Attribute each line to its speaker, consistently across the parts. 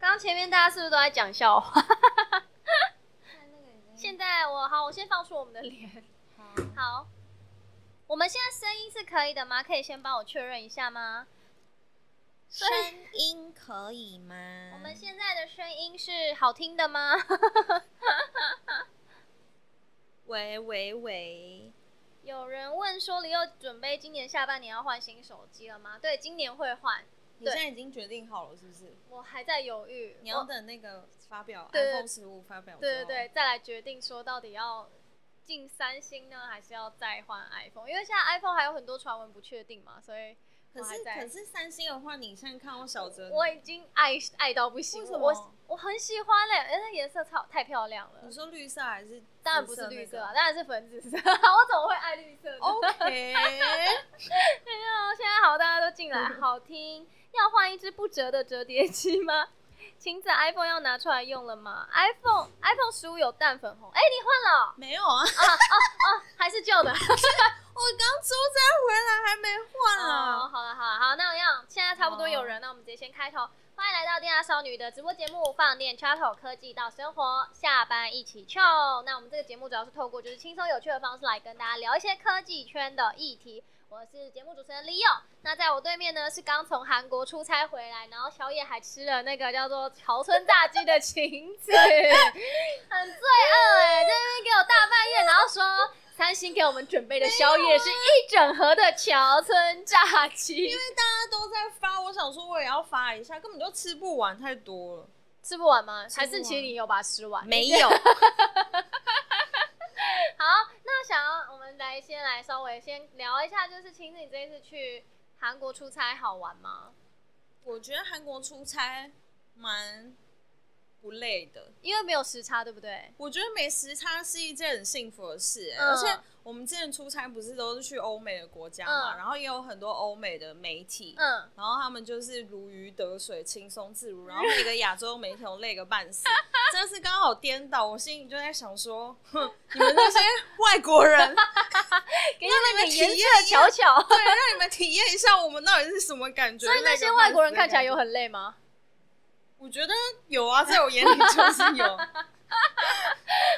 Speaker 1: 刚前面大家是不是都在讲笑话？
Speaker 2: 看那个已经
Speaker 1: 现在我好，我先放出我们的脸。
Speaker 2: 好
Speaker 1: 好，我们现在声音是可以的吗？可以先帮我确认一下吗？
Speaker 2: 声音可以吗？
Speaker 1: 我们现在的声音是好听的吗？
Speaker 2: 喂喂喂，
Speaker 1: 有人问说，你又准备今年下半年要换新手机了吗？对，今年会换，
Speaker 2: 你现在已经决定好了是不是？
Speaker 1: 我还在犹豫。
Speaker 2: 你要
Speaker 1: 我
Speaker 2: 等那个发表
Speaker 1: 对
Speaker 2: iPhone 十五发表之后，
Speaker 1: 对对对，再来决定说到底要进三星呢，还是要再换 iPhone？因为现在 iPhone 还有很多传闻不确定嘛，所以我
Speaker 2: 可
Speaker 1: 还
Speaker 2: 是
Speaker 1: 在
Speaker 2: 可是三星的话，你现在看到小泽，
Speaker 1: 我已经爱爱到不行。
Speaker 2: 为什么
Speaker 1: 我我很喜欢嘞、哎，那颜色超太漂亮了
Speaker 2: 你。说绿色还是？
Speaker 1: 当然不是绿色啊，
Speaker 2: 啊。
Speaker 1: 当然是粉紫色。 我怎么会爱绿色呢？
Speaker 2: 哦 OK，
Speaker 1: 对啊，现在好，大家都进 来，好听。要换一只不折的折叠机吗？晴子 iPhone 要拿出来用了吗？iPhone iPhone 十五有淡粉红，哎、你换了哦、
Speaker 2: 没有啊，
Speaker 1: 还是旧的？
Speaker 2: 我刚出差回来还没换
Speaker 1: 哦，
Speaker 2: 啊。
Speaker 1: 好了好了好，那一样，现在差不多有人，那我们直接先开头。欢迎来到电压少女的直播节目《放电 Chattle 科技到生活》，下班一起 c 那我们这个节目主要是透过就是轻松有趣的方式来跟大家聊一些科技圈的议题。我是节目主持人 Leo，那在我对面呢是刚从韩国出差回来，然后宵夜还吃了那个叫做潮村炸鸡的晴子，很罪恶哎、在那边给我大半夜，然后说三星给我们准备的宵夜是一整盒的乔村炸鸡，
Speaker 2: 大家都在发，我想说我也要发一下，根本就吃不完，太多了。
Speaker 1: 吃不完吗？
Speaker 2: 吃不
Speaker 1: 还
Speaker 2: 完
Speaker 1: 是其实你有把它吃完？
Speaker 2: 没有，
Speaker 1: 好，那想要我们来先来稍微先聊一下，就是晴子，你这一次去韩国出差好玩吗？
Speaker 2: 我觉得韩国出差蛮不累的。
Speaker 1: 因为没有时差，对不对？
Speaker 2: 我觉得没时差是一件很幸福的事、欸
Speaker 1: 嗯
Speaker 2: 而且我们之前出差不是都是去欧美的国家嘛，
Speaker 1: 嗯
Speaker 2: 然后也有很多欧美的媒体，
Speaker 1: 嗯，
Speaker 2: 然后他们就是如鱼得水，轻松自 如，然后每个亚洲媒体都累个半死，真是刚好颠倒，我心里就在想说，哼，你们那些外 国人，
Speaker 1: 给你们
Speaker 2: 体
Speaker 1: 颜
Speaker 2: 验
Speaker 1: 色
Speaker 2: 一
Speaker 1: 瞧瞧。
Speaker 2: 对，让你们体验一下我们到底是什么感觉。
Speaker 1: 所以那些外国人看起来有，很累吗？
Speaker 2: 我觉得有啊，在我眼里就是有。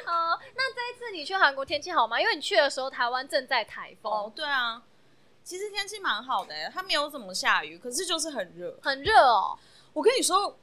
Speaker 1: 哦，那这一次你去韩国天气好吗？因为你去的时候台湾正在台风，
Speaker 2: 哦，对啊，其实天气蛮好的、欸，它没有怎么下雨，可是就是很热。
Speaker 1: 很热哦。
Speaker 2: 我跟你说，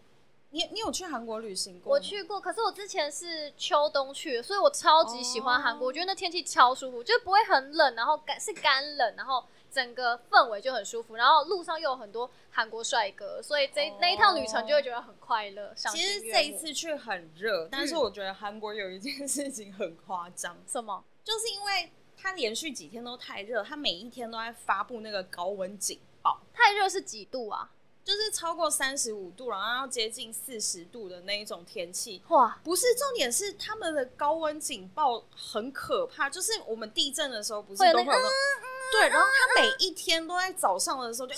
Speaker 2: 你你有去韩国旅行过吗？
Speaker 1: 我去过，可是我之前是秋冬去的，所以我超级喜欢韩国，
Speaker 2: 哦
Speaker 1: 我觉得那天气超舒服，就是不会很冷，然后干是干冷，然后整个氛围就很舒服，然后路上又有很多韩国帅哥，所以这、
Speaker 2: 哦
Speaker 1: 那一趟旅程就会觉得很快乐。赏
Speaker 2: 其
Speaker 1: 心
Speaker 2: 实
Speaker 1: 悦
Speaker 2: 这一
Speaker 1: 目
Speaker 2: 次去很热，但是
Speaker 1: 嗯
Speaker 2: 我觉得韩国有一件事情很夸张，
Speaker 1: 什么？
Speaker 2: 就是因为它连续几天都太热，它每一天都在发布那个高温警报，
Speaker 1: 太热是几度啊？
Speaker 2: 就是超过三十五度，然后要接近四十度的那一种天气。
Speaker 1: 哇，
Speaker 2: 不是重点是他们的高温警报很可怕，就是我们地震的时候不是
Speaker 1: 会有
Speaker 2: 都
Speaker 1: 那
Speaker 2: 会有
Speaker 1: 个嗯
Speaker 2: 那种对，然后他每一天都在早上的时候就嗯，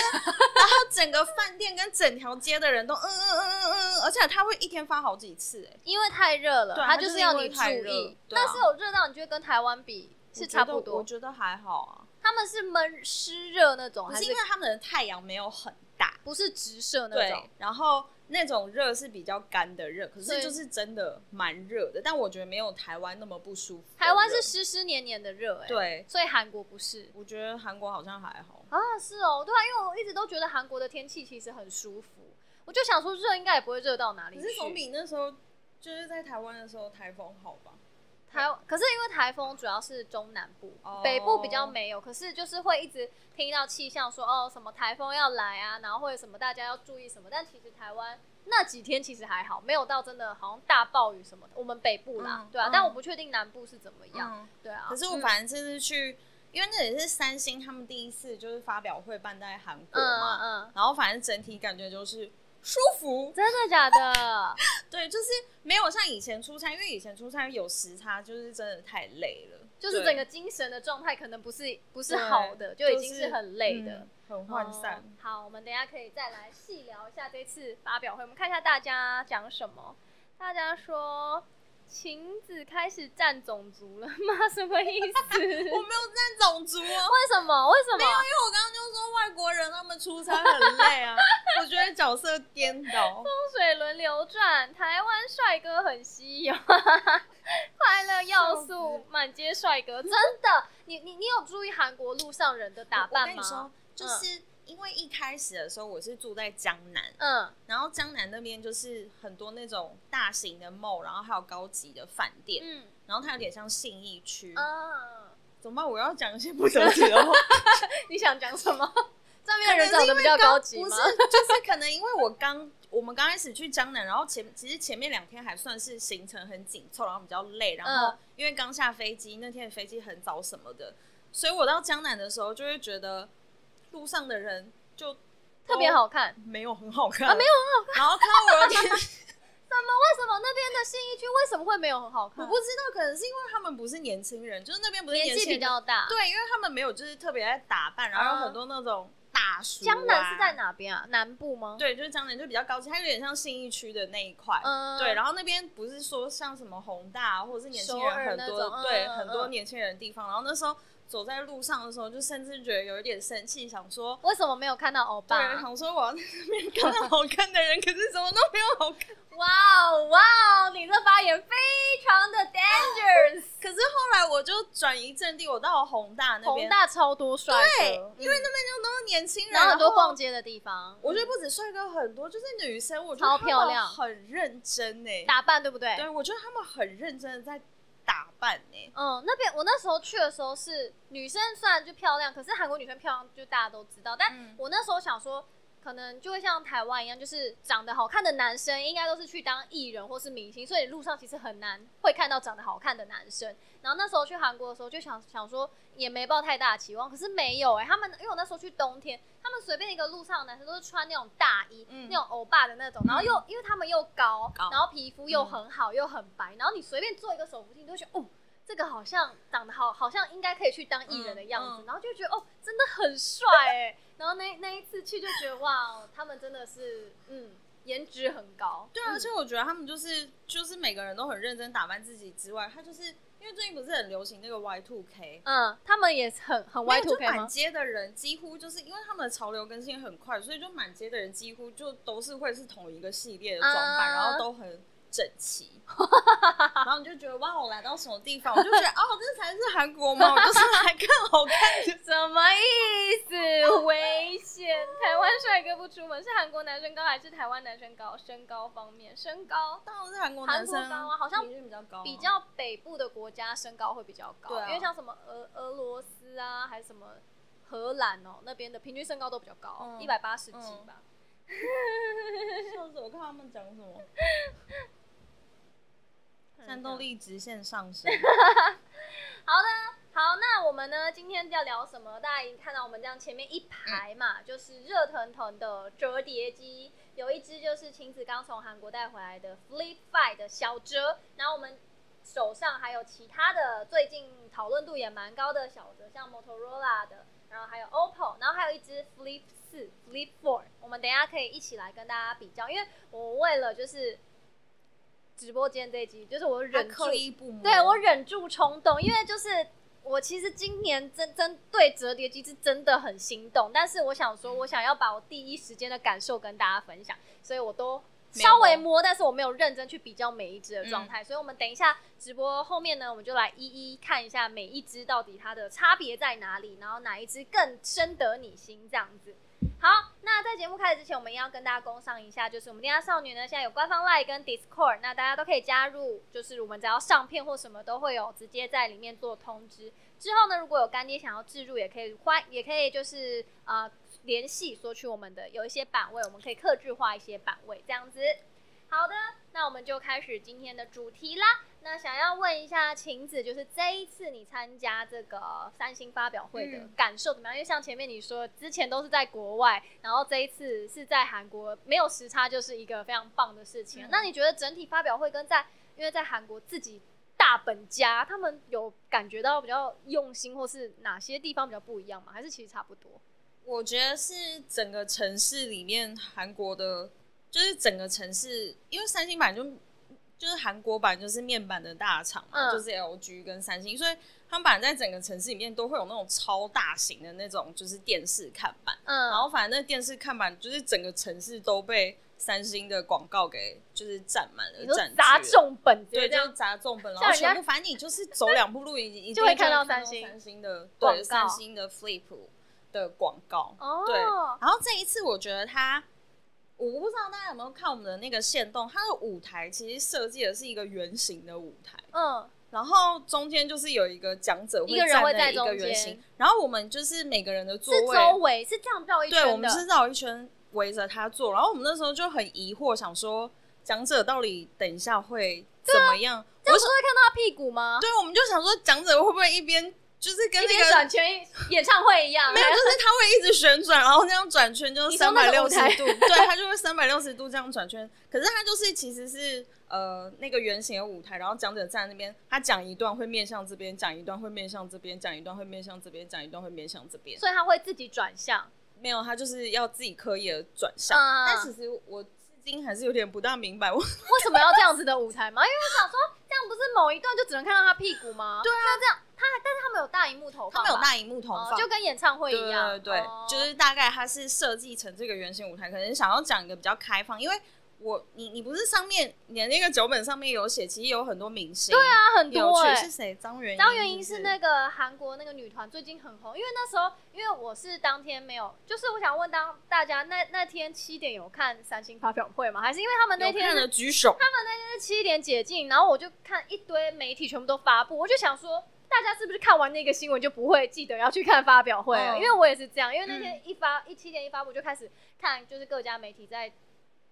Speaker 2: 然后整个饭店跟整条街的人都嗯嗯嗯嗯嗯，而且他会一天发好几次、哎，
Speaker 1: 因为太热了，
Speaker 2: 对啊
Speaker 1: 它
Speaker 2: 它
Speaker 1: 就
Speaker 2: 就是是
Speaker 1: 要
Speaker 2: 因
Speaker 1: 你
Speaker 2: 为
Speaker 1: 注
Speaker 2: 太热
Speaker 1: 意。
Speaker 2: 对啊
Speaker 1: 但是有热到你觉得跟台湾比
Speaker 2: 我
Speaker 1: 是
Speaker 2: 觉
Speaker 1: 差
Speaker 2: 得
Speaker 1: 不多
Speaker 2: 我，觉得还好啊，
Speaker 1: 他们是闷湿热那种，
Speaker 2: 可
Speaker 1: 还
Speaker 2: 是
Speaker 1: 是
Speaker 2: 因为他们的太阳没有很大，
Speaker 1: 不是直射那种
Speaker 2: 对？，然后那种热是比较干的热，可
Speaker 1: 对
Speaker 2: 是就是真的蛮热的，但我觉得没有台湾那么不舒服的热。
Speaker 1: 台湾是湿湿黏黏的热、哎，，
Speaker 2: 对，
Speaker 1: 所以韩国不是。
Speaker 2: 我觉得韩国好像还好。
Speaker 1: 啊，是哦，对啊，因为我一直都觉得韩国的天气其实很舒服，我就想说热应该也不会热到哪里
Speaker 2: 可
Speaker 1: 去。
Speaker 2: 是总比那时候就是在台湾的时候台风好吧？
Speaker 1: 台，可是因为台风主要是中南部，
Speaker 2: 哦
Speaker 1: 北部比较没有，可是就是会一直听到气象说哦什么台风要来啊，然后或者什么大家要注意什么，但其实台湾。那几天其实还好，没有到真的好像大暴雨什么的。我们北部啦，
Speaker 2: 嗯
Speaker 1: 对啊，
Speaker 2: 嗯
Speaker 1: 但我不确定南部是怎么样。
Speaker 2: 嗯，
Speaker 1: 对啊，
Speaker 2: 可是我反正这次去，因为那也是三星他们第一次就是发表会办在韩国
Speaker 1: 嗯嗯
Speaker 2: 嘛，
Speaker 1: 嗯，
Speaker 2: 然后反正整体感觉就是舒服，
Speaker 1: 真的假的？
Speaker 2: 对，就是没有像以前出差，因为以前出差有时差，就是真的太累了，
Speaker 1: 就是
Speaker 2: 对
Speaker 1: 整个精神的状态可能不是不是
Speaker 2: 对
Speaker 1: 好的，就已
Speaker 2: 就
Speaker 1: 经
Speaker 2: 是
Speaker 1: 是很累的。
Speaker 2: 嗯很涣散。
Speaker 1: 哦好，我们等一下可以再来细聊一下这次发表会，我们看一下大家讲什么。大家说，晴子开始占种族了吗？什么意思？
Speaker 2: 我
Speaker 1: 为
Speaker 2: 没有占种族哦，
Speaker 1: 什么？为什么？
Speaker 2: 因为我刚刚就说外国人他们出差很累啊，我觉得角色颠倒。
Speaker 1: 风水轮流转，台湾帅哥很稀有， 快乐要素
Speaker 2: 笑死
Speaker 1: 满街帅哥，真的。你你你有注意韩国路上人的打
Speaker 2: 我
Speaker 1: 扮
Speaker 2: 跟你说
Speaker 1: 吗？，
Speaker 2: 就是因为一开始的时候我是住在江南，
Speaker 1: 嗯
Speaker 2: 然后江南那边就是很多那种大型的 mall，然后还有高级的饭店，
Speaker 1: 嗯
Speaker 2: 然后它有点像信义区。
Speaker 1: 啊，
Speaker 2: 怎么办？我要讲一些不熟悉 的话。
Speaker 1: 你想讲 什么？这
Speaker 2: 可
Speaker 1: 边
Speaker 2: 能
Speaker 1: 人
Speaker 2: 是
Speaker 1: 长
Speaker 2: 因
Speaker 1: 得
Speaker 2: 为
Speaker 1: 比较
Speaker 2: 刚
Speaker 1: 高级
Speaker 2: 不
Speaker 1: 吗
Speaker 2: 是，？就是 可能因为我刚我们刚开始去江南，然后前其实前面两天还算是行程很紧凑，然后比较累，然后
Speaker 1: 嗯
Speaker 2: 因为刚下飞机，那天的飞机很早什么的，所以我到江南的时候就会觉得路上的人就
Speaker 1: 特别好看。
Speaker 2: 没有很好看啊，没有很好看。然后看到我 有点，
Speaker 1: 怎么？为什么那边的信义区为什么会没有很好
Speaker 2: 我
Speaker 1: 看？
Speaker 2: 不知道，可能是因为他们不是年轻人，就是那边不是
Speaker 1: 年纪
Speaker 2: 轻
Speaker 1: 比
Speaker 2: 人，
Speaker 1: 较大。，
Speaker 2: 对，因为他们没有就是特别在打扮，然后有很多那种大叔、啊。
Speaker 1: 江南是在？哪边啊？南部吗？，
Speaker 2: 对，就是江南就比较高级，它有点像信义区的那一块。
Speaker 1: 嗯，
Speaker 2: 对，然后那边不是说像什么宏大啊、或者是年轻
Speaker 1: 首尔
Speaker 2: 人很
Speaker 1: 那
Speaker 2: 多，
Speaker 1: 种
Speaker 2: 对，
Speaker 1: 嗯嗯
Speaker 2: 很多
Speaker 1: 嗯
Speaker 2: 年轻人的地方。然后那时候走在路上的时候，就甚至觉得有一点生气，想说，
Speaker 1: 为什么没有看到欧
Speaker 2: 对，
Speaker 1: 巴？
Speaker 2: 想说我要在那边看到好看的人，可是怎么都没有好看。
Speaker 1: 哇哦哇哦，你这发言非常的 dangerous。
Speaker 2: 可是后来我就转移阵地，我到了宏大那
Speaker 1: 宏
Speaker 2: 边，
Speaker 1: 大超多帅哥，
Speaker 2: 对
Speaker 1: 嗯
Speaker 2: 因为那边就都是年轻人，
Speaker 1: 然后很多逛
Speaker 2: 街。
Speaker 1: 街的地方，
Speaker 2: 我觉得不止帅哥很多，就是女生，我觉
Speaker 1: 超
Speaker 2: 得他
Speaker 1: 漂
Speaker 2: 们
Speaker 1: 亮
Speaker 2: 很认真呢、
Speaker 1: 打扮对不对？
Speaker 2: 对，我觉得他们很认真的在打扮欸呢、
Speaker 1: 嗯，那边我那时候去的时候是女生虽然就漂亮，可是韩国女生漂亮就大家都知道，但
Speaker 2: 嗯
Speaker 1: 我那时候想说。可能就会像台湾一样，就是长得好看的男生，应该都是去当艺人或是明星，所以路上其实很难会看到长得好看的男生。然后那时候去韩国的时候，就想想说也没抱太大的期望，可是没有哎、他们因为我那时候去冬天，他们随便一个路上的男生都是穿那种大衣，
Speaker 2: 嗯
Speaker 1: 那种欧巴的那种，然后又、因为他们又高，
Speaker 2: 高嗯
Speaker 1: 然后皮肤又很好、又很白，然后你随便做一个手扶梯，你都会觉得哦，这个好像长得好，好像应该可以去当艺人的样子，
Speaker 2: 嗯嗯
Speaker 1: 然后就觉得哦，真的很帅哎、然后那那一次去就觉得哇哦，他们真的是嗯，颜值很高。
Speaker 2: 对啊，而且我觉得他们就是就是每个人都很认真打扮自己之外，他就是因为最近不是很流行那个 Y two K。
Speaker 1: 嗯，他们也是很很
Speaker 2: 没
Speaker 1: Y
Speaker 2: 有
Speaker 1: two
Speaker 2: 就
Speaker 1: K
Speaker 2: 满
Speaker 1: 吗？
Speaker 2: 街的人几乎就是因为他们的潮流更新很快，所以就满街的人几乎就都是会是同一个系列的装扮，
Speaker 1: 啊
Speaker 2: 然后都很整齐， 然后你就觉得哇，我来到什么地方，我就觉得哦，这才是韩 国吗？我就是来看好看的。
Speaker 1: 什么意思？危险！台湾帅哥不出门，是韩国男生高还是台湾男生高？身高方面，身高
Speaker 2: 当然是韩国男生
Speaker 1: 韩国高啊好像
Speaker 2: 平均比较高啊，
Speaker 1: 比较北部的国家身高会比较高，
Speaker 2: 对啊
Speaker 1: 因为像什么俄俄罗斯啊，还是什么荷兰哦，那边的平均身高都比较高，
Speaker 2: 嗯
Speaker 1: 一百八十几
Speaker 2: 嗯
Speaker 1: 吧。
Speaker 2: 笑死！我看他们讲 什么，战
Speaker 1: 战
Speaker 2: 斗
Speaker 1: 斗力。
Speaker 2: 力直线 上升。
Speaker 1: 好的，好，那我们呢今天要聊什么？大家已经看到我们这样前面一排嘛，就是热腾腾的折叠机，有一只就是晴子刚从韩国带回来的 Flip Five 的小折，然后我们手上还有其他的最近讨论度也蛮高的小折，像 Motorola 的，然后还有 OPPO，然后还有一只 Flip 四、Flip Four，我们等一下可以一起来跟大家比较，因为我为了就是。直播间这一集，就是我忍
Speaker 2: 他
Speaker 1: 住
Speaker 2: 刻意不摸，
Speaker 1: 对我忍住冲动，因为就是我其实今年真真对折叠机是真的很心动，但是我想说，我想要把我第一时间的感受跟大家分享，所以我都。
Speaker 2: 没有
Speaker 1: 稍微
Speaker 2: 摸
Speaker 1: 摸，但是我没有认真去比较每一只的状态，所以我们等一下直播后面呢，我们就来一一看一下每一只到底它的差别在哪里，然后哪一只更深得你心这样子。好，那在节目开始之前，我们一定要跟大家工商一下，就是我们恋爱少女呢，现在有官方 LINE 跟 Discord，那大家都可以加入，就是我们只要上片或什么都会有直接在里面做通知。之后呢，如果有干爹想要置入，也可以欢，也可以就是呃联系索取我们的有一些版位，我们可以克制化一些版位这样子。好的，那我们就开始今天的主题啦。那想要问一下晴子，就是这一次你参加这个三星发表会的
Speaker 2: 嗯
Speaker 1: 感受怎么样？因为像前面你说，之前都是在国外，然后这一次是在韩国，没有时差就是一个非常棒的事情。啊
Speaker 2: 嗯
Speaker 1: 那你觉得整体发表会跟在因为在韩国自己大本家，他们有感觉到比较用心，或是哪些地方比较不一样吗？还是其实差不多？
Speaker 2: 我觉得是整个城市里面韩国的，就是整个城市，因为三星版就就是韩国版就是面板的大厂嘛，
Speaker 1: 嗯
Speaker 2: 就是 LG 跟三星，所以他们板在整个城市里面都会有那种超大型的那种就是电视看板，
Speaker 1: 嗯，
Speaker 2: 然后反正那电视看板就是整个城市都被三星的广告给就是占满了
Speaker 1: 你，说
Speaker 2: 占据
Speaker 1: 砸
Speaker 2: 了
Speaker 1: 重本，直接
Speaker 2: 对，
Speaker 1: 这
Speaker 2: 就
Speaker 1: 样
Speaker 2: 是砸重本，然
Speaker 1: 像
Speaker 2: 后
Speaker 1: 人家
Speaker 2: 全部，反正你就是走两步路，你一定
Speaker 1: 就会看到
Speaker 2: 到
Speaker 1: 三星
Speaker 2: 星三星的
Speaker 1: 广告
Speaker 2: 对三星的 Flip 的广告。
Speaker 1: 哦，
Speaker 2: 对然后这一次，我觉得它，我不知道大家有没有看我们的那个线动，它的舞台其实设计的是一个圆形的舞台，
Speaker 1: 嗯，
Speaker 2: 然后中间就是有一个讲者
Speaker 1: 一个人会
Speaker 2: 站在
Speaker 1: 在
Speaker 2: 一个
Speaker 1: 中
Speaker 2: 圆
Speaker 1: 间
Speaker 2: 形，然后我们就是每个人的座
Speaker 1: 是
Speaker 2: 位
Speaker 1: 周围是这样绕一圈的，
Speaker 2: 对，我们是绕一圈围着他做，然后我们那时候就很疑惑，想说讲者到底等一下会怎
Speaker 1: 啊
Speaker 2: 么样？
Speaker 1: 这
Speaker 2: 我
Speaker 1: 样
Speaker 2: 想
Speaker 1: 不，会看到他屁股吗？
Speaker 2: 对，我们就想说讲者会不会一边就是跟
Speaker 1: 一
Speaker 2: 那
Speaker 1: 边
Speaker 2: 个
Speaker 1: 转圈演唱会一样，
Speaker 2: 没有，就是他会一直旋转，然后那样转圈就是
Speaker 1: 哎你说
Speaker 2: 三
Speaker 1: 那
Speaker 2: 百
Speaker 1: 个舞
Speaker 2: 六十
Speaker 1: 台
Speaker 2: 度，对，他就会三百六十度这样转圈。可是他就是其实是呃那个圆形的舞台，然后讲者站在那边，他讲一段会面向这边，讲一段会面向这边，讲一段会面向这边，讲一段会面向这边。
Speaker 1: 所以他会自己转向。
Speaker 2: 没有，他就是要自己刻意的转向。
Speaker 1: 嗯
Speaker 2: 但其实我至今还是有点不大明白，我
Speaker 1: 为什么要这样子的舞台吗？因为我想说，这样不是某一段就只能看到他屁股吗？对啊，那这样他但是他们有大荧幕投
Speaker 2: 他
Speaker 1: 放吧，
Speaker 2: 们有大荧幕投
Speaker 1: 哦
Speaker 2: 放，
Speaker 1: 就跟演唱会
Speaker 2: 对
Speaker 1: 一样，
Speaker 2: 对对对，
Speaker 1: 哦
Speaker 2: 就是大概它是设计成这个圆形舞台，可能想要讲一个比较开放，因为我你你不是上面你的那个脚本上面有写，其实有很多明星，对啊，
Speaker 1: 他很
Speaker 2: 有
Speaker 1: 多
Speaker 2: 趣
Speaker 1: 哎、
Speaker 2: 是谁？张元
Speaker 1: 张元英
Speaker 2: 是
Speaker 1: 是那个韩国那个女团，最近很红。因为那时候，因为我是当天没有，就是我想问当大家那那天七点有看三星发表会吗？还是因为他们那
Speaker 2: 有
Speaker 1: 天
Speaker 2: 看
Speaker 1: 是
Speaker 2: 的举手，
Speaker 1: 七点解禁，然后我就看一堆媒体全部都发布，我就想说，大家是不是看完那个新闻就不会记得要去看发表会了？
Speaker 2: 嗯
Speaker 1: 因为我也是这样，因为那天一发、一七点一发布就开始看，就是各家媒体在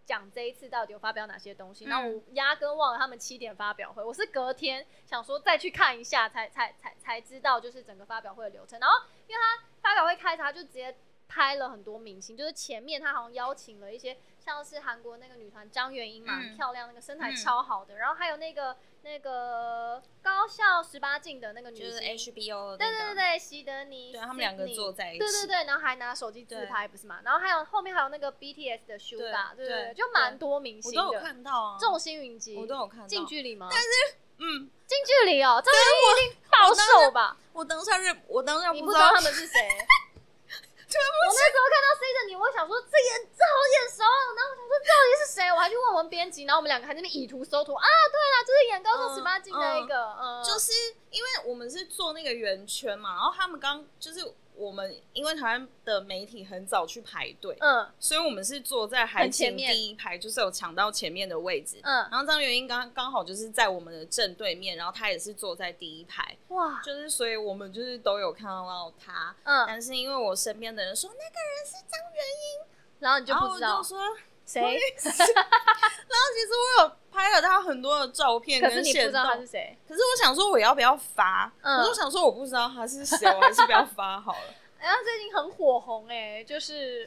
Speaker 1: 讲这一次到底有发表哪些东西，
Speaker 2: 嗯
Speaker 1: 然后我压根忘了他们七点发表会，我是隔天想说再去看一下才才才才知道就是整个发表会的流程，然后因为他发表会开始他就直接拍了很多明星，就是前面他好像邀请了一些像是韩国那个女团张元英嘛，
Speaker 2: 嗯
Speaker 1: 很漂亮，那个身材
Speaker 2: 嗯
Speaker 1: 超好的，然后还有那个那个高校十八禁的那个女
Speaker 2: 就是
Speaker 1: 星
Speaker 2: HBO 的
Speaker 1: 对对
Speaker 2: 那
Speaker 1: 对
Speaker 2: 个，
Speaker 1: 对，席德尼，
Speaker 2: 对他们两个
Speaker 1: Sydney
Speaker 2: 坐在一起，
Speaker 1: 对对对，然后还拿手机自
Speaker 2: 对
Speaker 1: 拍不是嘛？然后还有后面还有那个 BTS 的 Suga，对
Speaker 2: 对
Speaker 1: 对，
Speaker 2: 对
Speaker 1: 就蛮多明
Speaker 2: 我
Speaker 1: 星
Speaker 2: 都有
Speaker 1: 的。
Speaker 2: 看到啊，
Speaker 1: 众星云集，
Speaker 2: 我都有看到，
Speaker 1: 近距离吗？但是
Speaker 2: 嗯，
Speaker 1: 近距离哦，这个一定暴瘦吧？
Speaker 2: 我当下认我当下
Speaker 1: 你
Speaker 2: 不
Speaker 1: 不
Speaker 2: 知
Speaker 1: 知道
Speaker 2: 道
Speaker 1: 他们是谁？ 我那时候看到 C 的你，我想说这眼这好眼熟，啊然后我想说到底是谁？我还去问我们编辑，然后我们两个还在那边以图搜图啊，对啦，就是演高中十八禁那一个，嗯，
Speaker 2: 就是因为我们是做那个圆圈嘛，然后他们刚就是我们因为台湾的媒体很早去排队，
Speaker 1: 嗯
Speaker 2: 所以我们是坐在
Speaker 1: 很
Speaker 2: 韩
Speaker 1: 前
Speaker 2: 景
Speaker 1: 面
Speaker 2: 第一排，就是有抢到前面的位置。
Speaker 1: 嗯，
Speaker 2: 然后张元英刚刚好就是在我们的正对面，然后他也是坐在第一排，
Speaker 1: 哇，
Speaker 2: 就是所以我们就是都有看到他。
Speaker 1: 嗯，
Speaker 2: 但是因为我身边的人说那个人是张元英，
Speaker 1: 然后你就
Speaker 2: 然后
Speaker 1: 不
Speaker 2: 我
Speaker 1: 知道
Speaker 2: 就说， 然
Speaker 1: 谁，
Speaker 2: 后其实我有拍了他很多的照片
Speaker 1: 可是
Speaker 2: 跟
Speaker 1: 你不
Speaker 2: 线
Speaker 1: 知道他
Speaker 2: 动
Speaker 1: 是，谁，
Speaker 2: 可是我想说我要不要发？
Speaker 1: 嗯
Speaker 2: 可是我想说我不知道他是谁，我还是不要发好了。
Speaker 1: 然后哎最近很火红哎，就是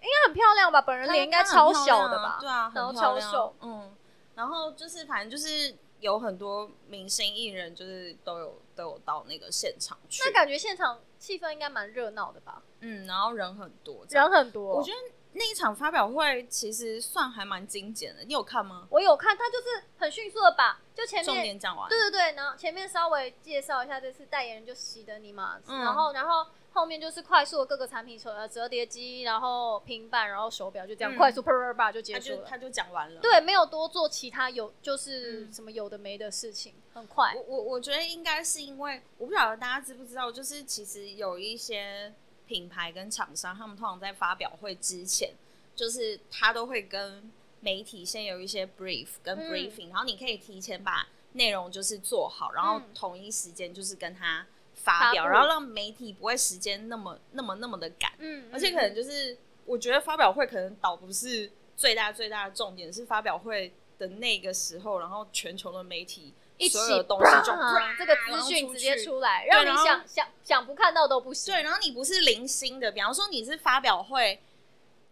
Speaker 1: 应该很漂亮吧，本人脸应该
Speaker 2: 她她很
Speaker 1: 超
Speaker 2: 漂
Speaker 1: 小的
Speaker 2: 亮啊
Speaker 1: 吧？
Speaker 2: 对啊，
Speaker 1: 然后
Speaker 2: 很漂
Speaker 1: 超
Speaker 2: 亮
Speaker 1: 瘦，
Speaker 2: 嗯，然后就是反正就是有很多明星艺人就是都有都有到那个现场去
Speaker 1: 那，感觉现场气氛应该蛮热闹的吧？
Speaker 2: 嗯，然后人很多这样，
Speaker 1: 人很多，
Speaker 2: 我觉得那一场发表会其实算还蛮精简的，你有看吗？
Speaker 1: 我有看，他就是很迅速的把就前
Speaker 2: 重
Speaker 1: 面
Speaker 2: 点讲完，
Speaker 1: 对对对，然后前面稍微介绍一下这次代言人就喜德尼嘛，
Speaker 2: 嗯
Speaker 1: 然后然后后面就是快速的各个产品，呃，折叠机，然后平板，然后手表，就这样、
Speaker 2: 嗯
Speaker 1: 快速啪啪啪啪就结
Speaker 2: 他
Speaker 1: 束
Speaker 2: 就
Speaker 1: 了。
Speaker 2: 他就讲完了。
Speaker 1: 对，没有多做其他有就是
Speaker 2: 嗯
Speaker 1: 什么有的没的事情，很快
Speaker 2: 我。我我觉得应该是因为我不晓得大家知不知道，就是其实有一些品牌跟厂商，他们通常在发表会之前，就是他都会跟媒体先有一些 brief 跟
Speaker 1: 嗯
Speaker 2: briefing，、然后你可以提前把内容就是做好，然后
Speaker 1: 嗯
Speaker 2: 同一时间就是跟他发表，
Speaker 1: 发布
Speaker 2: 然后让媒体不会时间那么那么那么的赶，
Speaker 1: 嗯，
Speaker 2: 而且可能就是我觉得发表会可能倒不是最大最大的重点，是发表会的那个时候，然后全球的媒体
Speaker 1: 一起
Speaker 2: 所有的东西就
Speaker 1: 啊
Speaker 2: 啪
Speaker 1: 这个
Speaker 2: 然
Speaker 1: 资
Speaker 2: 后
Speaker 1: 讯
Speaker 2: 出
Speaker 1: 直接
Speaker 2: 去
Speaker 1: 出来，让
Speaker 2: 然
Speaker 1: 你
Speaker 2: 后
Speaker 1: 想想想不看到都不行。
Speaker 2: 对，然后你不是零星的，比方说你是发表会，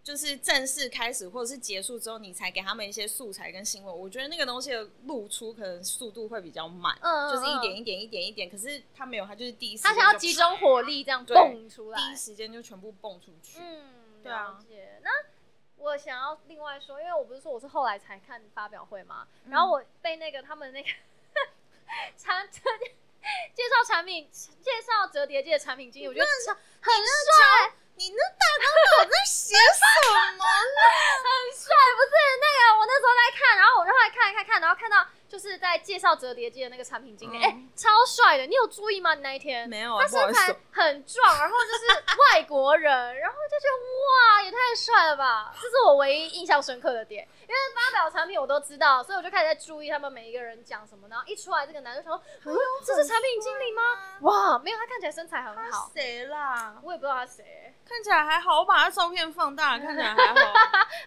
Speaker 2: 就是正式开始或者是结束之后，你才给他们一些素材跟新闻。我觉得那个东西的露出可能速度会比较慢，
Speaker 1: 嗯，嗯
Speaker 2: 就是一点
Speaker 1: 嗯
Speaker 2: 一点一点一点。可是他没有，他就是第一时
Speaker 1: 他
Speaker 2: 间
Speaker 1: 想要
Speaker 2: 就
Speaker 1: 集
Speaker 2: 啪
Speaker 1: 中火力这样
Speaker 2: 对
Speaker 1: 蹦出来，
Speaker 2: 第一时间就全部蹦出去。
Speaker 1: 嗯，
Speaker 2: 对啊
Speaker 1: 了解。那我想要另外说，因为我不是说我是后来才看发表会嘛，然
Speaker 2: 嗯
Speaker 1: 后我被那个他们那个产介介绍产品介绍折叠机的产品经理，我觉得超很帅，
Speaker 2: 你那大头脑在写什么啦？
Speaker 1: 很帅，不是那个我那时候在看，然后我就后来看一看看，然后看到就是在介绍折叠机的那个产品经理，
Speaker 2: 嗯
Speaker 1: 哎、超帅的，你有注意吗？你那一天
Speaker 2: 没有啊，
Speaker 1: 他
Speaker 2: 不好
Speaker 1: 身
Speaker 2: 意
Speaker 1: 材
Speaker 2: 思，
Speaker 1: 很壮，然后 就是外国人，然后就觉得哇，也太帅了吧！这是我唯一印象深刻的点，因为发表产品我都知道，所以我就开始在注意他们每一个人讲什么。然后一出来这个男的说
Speaker 2: 哎呦：“
Speaker 1: 这是产品经理吗？”哇，没有，他看起来身材很好，
Speaker 2: 谁啦？
Speaker 1: 我也不知道他谁，
Speaker 2: 看起来还好，我把他照片放大，看起来还好。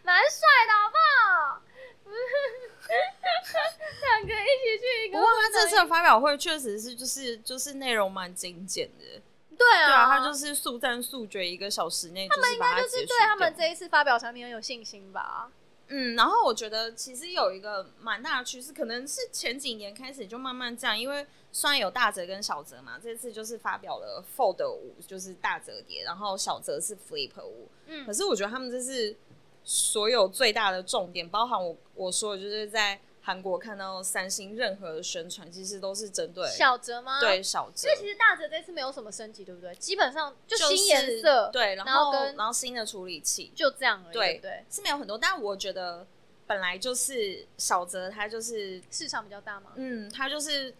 Speaker 1: 蛮帅的，好不好？ 两个一起去一
Speaker 2: 不
Speaker 1: 个
Speaker 2: 过
Speaker 1: 婚
Speaker 2: 他
Speaker 1: 礼，
Speaker 2: 这次的发表会确实是就是就是内容蛮精简的，
Speaker 1: 对啊，
Speaker 2: 对啊，他就是是速战速决，一个小时内就是把它
Speaker 1: 就
Speaker 2: 结
Speaker 1: 是
Speaker 2: 束
Speaker 1: 对他们
Speaker 2: 掉
Speaker 1: 这一次发表产品很有信心吧。
Speaker 2: 嗯，然后我觉得其实有一个蛮大的趋势，可能是前几年开始就慢慢这样，因为虽然有大折跟小折嘛，这次就是发表了 Fold 五，就是大折叠，然后小折是 Flip 五，
Speaker 1: 嗯
Speaker 2: 可，是我觉得他们这是所有最大的重点，包含我我说的就是在韩国看到三星任何的宣传，其实都是针对
Speaker 1: 小啊哲吗？
Speaker 2: 对小折
Speaker 1: 所以，其实大哲这次没有什么升级，对不对？基本上就
Speaker 2: 就是
Speaker 1: 新颜色，，
Speaker 2: 对，然
Speaker 1: 然后
Speaker 2: 后
Speaker 1: 跟
Speaker 2: 然后新的处理器，
Speaker 1: 就这样而已，
Speaker 2: 对
Speaker 1: 对不对？
Speaker 2: 是没有很多，但我觉得本来就是小泽，他就是
Speaker 1: 市场比较大嘛。
Speaker 2: 嗯，他就是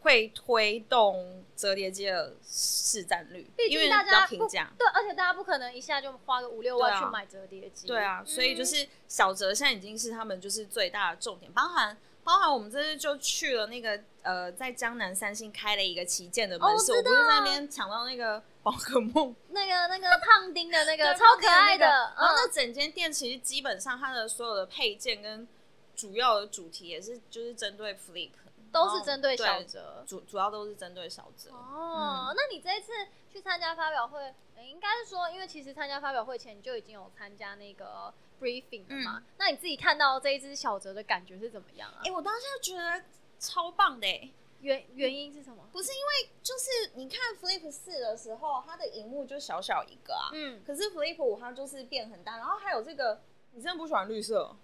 Speaker 2: 会推动折叠机的市占率，
Speaker 1: 毕
Speaker 2: 因
Speaker 1: 竟
Speaker 2: 为
Speaker 1: 大
Speaker 2: 比较
Speaker 1: 家
Speaker 2: 平
Speaker 1: 不嗯
Speaker 2: 价。
Speaker 1: 对，而且大家不可能一下就花个五六
Speaker 2: 对
Speaker 1: 万
Speaker 2: 啊
Speaker 1: 去买折叠机。
Speaker 2: 对啊，
Speaker 1: 嗯
Speaker 2: 所以就是小泽现在已经是他们就是最大的重点，包含包含我们这次就去了那个呃，在江南三星开了一个旗舰的门
Speaker 1: 哦我
Speaker 2: 市，
Speaker 1: 知
Speaker 2: 我不是在那边抢到那个宝可 梦
Speaker 1: 嗯那个那个胖丁的那个
Speaker 2: 对
Speaker 1: 超可爱的，
Speaker 2: 然后那
Speaker 1: 嗯，
Speaker 2: 整间店其实基本上它的所有的配件跟主要的主题也是就是针对 Flip，
Speaker 1: 都是
Speaker 2: 嗯
Speaker 1: 针对
Speaker 2: 然后
Speaker 1: 小哲。
Speaker 2: 主主要都是针对小泽。嗯
Speaker 1: 哦，那你这一次去参加发表会，呃应该是说，因为其实参加发表会前你就已经有参加那个 briefing 了
Speaker 2: 嗯
Speaker 1: 嘛。那你自己看到这一只小哲的感觉是怎么样啊
Speaker 2: 哎、？我当下觉得超棒的、欸，
Speaker 1: 原原因是什么？
Speaker 2: 不是因为就是你看 Flip 四的时候，它的荧幕就小小一个啊，
Speaker 1: 嗯，
Speaker 2: 可是 Flip 五它就是变很大，然后还有这个，你真的不喜欢绿色？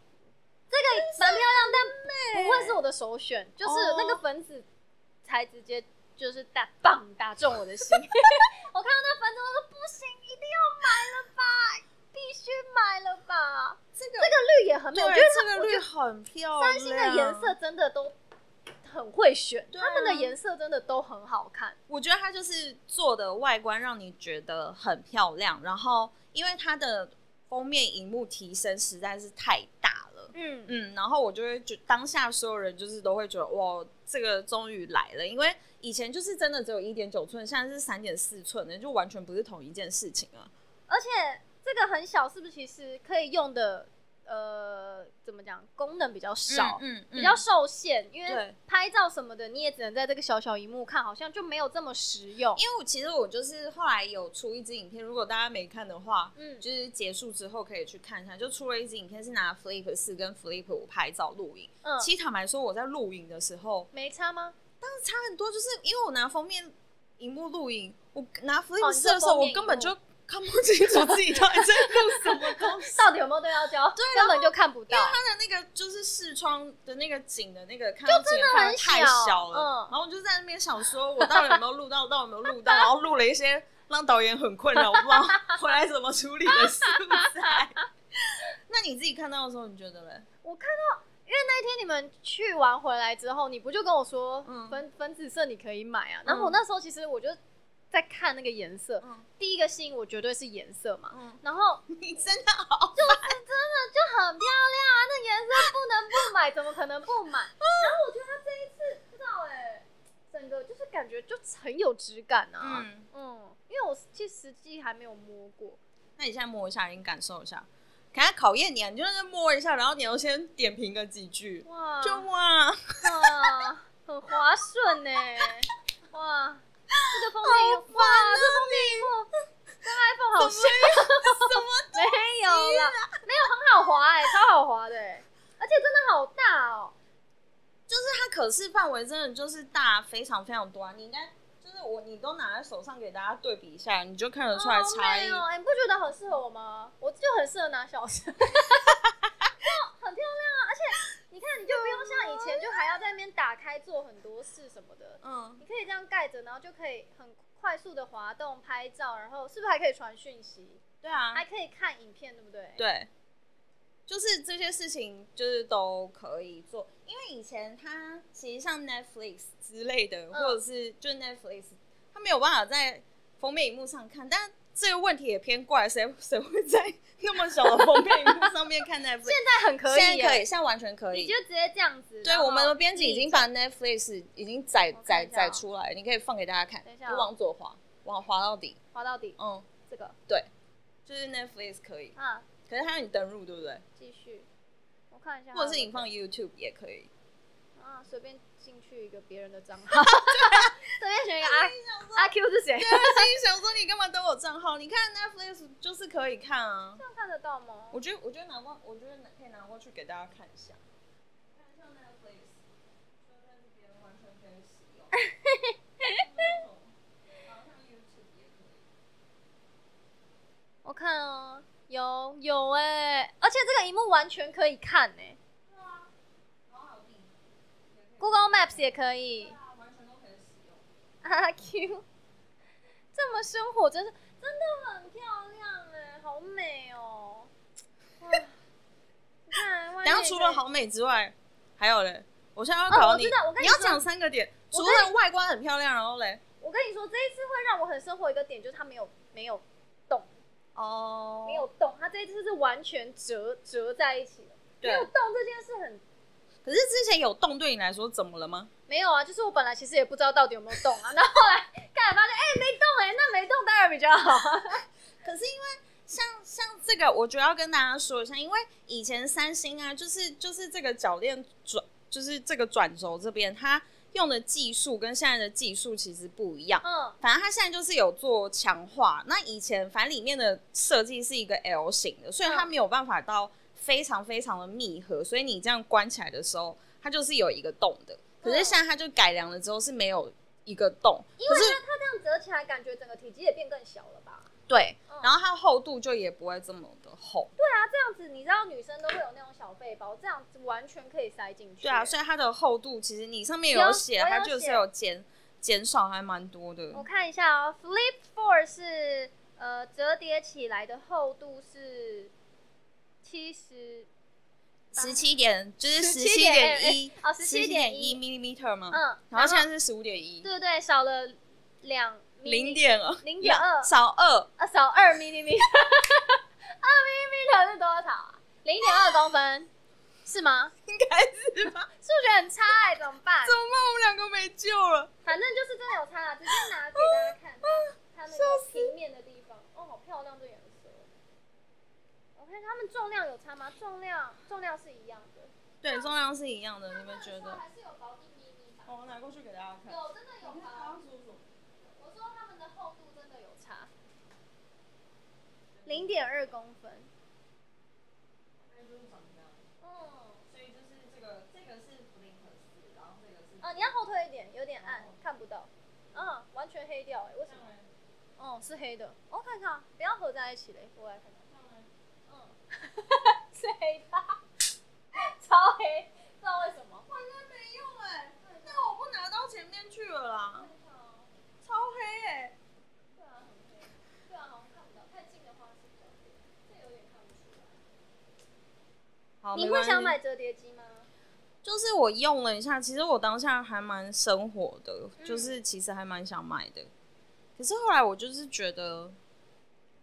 Speaker 1: 蛮漂亮，但不会是我的首选，就是
Speaker 2: 欸哦
Speaker 1: 那个粉紫才直接就是打棒打中我的心。 我看到那粉紫，我说不行，一定要买了吧，必须买了吧。
Speaker 2: 这个
Speaker 1: 这个绿也很美，
Speaker 2: 对，
Speaker 1: 我觉得
Speaker 2: 这个绿很漂亮，
Speaker 1: 三星的颜色，真的都很会选，
Speaker 2: 对啊
Speaker 1: 他们的颜色真的都很好看。
Speaker 2: 我觉得它就是做的外观让你觉得很漂亮，然后因为它的封面荧幕提升实在是太大了。
Speaker 1: 嗯
Speaker 2: 嗯，然后我就会觉当下所有人就是都会觉得哇，这个终于来了，因为以前就是真的只有一点九寸，现在是三点四寸的，就完全不是同一件事情了。
Speaker 1: 而且这个很小，是不是其实可以用的呃怎么讲，功能比较少？
Speaker 2: 嗯，
Speaker 1: 比较受限，因为
Speaker 2: 对
Speaker 1: 拍照什么的，你也只能在这个小小荧幕看，好像就没有这么实用。
Speaker 2: 因为我其实我就是后来有出一支影片，如果大家没看的话，
Speaker 1: 嗯，
Speaker 2: 就是结束之后可以去看一下，就出了一支影片是拿 Flip 四跟 Flip 五拍照录影。
Speaker 1: 嗯，
Speaker 2: 其实坦白说，我在录影的时候
Speaker 1: 没差吗？
Speaker 2: 差很多，就是因为我拿封面荧幕录影，我拿 Flip
Speaker 1: 哦你
Speaker 2: 四
Speaker 1: 说
Speaker 2: 的时候，
Speaker 1: 封面
Speaker 2: 我根本就看不清楚自己到底在录什么东西。
Speaker 1: 到底有没有对到焦？对， 根本就看不到。
Speaker 2: 它的那个就是视窗的那个景的那个看到景的范围太
Speaker 1: 很小
Speaker 2: 小了，
Speaker 1: 嗯
Speaker 2: 然后我就在那边想说，我到底有没有录到，到底有没有录到，然后录了一些让导演很困扰，我不知道回来怎么处理的素材。那你自己看到的时候，你觉得嘞？
Speaker 1: 我看到，因为那一天你们去完回来之后，你不就跟我说
Speaker 2: 嗯
Speaker 1: 粉粉紫色你可以买啊？然后我那时候其实我就在看那个颜色，
Speaker 2: 嗯
Speaker 1: 第一个吸引我绝对是颜色嘛。
Speaker 2: 嗯，
Speaker 1: 然后
Speaker 2: 你真的好，
Speaker 1: 就很漂亮啊，那颜色不能不买，怎么可能不买？然后我觉得他这一次，不知道哎、整个就是感觉就很有质感啊。嗯
Speaker 2: 嗯，
Speaker 1: 因为我其实实际还没有摸过，
Speaker 2: 那你现在摸一下，你感受一下，给他考验你啊，你就是摸一下，然后你要先点评个几句，
Speaker 1: 哇，
Speaker 2: 就哇，
Speaker 1: 哇，很滑顺呢、哇，这个封面，啊哇，这封面幕跟 iPhone 好像， 没有啦，没有很好滑哎、超好滑的哎、而且真的好大哦、
Speaker 2: 就是它可视范围真的就是大非常非常多啊！你应该就是我你都拿在手上给大家对比一下，你就看得
Speaker 1: 哦
Speaker 2: 出来
Speaker 1: 好
Speaker 2: 差
Speaker 1: 美
Speaker 2: 异。
Speaker 1: 哦！哎、你不觉得很适合我吗？我就很适合拿小 生，那很漂亮啊！而且你看，你就不用像以前就还要在那边打开做很多事什么的，
Speaker 2: 嗯，
Speaker 1: 你可以这样盖着，然后就可以很快速的滑动拍照，然后是不是还可以传讯息，
Speaker 2: 对啊，
Speaker 1: 还可以看影片，对不对？，
Speaker 2: 对，就是这些事情就是都可以做，因为以前它其实像 Netflix 之类的，或者是就是 Netflix，它没有办法在封面荧幕上看，但这个问题也偏怪，谁谁会在那么小的封面荧幕上面看 Netflix？
Speaker 1: 现在很可以耶，
Speaker 2: 现在可以，现在完全可
Speaker 1: 你
Speaker 2: 以
Speaker 1: 就。直接这样子。
Speaker 2: 对，
Speaker 1: 然后
Speaker 2: 我们的编辑已经把 Netflix 已经载
Speaker 1: 我看
Speaker 2: 载
Speaker 1: 一下
Speaker 2: 载
Speaker 1: 哦
Speaker 2: 出来，你可以放给大家看
Speaker 1: 等一，下
Speaker 2: 就
Speaker 1: 哦
Speaker 2: 往左滑，往滑到底。
Speaker 1: 滑到底，
Speaker 2: 嗯，
Speaker 1: 这个
Speaker 2: 对，就是 Netflix 可以，
Speaker 1: 啊，
Speaker 2: 可是它让你登录，对不对？
Speaker 1: 继续，我看一下还有没有，
Speaker 2: 或者是你放 YouTube 也可以。
Speaker 1: 啊，随便进去一个别人的账号， 随便选一个啊阿阿 Q 是谁？
Speaker 2: 啊对，心里想说你干嘛登我账号？你看 Netflix 就是可以看啊。
Speaker 1: 这样看得到吗？
Speaker 2: 我觉得，我觉得拿过，我觉得可以拿过去给大家看一 下。看像 Netflix，就算是别人完全可以使用。然后像 YouTube 也可以。
Speaker 1: 我看哦，有有哎、而且这个荧幕完全可以看哎、
Speaker 2: 然后还有地图也可以
Speaker 1: Google Maps 也可以，
Speaker 2: 啊完全都可以使用。
Speaker 1: 阿 Q，这么生活真是真的很漂亮哎、好美哦、哇，你看，外面
Speaker 2: 然后
Speaker 1: 也
Speaker 2: 除
Speaker 1: 可以
Speaker 2: 了好美之外，还有嘞，我现在要
Speaker 1: 哦
Speaker 2: 考
Speaker 1: 我
Speaker 2: 你，
Speaker 1: 知道我跟你
Speaker 2: 你要
Speaker 1: 说
Speaker 2: 讲三个点，
Speaker 1: 我
Speaker 2: 除
Speaker 1: 跟
Speaker 2: 了外观很漂亮，然后嘞，
Speaker 1: 我跟你说，这一次会让我很生活一个点，就是它没有没有动，
Speaker 2: 哦
Speaker 1: 没有，动，它这一次是完全折折在一起的。没
Speaker 2: 对
Speaker 1: 有。动这件事很
Speaker 2: 可是之前有动，对你来说怎么了吗？
Speaker 1: 没有啊，就是我本来其实也不知道到底有没有动啊，那后来看发现，哎、没动哎、那没动当然比较好啊。
Speaker 2: 可是因为像像这个，我觉得要跟大家说一下，因为以前三星啊，就是就是这个铰链转，就是这个转轴这边，它用的技术跟现在的技术其实不一样。
Speaker 1: 嗯，
Speaker 2: 反正它现在就是有做强化，那以前反正里面的设计是一个 L 型的，所以它
Speaker 1: 嗯
Speaker 2: 没有办法到非常非常的密合，所以你这样关起来的时候，它就是有一个洞的。可是
Speaker 1: 嗯
Speaker 2: 现在它就改良了之后是没有一个洞，
Speaker 1: 因
Speaker 2: 可
Speaker 1: 为
Speaker 2: 是
Speaker 1: 它啊它这样折起来，感觉整个体积也变更小了吧？
Speaker 2: 对，
Speaker 1: 嗯
Speaker 2: 然后它厚度就也不会这么的厚。
Speaker 1: 这样子，你知道女生都会有那种小背包，这样子完全可以塞进去。欸
Speaker 2: 对啊，所以它的厚度其实你上面
Speaker 1: 有
Speaker 2: 有写，
Speaker 1: 我有
Speaker 2: 它就是
Speaker 1: 写
Speaker 2: 有减减少还蛮多的。
Speaker 1: 我看一下哦，Flip Four 是呃折叠起来的厚度是七十，
Speaker 2: 十七点就是十七点
Speaker 1: 17.1
Speaker 2: 一
Speaker 1: 哦
Speaker 2: 七点一
Speaker 1: 17.1
Speaker 2: millimeter 嘛，
Speaker 1: 嗯，
Speaker 2: 然后现在是十五点一，
Speaker 1: 对对，少了两
Speaker 2: 零点二，
Speaker 1: 零点二
Speaker 2: 少二，
Speaker 1: 啊，少二 m i l i m e t e r 二 m i l i m e t e r 是多少啊？零点二公分是吗？
Speaker 2: 应该是吧？
Speaker 1: 数学很差哎、怎么办
Speaker 2: 怎？么办？我们两个没救了。
Speaker 1: 反正就是真的有差啦，直接拿给大家看它它那个平面的地方。哦，好漂亮这颜色。我看它们重量有差吗？重量重量是一样的。
Speaker 2: 对，重量是一样的，你们觉得？
Speaker 1: 还是有薄一咪咪吧？
Speaker 2: 哦我拿过去给大家看。
Speaker 1: 有真的有薄。
Speaker 2: 叔叔，
Speaker 1: 我说它们的厚度真的有差， 零点二公分。嗯。
Speaker 2: 所以就是这个，这个是 Blinkers，然后这个是
Speaker 1: 啊，你要后退一点，有点暗，看不到。啊，完全黑掉哎、为什么？哦，是黑的。我、看看，不要合在一起嘞，我来看看。嗯， 是黑的， 超黑，不知道为什么。
Speaker 2: 完全没用哎、那我不拿到前面去了啦，超黑哎、
Speaker 1: 对啊，很黑。对啊，好像看不到，太近的话是比较黑，这有点看不出来。
Speaker 2: 好
Speaker 1: 你会想？买折叠机吗？
Speaker 2: 就是我用了一下，其实我当下还蛮生活的，
Speaker 1: 嗯
Speaker 2: 就是其实还蛮想买的。可是后来我就是觉得，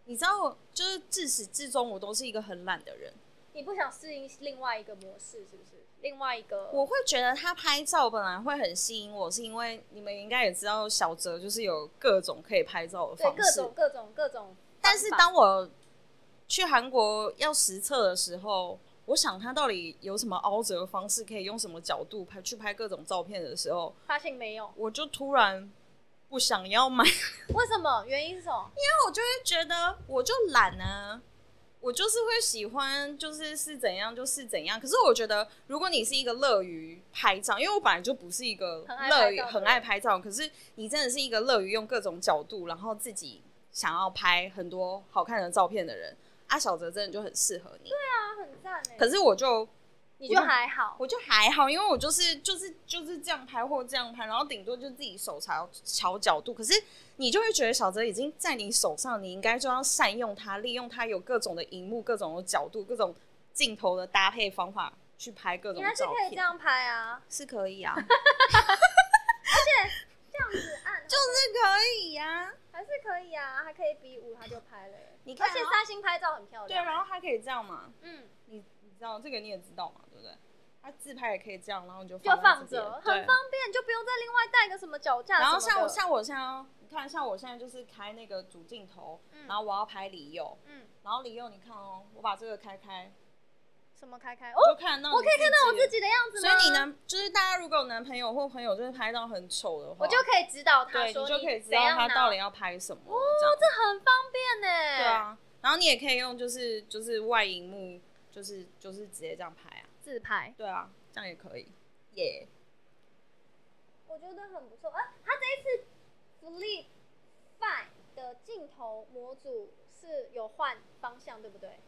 Speaker 2: 你知道，就是自始至终我都是一个很懒的人。
Speaker 1: 你不想适应另外一个模式，是不是？另外一个，
Speaker 2: 我会觉得他拍照本来会很吸引我，是因为你们应该也知道，小泽就是有各种可以拍照的
Speaker 1: 对
Speaker 2: 方
Speaker 1: 各
Speaker 2: 式
Speaker 1: 种。各种各种方法。
Speaker 2: 但是当我去韩国要实测的时候，我想他到底有什么凹折方式，可以用什么角度拍去拍各种照片的时候，
Speaker 1: 发现没有，
Speaker 2: 我就突然不想要买，因
Speaker 1: 为什么？原因是什么？
Speaker 2: 为我就会觉得我就懒啊，我就是会喜欢，就是是怎样就是怎样。可是我觉得，如果你是一个乐于拍照，因为我本来就不是一个
Speaker 1: 很爱拍
Speaker 2: 乐于
Speaker 1: 照的
Speaker 2: 很爱拍照，可是你真的是一个乐于用各种角度，然后自己想要拍很多好看的照片的人，阿小泽真的就很适合你。
Speaker 1: 他很赞哎
Speaker 2: 可是我就
Speaker 1: 你就还好，
Speaker 2: 我就还好，因为我就是就是就是这样拍或这样拍，然后顶多就自己手查瞧角度。可是你就会觉得小泽已经在你手上，你应该就要善用它，利用它有各种的荧幕、各种的角度、各种镜头的搭配方法去拍各
Speaker 1: 你
Speaker 2: 种
Speaker 1: 还是
Speaker 2: 照
Speaker 1: 可以这
Speaker 2: 片，
Speaker 1: 样拍啊，
Speaker 2: 是可以啊，
Speaker 1: 是按
Speaker 2: 就是可以呀、
Speaker 1: 还是可以啊，还可以比五他就拍了耶，
Speaker 2: 你看啊
Speaker 1: 而且三星拍照很漂
Speaker 2: 对，
Speaker 1: 亮，
Speaker 2: 然后它可以这样嘛，
Speaker 1: 嗯，
Speaker 2: 你你知道这个你也知道嘛，对不对？它自拍也可以这样，然后你就
Speaker 1: 就
Speaker 2: 在
Speaker 1: 放
Speaker 2: 这边
Speaker 1: 着，很
Speaker 2: 对
Speaker 1: 方便，你就不用再另外带个什么脚架什么的。
Speaker 2: 然后像我像我现在哦，你看像我现在就是开那个主镜头，
Speaker 1: 嗯
Speaker 2: 然后我要拍里右，
Speaker 1: 嗯，
Speaker 2: 然后里右你看哦，我把这个开开，
Speaker 1: 什么开开哦，
Speaker 2: 就看到
Speaker 1: 我可以看到我自
Speaker 2: 己
Speaker 1: 己的样子
Speaker 2: 了。
Speaker 1: 吗？
Speaker 2: 所以你，男就是大家如果有男朋友或朋友就是拍到很丑的话，
Speaker 1: 我就可以指导他
Speaker 2: 对你
Speaker 1: 说
Speaker 2: 就可以知
Speaker 1: 怎
Speaker 2: 道
Speaker 1: 样
Speaker 2: 他
Speaker 1: 拿
Speaker 2: 到底要拍什么。哦，
Speaker 1: 这很方便呢。
Speaker 2: 对，啊，然后你也可以用就是就是外荧幕，就是就是直接这样拍啊，
Speaker 1: 自拍，
Speaker 2: 对啊，这样也可以，耶、
Speaker 1: 我觉得很不错。啊，他这一次 Flip Five 的镜头模组是有换方向，对不对？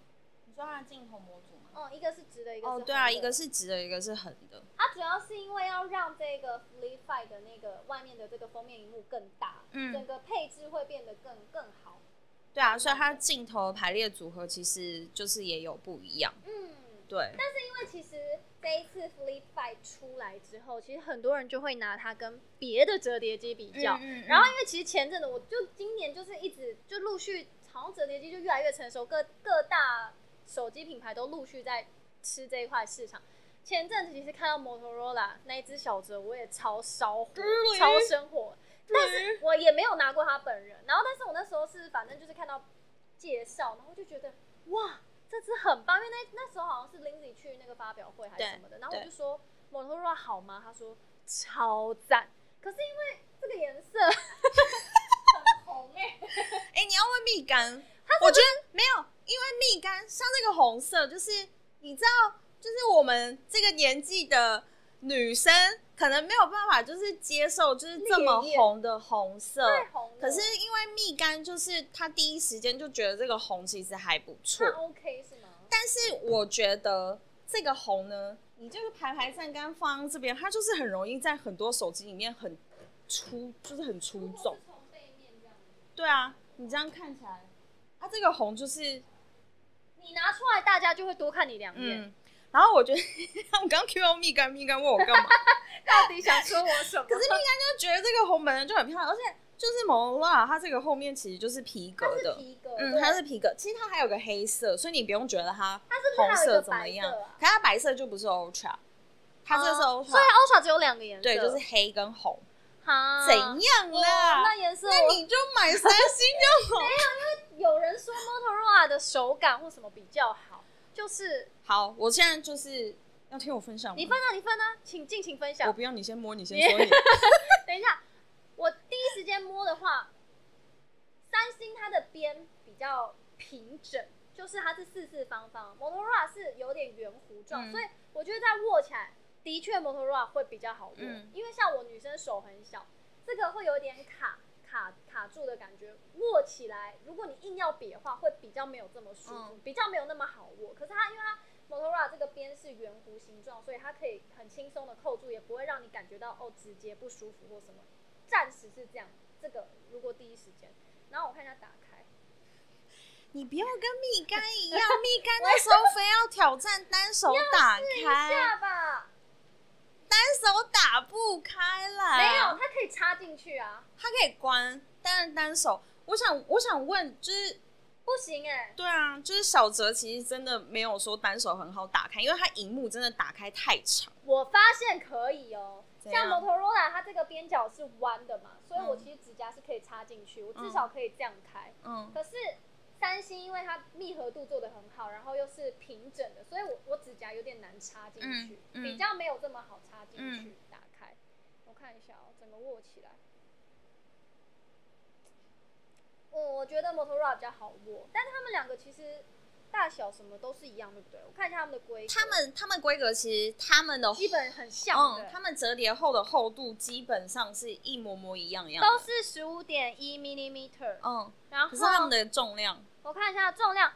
Speaker 2: 你说它的镜头模组吗？
Speaker 1: 嗯，一个是直的，一个是
Speaker 2: 哦，对啊，
Speaker 1: 横的
Speaker 2: 一个是直的，一个是横的。
Speaker 1: 它主要是因为要让这个 Flip Five 的那个外面的这个封面荧幕更大，
Speaker 2: 嗯
Speaker 1: 整个配置会变得更更好。
Speaker 2: 对啊，所以它镜头排列组合其实就是也有不一样。
Speaker 1: 嗯，
Speaker 2: 对，
Speaker 1: 因为其实这一次 Flip Five 出来之后，其实很多人就会拿它跟别的折叠机比较。
Speaker 2: 嗯
Speaker 1: 然后因为其实前阵子我就今年就是一直就陆续，好像折叠机就越来越成熟，各各大手机品牌都陆续在吃这一块市场。前阵子其实看到 Motorola 那一只小折，我也超烧火，
Speaker 2: 对
Speaker 1: 超生火，但是我也没有拿过他本人。然后，但是我那时候是反正就是看到介绍，然后就觉得哇，这只很棒，因为那那时候好像是 Lindsay 去那个发表会还是
Speaker 2: 对
Speaker 1: 什么的，然后我
Speaker 2: 对
Speaker 1: 就说 Motorola 好吗？他说超赞，可是因为这个颜色很红哎、
Speaker 2: 哎、你要问蜜柑，我觉得没有，因为蜜柑像那个红色，就是你知道，就是我们这个年纪的女生可能没有办法，就是接受就是这么
Speaker 1: 烈焰
Speaker 2: 红的红色。
Speaker 1: 太红了。
Speaker 2: 可是因为蜜柑，就是她第一时间就觉得这个红其实还不错
Speaker 1: 那，OK 是吗？
Speaker 2: 但是我觉得这个红呢，你就是排排站杆放这边，它就是很容易在很多手机里面很出，就是很出众。
Speaker 1: 从背面这样子
Speaker 2: 对啊，你这样看起来，它这个红就是
Speaker 1: 你拿出来，大家就会多看你两眼。
Speaker 2: 嗯。然后我觉得， 我刚 Q 到蜜柑，蜜柑问我 干嘛？
Speaker 1: 到底想说我什么？
Speaker 2: 可是蜜柑就觉得这个红本来就很漂亮，而且就是摩托它这个后面其实就是皮革
Speaker 1: 它是
Speaker 2: 的，
Speaker 1: 皮革，
Speaker 2: 嗯，
Speaker 1: 对
Speaker 2: 它是皮革。其实它还有个黑色，所以你不用觉得它
Speaker 1: 它是不是
Speaker 2: 红
Speaker 1: 还有一
Speaker 2: 色
Speaker 1: 个
Speaker 2: 怎么
Speaker 1: 白
Speaker 2: 样
Speaker 1: 色啊？
Speaker 2: 可它白色就不是 Ultra，它这是
Speaker 1: 哦
Speaker 2: Ultra，、
Speaker 1: 所以 Ultra 只有两个颜色，
Speaker 2: 对，就是黑跟红，
Speaker 1: 哈
Speaker 2: 怎样
Speaker 1: 哇
Speaker 2: 啦
Speaker 1: 那？颜色，
Speaker 2: 那你啊就买三星 就好。
Speaker 1: 有人说 Motorola 的手感或什么比较好，就是
Speaker 2: 好，我现在就是要听我分享吗，
Speaker 1: 你分啊，你分啊，请尽情分
Speaker 2: 我
Speaker 1: 享。
Speaker 2: 不要你先摸，你先说你。
Speaker 1: 等一下，我第一时间摸的话，三星它的边比较平整，就是它是四四方方，Motorola 是有点圆弧状，
Speaker 2: 嗯
Speaker 1: 所以我觉得在握起来的确 Motorola 会比较好握，
Speaker 2: 嗯
Speaker 1: 因为像我女生手很小，这个会有点卡。卡卡住的感觉，握起来，如果你硬要比的话，会比较没有这么舒服，
Speaker 2: 嗯
Speaker 1: 比较没有那么好握。可是它因为它 Motorola 这个边是圆弧形状，所以它可以很轻松的扣住，也不会让你感觉到哦指节不舒服或什么。暂时是这样，这个如果第一时间，然后我看一下打开，
Speaker 2: 你不要跟蜜柑一 样，蜜柑那时候非要挑战单手打开，
Speaker 1: 下吧，
Speaker 2: 单手打不开啦。
Speaker 1: 没有，，它可以插进去啊，
Speaker 2: 它可以关，但是单手，我想我想问，就是
Speaker 1: 不行哎、
Speaker 2: 对啊，就是小泽其实真的没有说单手很好打开，因为它荧幕真的打开太长。
Speaker 1: 我发现可以哦，
Speaker 2: 怎
Speaker 1: 像
Speaker 2: 样
Speaker 1: Motorola 它这个边角是弯的嘛，所以我
Speaker 2: 嗯
Speaker 1: 其实指甲是可以插进去，我至少可以这样开。
Speaker 2: 嗯，
Speaker 1: 可是三星因为它密合度做的很好，然后又是平整的，所以我我指甲有点难插进去，
Speaker 2: 嗯嗯
Speaker 1: 比较没有这么好插进去。
Speaker 2: 嗯
Speaker 1: 打开，我看一下哦，整个握起来。嗯，我觉得 Motorola 比较好握，但是他们两个其实大小什么都是一样，对不对？我看一下他们的规格，
Speaker 2: 他们他们规格其实他们的
Speaker 1: 基本很像，对
Speaker 2: 嗯，
Speaker 1: 不
Speaker 2: 他
Speaker 1: 对
Speaker 2: 们折叠后的厚度基本上是一模模一样样的，
Speaker 1: 都是哦十五点一 millimeter，
Speaker 2: 嗯，
Speaker 1: 然
Speaker 2: 可是他
Speaker 1: 后
Speaker 2: 们的重量，
Speaker 1: 我看一下重量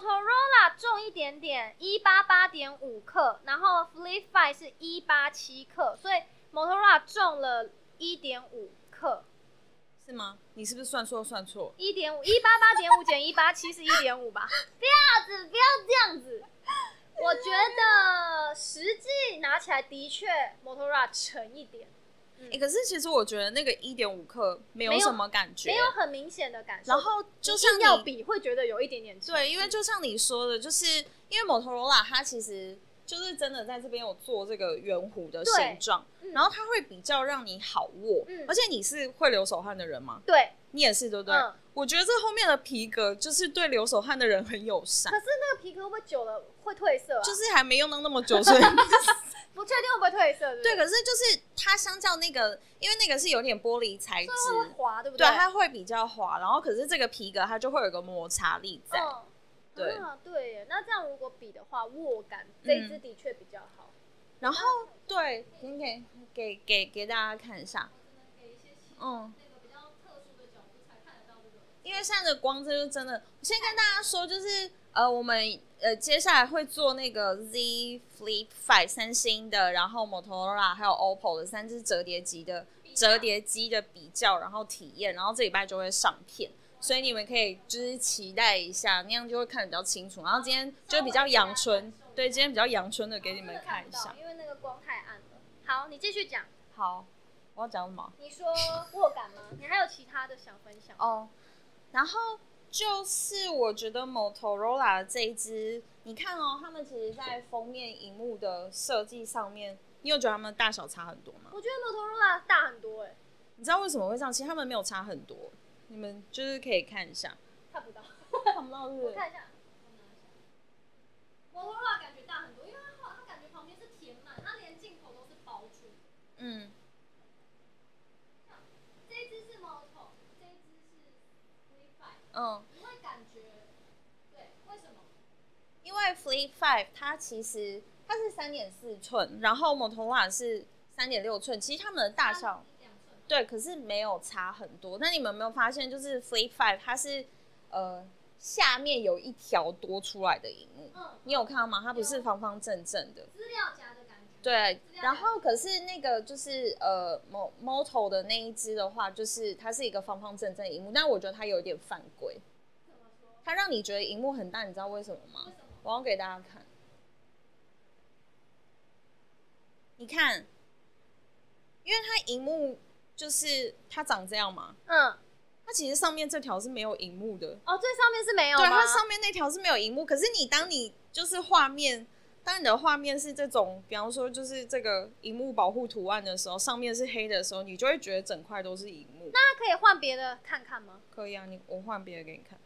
Speaker 1: ，Motorola 重一点点，一八八点五克，然后 Flip Five 是一八七克，所以 Motorola 重了一点五克，
Speaker 2: 是吗？你是不是算错算错？
Speaker 1: 一点五一八八点五减一八七是一点五吧？不要子，不要这样子。我觉得实际拿起来的确 Motorola 沉一点，
Speaker 2: 哎、可是其实我觉得那个一点五克没
Speaker 1: 嗯
Speaker 2: 有
Speaker 1: 没有
Speaker 2: 什么感觉，
Speaker 1: 没有很明显的感受。
Speaker 2: 然后就像
Speaker 1: 硬要
Speaker 2: 你
Speaker 1: 比会觉得有一点点沉
Speaker 2: 对，因为就像你说的，就是因为 Motorola 它其实就是真的在这边有做这个圆弧的
Speaker 1: 对
Speaker 2: 形状，
Speaker 1: 嗯
Speaker 2: 然后它会比较让你好握，
Speaker 1: 嗯
Speaker 2: 而且你是会流手汗的人吗？
Speaker 1: 对，
Speaker 2: 你也是对不对？
Speaker 1: 嗯
Speaker 2: 我觉得这后面的皮革就是对流手汗的人很友善
Speaker 1: 可，是那个皮革会不会久了会褪色啊？
Speaker 2: 就是还没用到那么久，所 以
Speaker 1: 不确定会不会褪色，
Speaker 2: 对。
Speaker 1: 对不
Speaker 2: 可是就是它相较那个，因为那个是有点玻璃材质，
Speaker 1: 对，会滑，对不哦
Speaker 2: 对，啊
Speaker 1: 对，
Speaker 2: 它会比较滑，然后可是这个皮革它就会有一个摩擦力在。
Speaker 1: 嗯，
Speaker 2: 对
Speaker 1: 啊，对耶。那这样如果比的话，握感这一
Speaker 2: 嗯
Speaker 1: 支的确比较好。
Speaker 2: 然后对，你可以给给给大家看一下，嗯。因为现在的光，这就真的。我先跟大家说，就是呃，我们呃接下来会做那个 Z Flip Five 三星的，然后 Motorola 还有 OPPO 的三只折叠机的折叠机的比较，然后体验，然后这礼拜就会上片，所以你们可以就是期待一下，那样就会看得比较清楚。然后今天就比较阳春，对，今天比较阳春的给你们看一下。
Speaker 1: 因为那个光太暗了。好，你继续讲。
Speaker 2: 好，我要讲什么？
Speaker 1: 你说握感吗？你还有其他的想分享？
Speaker 2: 哦，然后就是我觉得 Motorola 的这一支，你看哦，他们其实在封面荧幕的设计上面，你有觉得他们大小差很多吗？
Speaker 1: 我觉得 Motorola 大很多哎，
Speaker 2: 你知道为什么会这样？其实他们没有差很多，你们就是可以看一下，
Speaker 1: 看不到。
Speaker 2: 看不到是不
Speaker 1: 我
Speaker 2: 是？
Speaker 1: 看一下。Motorola 感觉大很多，因为它后来它感觉旁边是填满，它连镜头都是包住。
Speaker 2: 嗯，
Speaker 1: 这一只是 Moto，这一只是 v f i
Speaker 2: 嗯，
Speaker 1: 你会感觉，对，为什么？
Speaker 2: 因为 Flip Five 它其实它是三点四寸，然后 Motorola 是三点六寸，其实它们的大小。
Speaker 1: 两寸吗
Speaker 2: 对，可是没有差很多。那你们有没有发现，就是 Flip Five 它是呃下面有一条多出来的荧幕，
Speaker 1: 嗯，
Speaker 2: 你有看到吗？它不是方方正正的。
Speaker 1: 资料夹的感觉。
Speaker 2: 对
Speaker 1: 资料，夹
Speaker 2: 然后可是那个就是呃某 Moto 的那一只的话，就是它是一个方方正正的荧幕，但我觉得它有一点犯规，
Speaker 1: 怎么说？
Speaker 2: 它让你觉得荧幕很大，你知道为什么吗？
Speaker 1: 为什么？
Speaker 2: 我要给大家看，你看，因为它荧幕就是它长这样嘛，
Speaker 1: 嗯，
Speaker 2: 它其实上面这条是没有荧幕的，
Speaker 1: 哦，最上面是没有
Speaker 2: 对，
Speaker 1: 吗
Speaker 2: 它上面那条是没有荧幕。可是你当你就是画面，当你的画面是这种，比方说就是这个荧幕保护图案的时候，上面是黑的时候，你就会觉得整块都是荧幕。
Speaker 1: 那可以换别的看看吗？
Speaker 2: 可以啊，你我换别的给你看，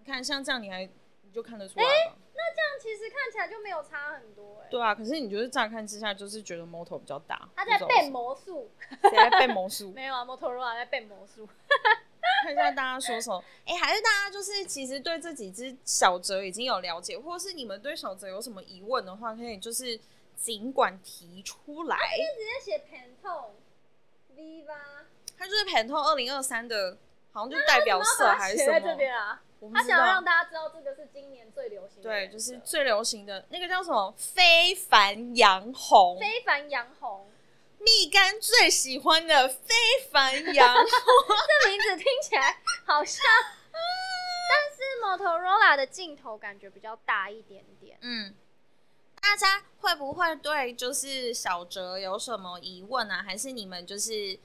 Speaker 2: 你看像这样你还你就看得出来吧？
Speaker 1: 那这样其实看起来就没有差很多哎、
Speaker 2: 对啊，可是你就是乍看之下就是觉得 Moto 比较大，
Speaker 1: 它在
Speaker 2: 不知道为
Speaker 1: 背
Speaker 2: 什么
Speaker 1: 魔术，
Speaker 2: 谁在被 魔术？
Speaker 1: 没有啊，Motorola 在背魔术。
Speaker 2: 看一下大家说什么。哎、还是大家就是其实对这几只小哲已经有了解，或是你们对小哲有什么疑问的话，可以就是尽管提出来。
Speaker 1: 直接写 Pantone、Viva，
Speaker 2: 它就是 Pantone 二零二三的，好像就代表色
Speaker 1: 然后把它
Speaker 2: 还是
Speaker 1: 写
Speaker 2: 什
Speaker 1: 在这
Speaker 2: 么？
Speaker 1: 边啊？
Speaker 2: 我不
Speaker 1: 他
Speaker 2: 知
Speaker 1: 想要让
Speaker 2: 道。
Speaker 1: 大家知道这个是今年最流行的
Speaker 2: 对，
Speaker 1: 颜色，
Speaker 2: 就是最流行的那个叫什么非凡洋红，
Speaker 1: 非凡洋红。
Speaker 2: 蜜柑最喜欢的非凡洋红。
Speaker 1: 这 名字听起来好像，嗯但是 Motorola 的镜头感觉比较大一点点。
Speaker 2: 嗯，大家会不会对就是小哲有什么疑问啊？还是你们就是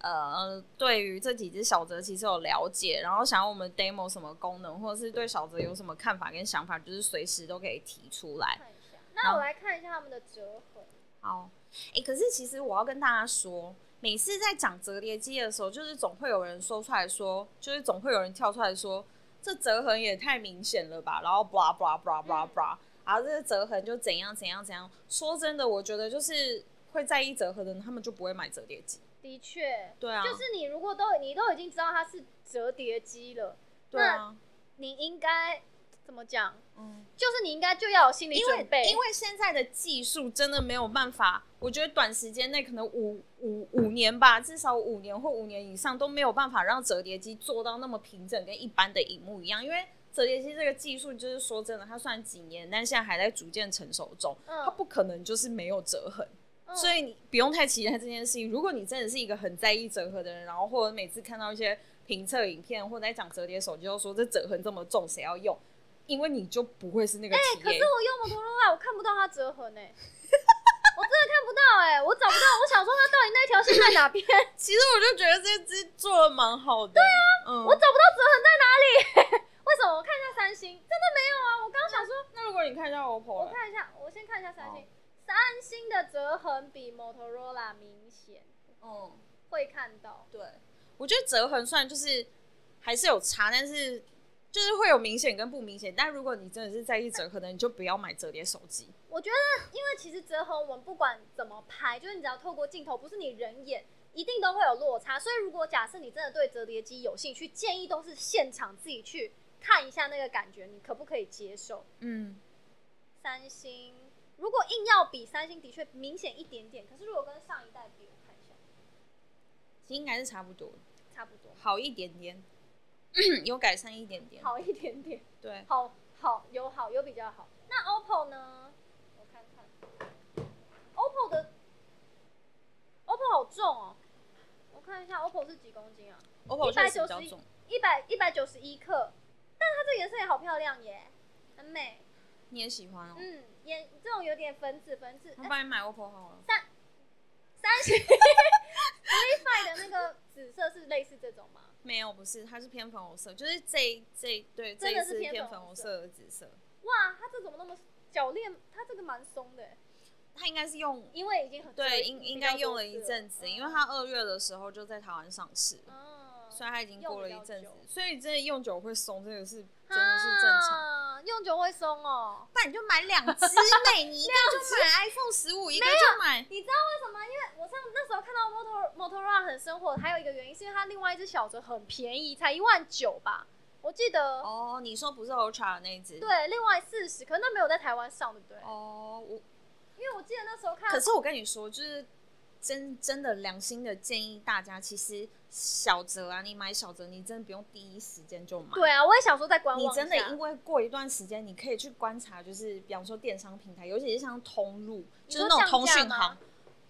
Speaker 2: 呃，对于这几只小哲其实有了解，然后想要我们 demo 什么功能，或者是对小哲有什么看法跟想法，就是随时都可以提出来。
Speaker 1: 看一下，那我来看一下他们的折痕。
Speaker 2: 好，哎、可是其实我要跟大家说，每次在讲折叠机的时候，就是总会有人说出来说，就是总会有人跳出来说，这折痕也太明显了吧，然后 blah blah blah blah blah，、然后这个折痕就怎样怎样怎样。说真的，我觉得就是会在意折痕的人，他们就不会买折叠机。
Speaker 1: 的确，
Speaker 2: 对啊，
Speaker 1: 就是你如果都你都已经知道它是折叠机了，
Speaker 2: 对啊，
Speaker 1: 你应该怎么讲？
Speaker 2: 嗯，
Speaker 1: 就是你应该就要有心理
Speaker 2: 因为
Speaker 1: 准备，
Speaker 2: 因为现在的技术真的没有办法，我觉得短时间内可能五五五年吧，至少五年或五年以上都没有办法让折叠机做到那么平整，跟一般的荧幕一样，因为。折叠机这个技术，就是说真的，它虽然几年，但现在还在逐渐成熟中，它
Speaker 1: 嗯，
Speaker 2: 不可能就是没有折痕。
Speaker 1: 嗯
Speaker 2: 所以你不用太期待这件事情。如果你真的是一个很在意折痕的人，然后或者每次看到一些评测影片或者在讲折叠手机，就说这折痕这么重，谁要用？因为你就不会是那个体
Speaker 1: 可
Speaker 2: 验、
Speaker 1: 是我用 Motorola，我看不到它折痕哎、 我真的看不到哎、我找不到，我想说它到底那条线在哪边？
Speaker 2: 其实我就觉得这只做的蛮好的。对啊，嗯，
Speaker 1: 我找不到折痕在哪里、 为什么？我看一下三星，真的没有啊！我刚刚想说，
Speaker 2: 那如果你看一下 OPPO，
Speaker 1: 我
Speaker 2: 嘞
Speaker 1: 看一下，我先看一下三星
Speaker 2: 好，
Speaker 1: 三星的折痕比 Motorola 明显，
Speaker 2: 嗯，
Speaker 1: 会看到。
Speaker 2: 对，我觉得折痕虽然就是还是有差，但是就是会有明显跟不明显。但如果你真的是在意折痕的，你就不要买折叠手机。
Speaker 1: 我觉得，因为其实折痕我们不管怎么拍，就是你只要透过镜头，不是你人眼，一定都会有落差。所以如果假设你真的对折叠机有兴趣，建议都是现场自己去看一下那个感觉，你可不可以接受？
Speaker 2: 嗯，
Speaker 1: 三星如果硬要比，三星的确明显一点点，可是如果跟上一代比，我看一下
Speaker 2: 其实应该是差不多的。
Speaker 1: 差不多，
Speaker 2: 好一点 点，有改善一点点。
Speaker 1: 好一点点。
Speaker 2: 对，
Speaker 1: 好好有好有比较好。那 OPPO 呢？我看看，OPPO 的 OPPO 好重哦。我看一下 OPPO 是几公斤啊？
Speaker 2: OPPO 确实比较重，
Speaker 1: 一百一百九十一克，但它这颜色也好漂亮耶，很美。
Speaker 2: 你也喜欢哦。
Speaker 1: 嗯，颜这种有点粉紫粉紫，
Speaker 2: 我
Speaker 1: 哎
Speaker 2: 帮你买 OPPO 好了。
Speaker 1: 三十 Levi 的那个紫色是类似这种吗？
Speaker 2: 没有，不是，它是偏粉红色，就是这这对这
Speaker 1: 真
Speaker 2: 一
Speaker 1: 的
Speaker 2: 次
Speaker 1: 是偏
Speaker 2: 偏
Speaker 1: 粉
Speaker 2: 粉
Speaker 1: 红
Speaker 2: 红
Speaker 1: 色
Speaker 2: 色的紫色，
Speaker 1: 哇，它这怎么那么脚链？它这个蛮松的耶，
Speaker 2: 它应该是用
Speaker 1: 因为已经很
Speaker 2: 对
Speaker 1: 久
Speaker 2: 应
Speaker 1: 比较
Speaker 2: 应该用
Speaker 1: 多
Speaker 2: 了
Speaker 1: 次
Speaker 2: 一阵子，
Speaker 1: 嗯
Speaker 2: 因为它二月的时候就在台湾上市，
Speaker 1: 嗯
Speaker 2: 所以它已经过了一
Speaker 1: 用
Speaker 2: 阵子
Speaker 1: 比较久，
Speaker 2: 所以真的用久会松，这个是真的是正常。
Speaker 1: 啊，用久会松哦。
Speaker 2: 不然你就买两 只美，你一个就买 iPhone 十五，一个就买
Speaker 1: 你知道为什么？因为我上那时候看到 Motor Motorola 很生火，还有一个原因是因为它另外一只小折很便宜，才一万九吧，我记得。
Speaker 2: 哦。你说不是 Ultra 的那一只？
Speaker 1: 对，另外四十，可是那没有在台湾上，对不对？
Speaker 2: 哦，我
Speaker 1: 因为我记得那时候看，
Speaker 2: 可是我跟你说，就是真真的良心的建议大家，其实小折啊，你买小折，你真的不用第一时间就买。
Speaker 1: 对啊，我也想说在观望
Speaker 2: 你
Speaker 1: 一下
Speaker 2: 真的因为过一段时间，你可以去观察，就是比方说电商平台，尤其是像通路，
Speaker 1: 你
Speaker 2: 就
Speaker 1: 说
Speaker 2: 是那种通
Speaker 1: 降
Speaker 2: 讯
Speaker 1: 价吗
Speaker 2: 行、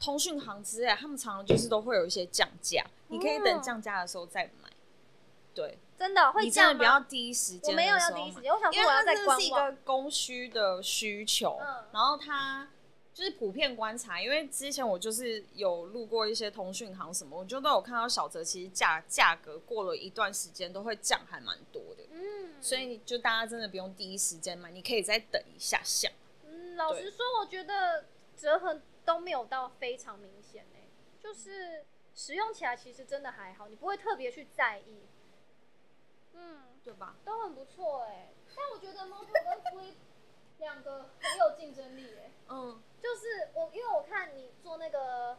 Speaker 2: 通讯行之类的，他们常常就是都会有一些降价，你可以
Speaker 1: 哦
Speaker 2: 等降价的时候再买。对，
Speaker 1: 真的会
Speaker 2: 你
Speaker 1: 这
Speaker 2: 真
Speaker 1: 样
Speaker 2: 的
Speaker 1: 吗？
Speaker 2: 不要第一时
Speaker 1: 我
Speaker 2: 间
Speaker 1: 没
Speaker 2: 的时
Speaker 1: 有
Speaker 2: 候买，
Speaker 1: 要第一时间， 我想
Speaker 2: 因
Speaker 1: 说
Speaker 2: 为
Speaker 1: 我要
Speaker 2: 它
Speaker 1: 在
Speaker 2: 真的
Speaker 1: 观
Speaker 2: 是一
Speaker 1: 望。
Speaker 2: 个供需的需求，
Speaker 1: 嗯
Speaker 2: 然后它就是普遍观察，因为之前我就是有路过一些通讯行什么，我就都有看到小泽其实价价格过了一段时间都会降，还蛮多的。
Speaker 1: 嗯，
Speaker 2: 所以就大家真的不用第一时间买，你可以再等一下下。
Speaker 1: 嗯，老
Speaker 2: 对
Speaker 1: 实说，我觉得折痕都没有到非常明显诶、就是使用起来其实真的还好，你不会特别去在意。嗯，
Speaker 2: 对吧？
Speaker 1: 都很不错诶、但我觉得 Moto 跟 Flip 两个很有竞争力诶、欸
Speaker 2: 嗯，
Speaker 1: 就是我因为我看你做那个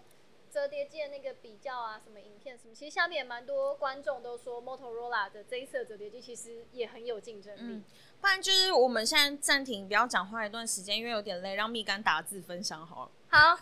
Speaker 1: 折叠机的那个比较啊，什么影片什么，其实下面也蛮多观众都说 Motorola 的这一次的折叠机其实也很有竞争力
Speaker 2: 嗯。不然就是我们现在暂停，不要讲话一段时间，因为有点累，让蜜柑打字分享好了。
Speaker 1: 好，
Speaker 2: 蜜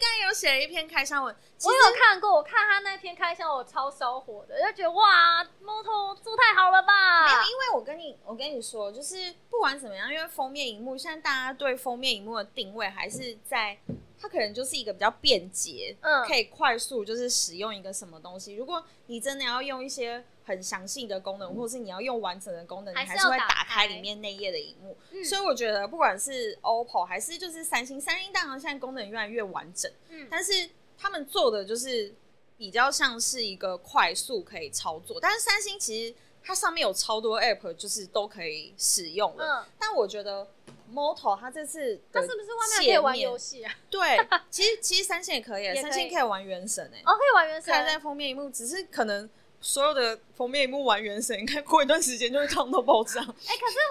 Speaker 2: 柑有写了一篇开箱文，其
Speaker 1: 我
Speaker 2: 实
Speaker 1: 有看过，我看他那篇开箱，我超烧火的，就觉得哇，Moto 做太好了吧？
Speaker 2: 没有，因为我跟你我跟你说，就是不管怎么样，因为封面荧幕现在大家对封面荧幕的定位还是在，它可能就是一个比较便捷，
Speaker 1: 嗯
Speaker 2: 可以快速就是使用一个什么东西。如果你真的要用一些很详细的功能，或是你要用完整的功能，你
Speaker 1: 嗯还是
Speaker 2: 还是会
Speaker 1: 要打
Speaker 2: 打
Speaker 1: 开
Speaker 2: 开里面内页的荧幕。
Speaker 1: 嗯
Speaker 2: 所以我觉得，不管是 OPPO 还是就是三星，三星当然现在功能越来越完整，
Speaker 1: 嗯
Speaker 2: 但是他们做的就是比较像是一个快速可以操作，但是三星其实它上面有超多 app，就是都可以使用了。
Speaker 1: 嗯，
Speaker 2: 但我觉得 Moto 它这次
Speaker 1: 它
Speaker 2: 的
Speaker 1: 是不是外面还可以玩游
Speaker 2: 戏？
Speaker 1: 戏 啊？
Speaker 2: 对，其实其实三星也可以，
Speaker 1: 可以
Speaker 2: 三星可以玩原神诶、欸，
Speaker 1: 哦，可以玩原
Speaker 2: 看在
Speaker 1: 神。
Speaker 2: 封面一幕，只是可能所有的封面一幕玩原神，应该过一段时间就会烫到爆炸。
Speaker 1: 哎、可是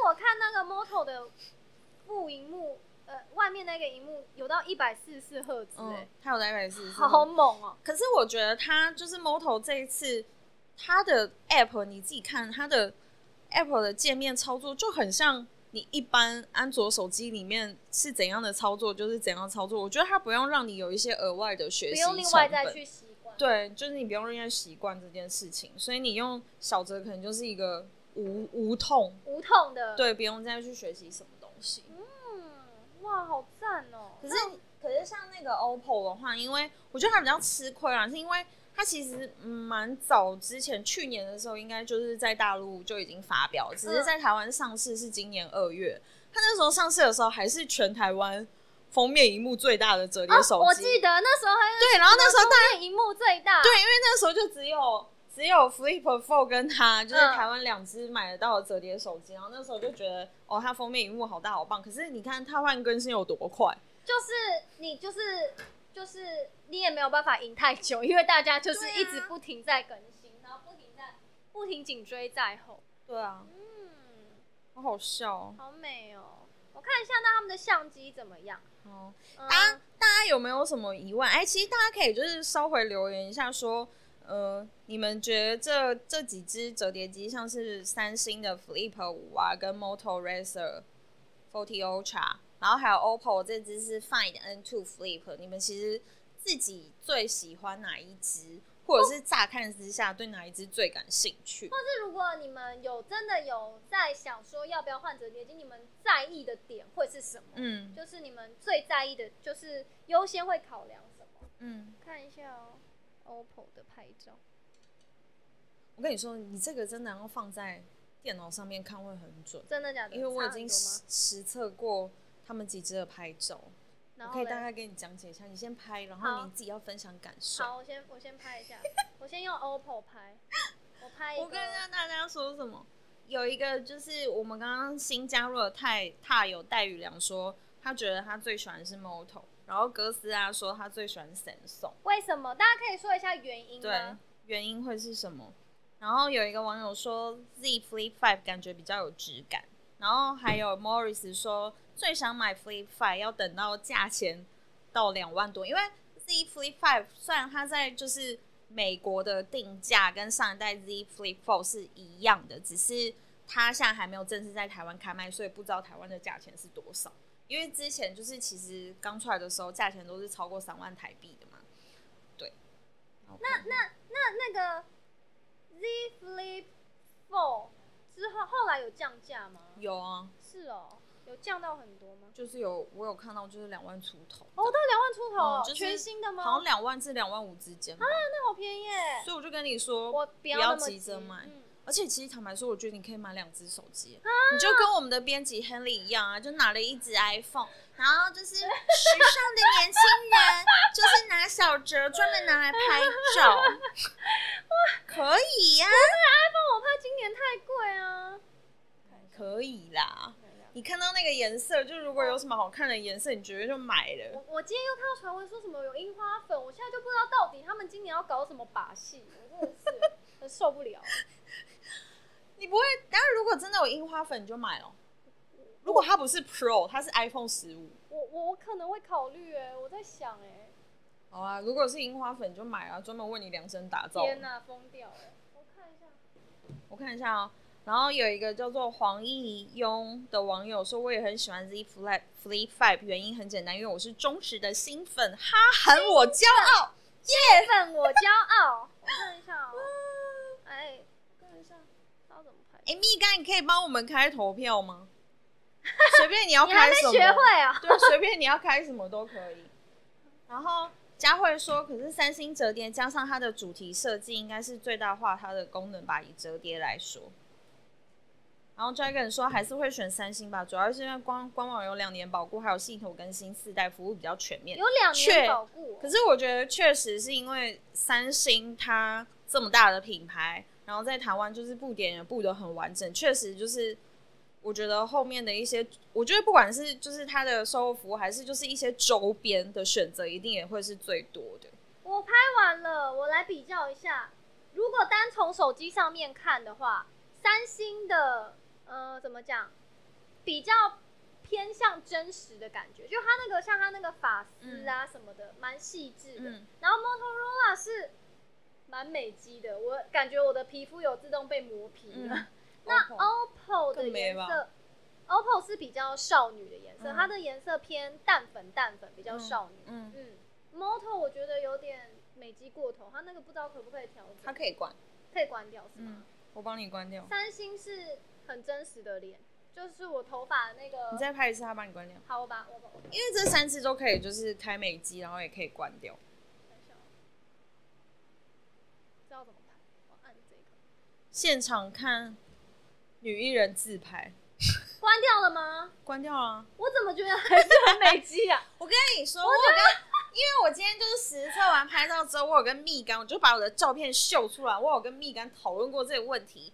Speaker 1: 我看那个 Moto 的副荧幕，呃，外面那个荧幕有到一百四十四 赫兹，
Speaker 2: 嗯
Speaker 1: 哎、，
Speaker 2: 它有在百四，
Speaker 1: 好猛哦、
Speaker 2: 可是我觉得它就是 Moto 这一次它的 App 你自己看它的 App 的界面操作就很像你一般安卓手机里面是怎样的操作就是怎样操作。我觉得它不用让你有一些额外的学
Speaker 1: 不
Speaker 2: 习
Speaker 1: 用另外
Speaker 2: 成本
Speaker 1: 再去习惯。
Speaker 2: 对，就是你不用让他习惯这件事情，所以你用小泽可能就是一个无无痛，
Speaker 1: 无痛的。，
Speaker 2: 对，不用再去学习什么东西。
Speaker 1: 嗯，哇，好赞哦！
Speaker 2: 可是可是像那个 OPPO 的话，因为我觉得它比较吃亏啦，是因为它其实嗯蛮早之前，去年的时候应该就是在大陆就已经发表，只
Speaker 1: 嗯
Speaker 2: 是在台湾上市是今年二月。它那时候上市的时候还是全台湾封面荧幕最大的折叠手
Speaker 1: 哦，我
Speaker 2: 机，
Speaker 1: 记得那时候还有
Speaker 2: 对，然后那时候
Speaker 1: 大家荧幕最大，
Speaker 2: 对，因为那时候就只有只有 Flip Four 跟它，就是台湾两只买得到的折叠手机。然后那时候就觉得，哦，它封面荧幕好大好棒。可是你看它换更新有多快？
Speaker 1: 就是你就是就是你也没有办法赢太久，因为大家就是
Speaker 2: 对啊
Speaker 1: 一直不停在更新，然后不停在不停紧追在后。
Speaker 2: 对啊，
Speaker 1: 嗯，
Speaker 2: 好好笑哦。
Speaker 1: 好美哦！我看一下那他们的相机怎么样？
Speaker 2: 哦
Speaker 1: 嗯
Speaker 2: 大家大家有没有什么疑问？哎，其实大家可以就是稍微留言一下说。呃，你们觉得这这几只折叠机，像是三星的 Flip 五啊，跟 Moto Razr Forty Ultra，然后还有 OPPO 这只是 Find N2 Flip，你们其实自己最喜欢哪一只，或者是乍看之下对哪一只最感兴趣？
Speaker 1: 但是如果你们有真的有在想说要不要换折叠机，你们在意的点会是什么？
Speaker 2: 嗯
Speaker 1: 就是你们最在意的，就是优先会考量什么？
Speaker 2: 嗯，
Speaker 1: 看一下哦，OPPO 的拍照，
Speaker 2: 我跟你说，你这个真的要放在电脑上面看会很准，
Speaker 1: 真的假的？
Speaker 2: 因为我已
Speaker 1: 差
Speaker 2: 经
Speaker 1: 很
Speaker 2: 实实测过他们几只的拍照，
Speaker 1: 多吗然
Speaker 2: 我
Speaker 1: 后
Speaker 2: 可以
Speaker 1: 嘞
Speaker 2: 大概给你讲解一下，你先拍，然
Speaker 1: 好
Speaker 2: 后你自己要分享感受。
Speaker 1: 好，我先我先拍一下， 我先用 OPPO 拍，我拍一个。
Speaker 2: 我跟大家说什么？有一个就是我们刚刚新加入的泰泰有戴宇良说，他觉得他最喜欢的是 Moto，然后哥斯拉说他最喜欢 Samsung，
Speaker 1: 为什么？大家可以说一下原因
Speaker 2: 对啊
Speaker 1: 吗？，
Speaker 2: 原因会是什么？然后有一个网友说 Z Flip Five 感觉比较有质感，然后还有 Morris 说最想买 Flip Five 要等到价钱到两万多，因为 Z Flip Five 虽然它在就是美国的定价跟上一代 Z Flip Four 是一样的，只是它现在还没有正式在台湾开卖，所以不知道台湾的价钱是多少。因为之前就是其实刚出来的时候，价钱都是超过三万台币的嘛。对。那那
Speaker 1: 那那个 Z Flip Four 之后后来有降价吗？
Speaker 2: 有啊，
Speaker 1: 是哦，有降到很多吗？
Speaker 2: 就是有我有看到就是两万出头，
Speaker 1: 哦，到两万出头哦，
Speaker 2: 嗯就是
Speaker 1: 全新的吗？
Speaker 2: 好像两万至两万五之间吧。
Speaker 1: 那好便宜耶！
Speaker 2: 所以我就跟你说，
Speaker 1: 我
Speaker 2: 不
Speaker 1: 不要那么
Speaker 2: 急着买。
Speaker 1: 嗯啊
Speaker 2: 而且其实坦白说，我觉得你可以买两只手机，你就跟我们的编辑 Henry 一样啊，就拿了一只 iPhone，然后就是时尚的年轻人，就是拿小折专门拿来拍 照，可以呀、
Speaker 1: 那我怕今年太贵啊。
Speaker 2: 可以啦。你看到那个颜色，就如果有什么好看的颜色，你绝对就买了。
Speaker 1: 我我今天又看到传闻说什么有樱花粉，我现在就不知道到底他们今年要搞什么把戏，我真的是很受不了。
Speaker 2: 你不会？但是如果真的有樱花粉，你就买哦。如果它不是 Pro，它是 iPhone 十五。
Speaker 1: 我我我可能会考虑哎、我在想哎、
Speaker 2: 好啊，如果是樱花粉就买啊，专门为你量身打造。
Speaker 1: 天哪、疯掉哎、我看一下，
Speaker 2: 我看一下哦。然后有一个叫做黄义庸的网友说，我也很喜欢 Z Flip Flip Five，原因很简单，因为我是忠实的新粉，哈韩我骄 傲。
Speaker 1: 铁粉我骄傲。 我看一下哦、哎、我看一下，要怎么拍？
Speaker 2: 哎，蜜柑，你可以帮我们开投 票吗？随便你要
Speaker 1: 你还没
Speaker 2: 开什么？
Speaker 1: 学会啊、
Speaker 2: 对，随便你要开什么都可以。然后佳慧说，可是三星折叠加上它的主题设计，应该是最大化它的功能吧，以折叠来说。然后 Dragon 说还是会选三星吧，主要是因为官官网有两年保固，还有系统更新四代服务比较全面。
Speaker 1: 有两年
Speaker 2: 确
Speaker 1: 保固哦、
Speaker 2: 可是我觉得确实是因为三星它这么大的品牌，然后在台湾就是布点也布的很完整，确实就是我觉得后面的一些，我觉得不管是就是它的售后服务，还是就是一些周边的选择，一定也会是最多的。
Speaker 1: 我拍完了，我来比较一下。如果单从手机上面看的话，三星的呃怎么讲，比较偏向真实的感觉，就它那个像它那个发丝啊什么的，蛮细致的。
Speaker 2: 嗯
Speaker 1: 然后 Motorola 是蛮美肌的，我感觉我的皮肤有自动被磨皮了。
Speaker 2: 嗯
Speaker 1: 那哦
Speaker 2: OPPO
Speaker 1: OPPO 的
Speaker 2: 更没
Speaker 1: 颜
Speaker 2: 吧
Speaker 1: 色，OPPO 是比较少女的颜色，
Speaker 2: 嗯
Speaker 1: 它的颜色偏淡粉淡粉，比较
Speaker 2: 嗯
Speaker 1: 少女。
Speaker 2: 嗯，
Speaker 1: 嗯 m o t o 我觉得有点美肌过头，它那个不知道可不可以调整，
Speaker 2: 它可以关，
Speaker 1: 可以关掉是吗
Speaker 2: 嗯？，我帮你关掉。
Speaker 1: 三星是啊很真实的脸，就是我头发那个
Speaker 2: 你，再拍一次，它帮你关掉。
Speaker 1: 好，我把我把我
Speaker 2: 因为这三次都可以，就是开美机，然后也可以关掉。
Speaker 1: 看一下哦，知道怎么拍，我按这个，
Speaker 2: 现场看女艺人自拍，
Speaker 1: 关掉了吗？
Speaker 2: 关掉啊！
Speaker 1: 我怎么觉得还是很美肌啊？
Speaker 2: 我跟你说，我有跟，因为我今天就是实测完拍照之后，我有跟蜜柑，我就把我的照片秀出来，我有跟蜜柑讨论过这个问题。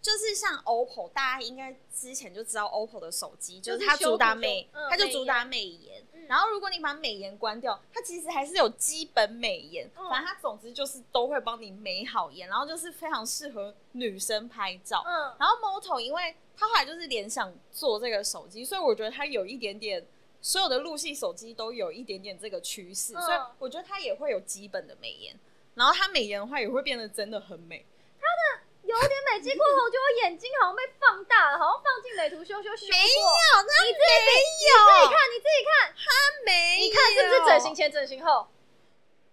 Speaker 2: 就是像 OPPO，大家应该之前就知道 OPPO 的手机，
Speaker 1: 就是
Speaker 2: 就是它主打
Speaker 1: 修复
Speaker 2: 美
Speaker 1: 修嗯，
Speaker 2: 它就主打美颜。
Speaker 1: 嗯
Speaker 2: 然后如果你把美颜关掉，它其实还是有基本美颜，
Speaker 1: 嗯
Speaker 2: 反正它总之就是都会帮你美好颜，然后就是非常适合女生拍照。
Speaker 1: 嗯，
Speaker 2: 然后 Moto 因为它后来就是联想做这个手机，所以我觉得它有一点点所有的陆系手机都有一点点这个趋势，
Speaker 1: 嗯
Speaker 2: 所以我觉得它也会有基本的美颜，然后它美颜的话也会变得真的很美。
Speaker 1: 哦有点美肌过头，我觉得我眼睛好像被放大了，好像放进美图秀秀修过。
Speaker 2: 没
Speaker 1: 你
Speaker 2: 有，那
Speaker 1: 自己
Speaker 2: 没有，
Speaker 1: 看，你自己看，
Speaker 2: 它没有。
Speaker 1: 你看是不是整形？前整形后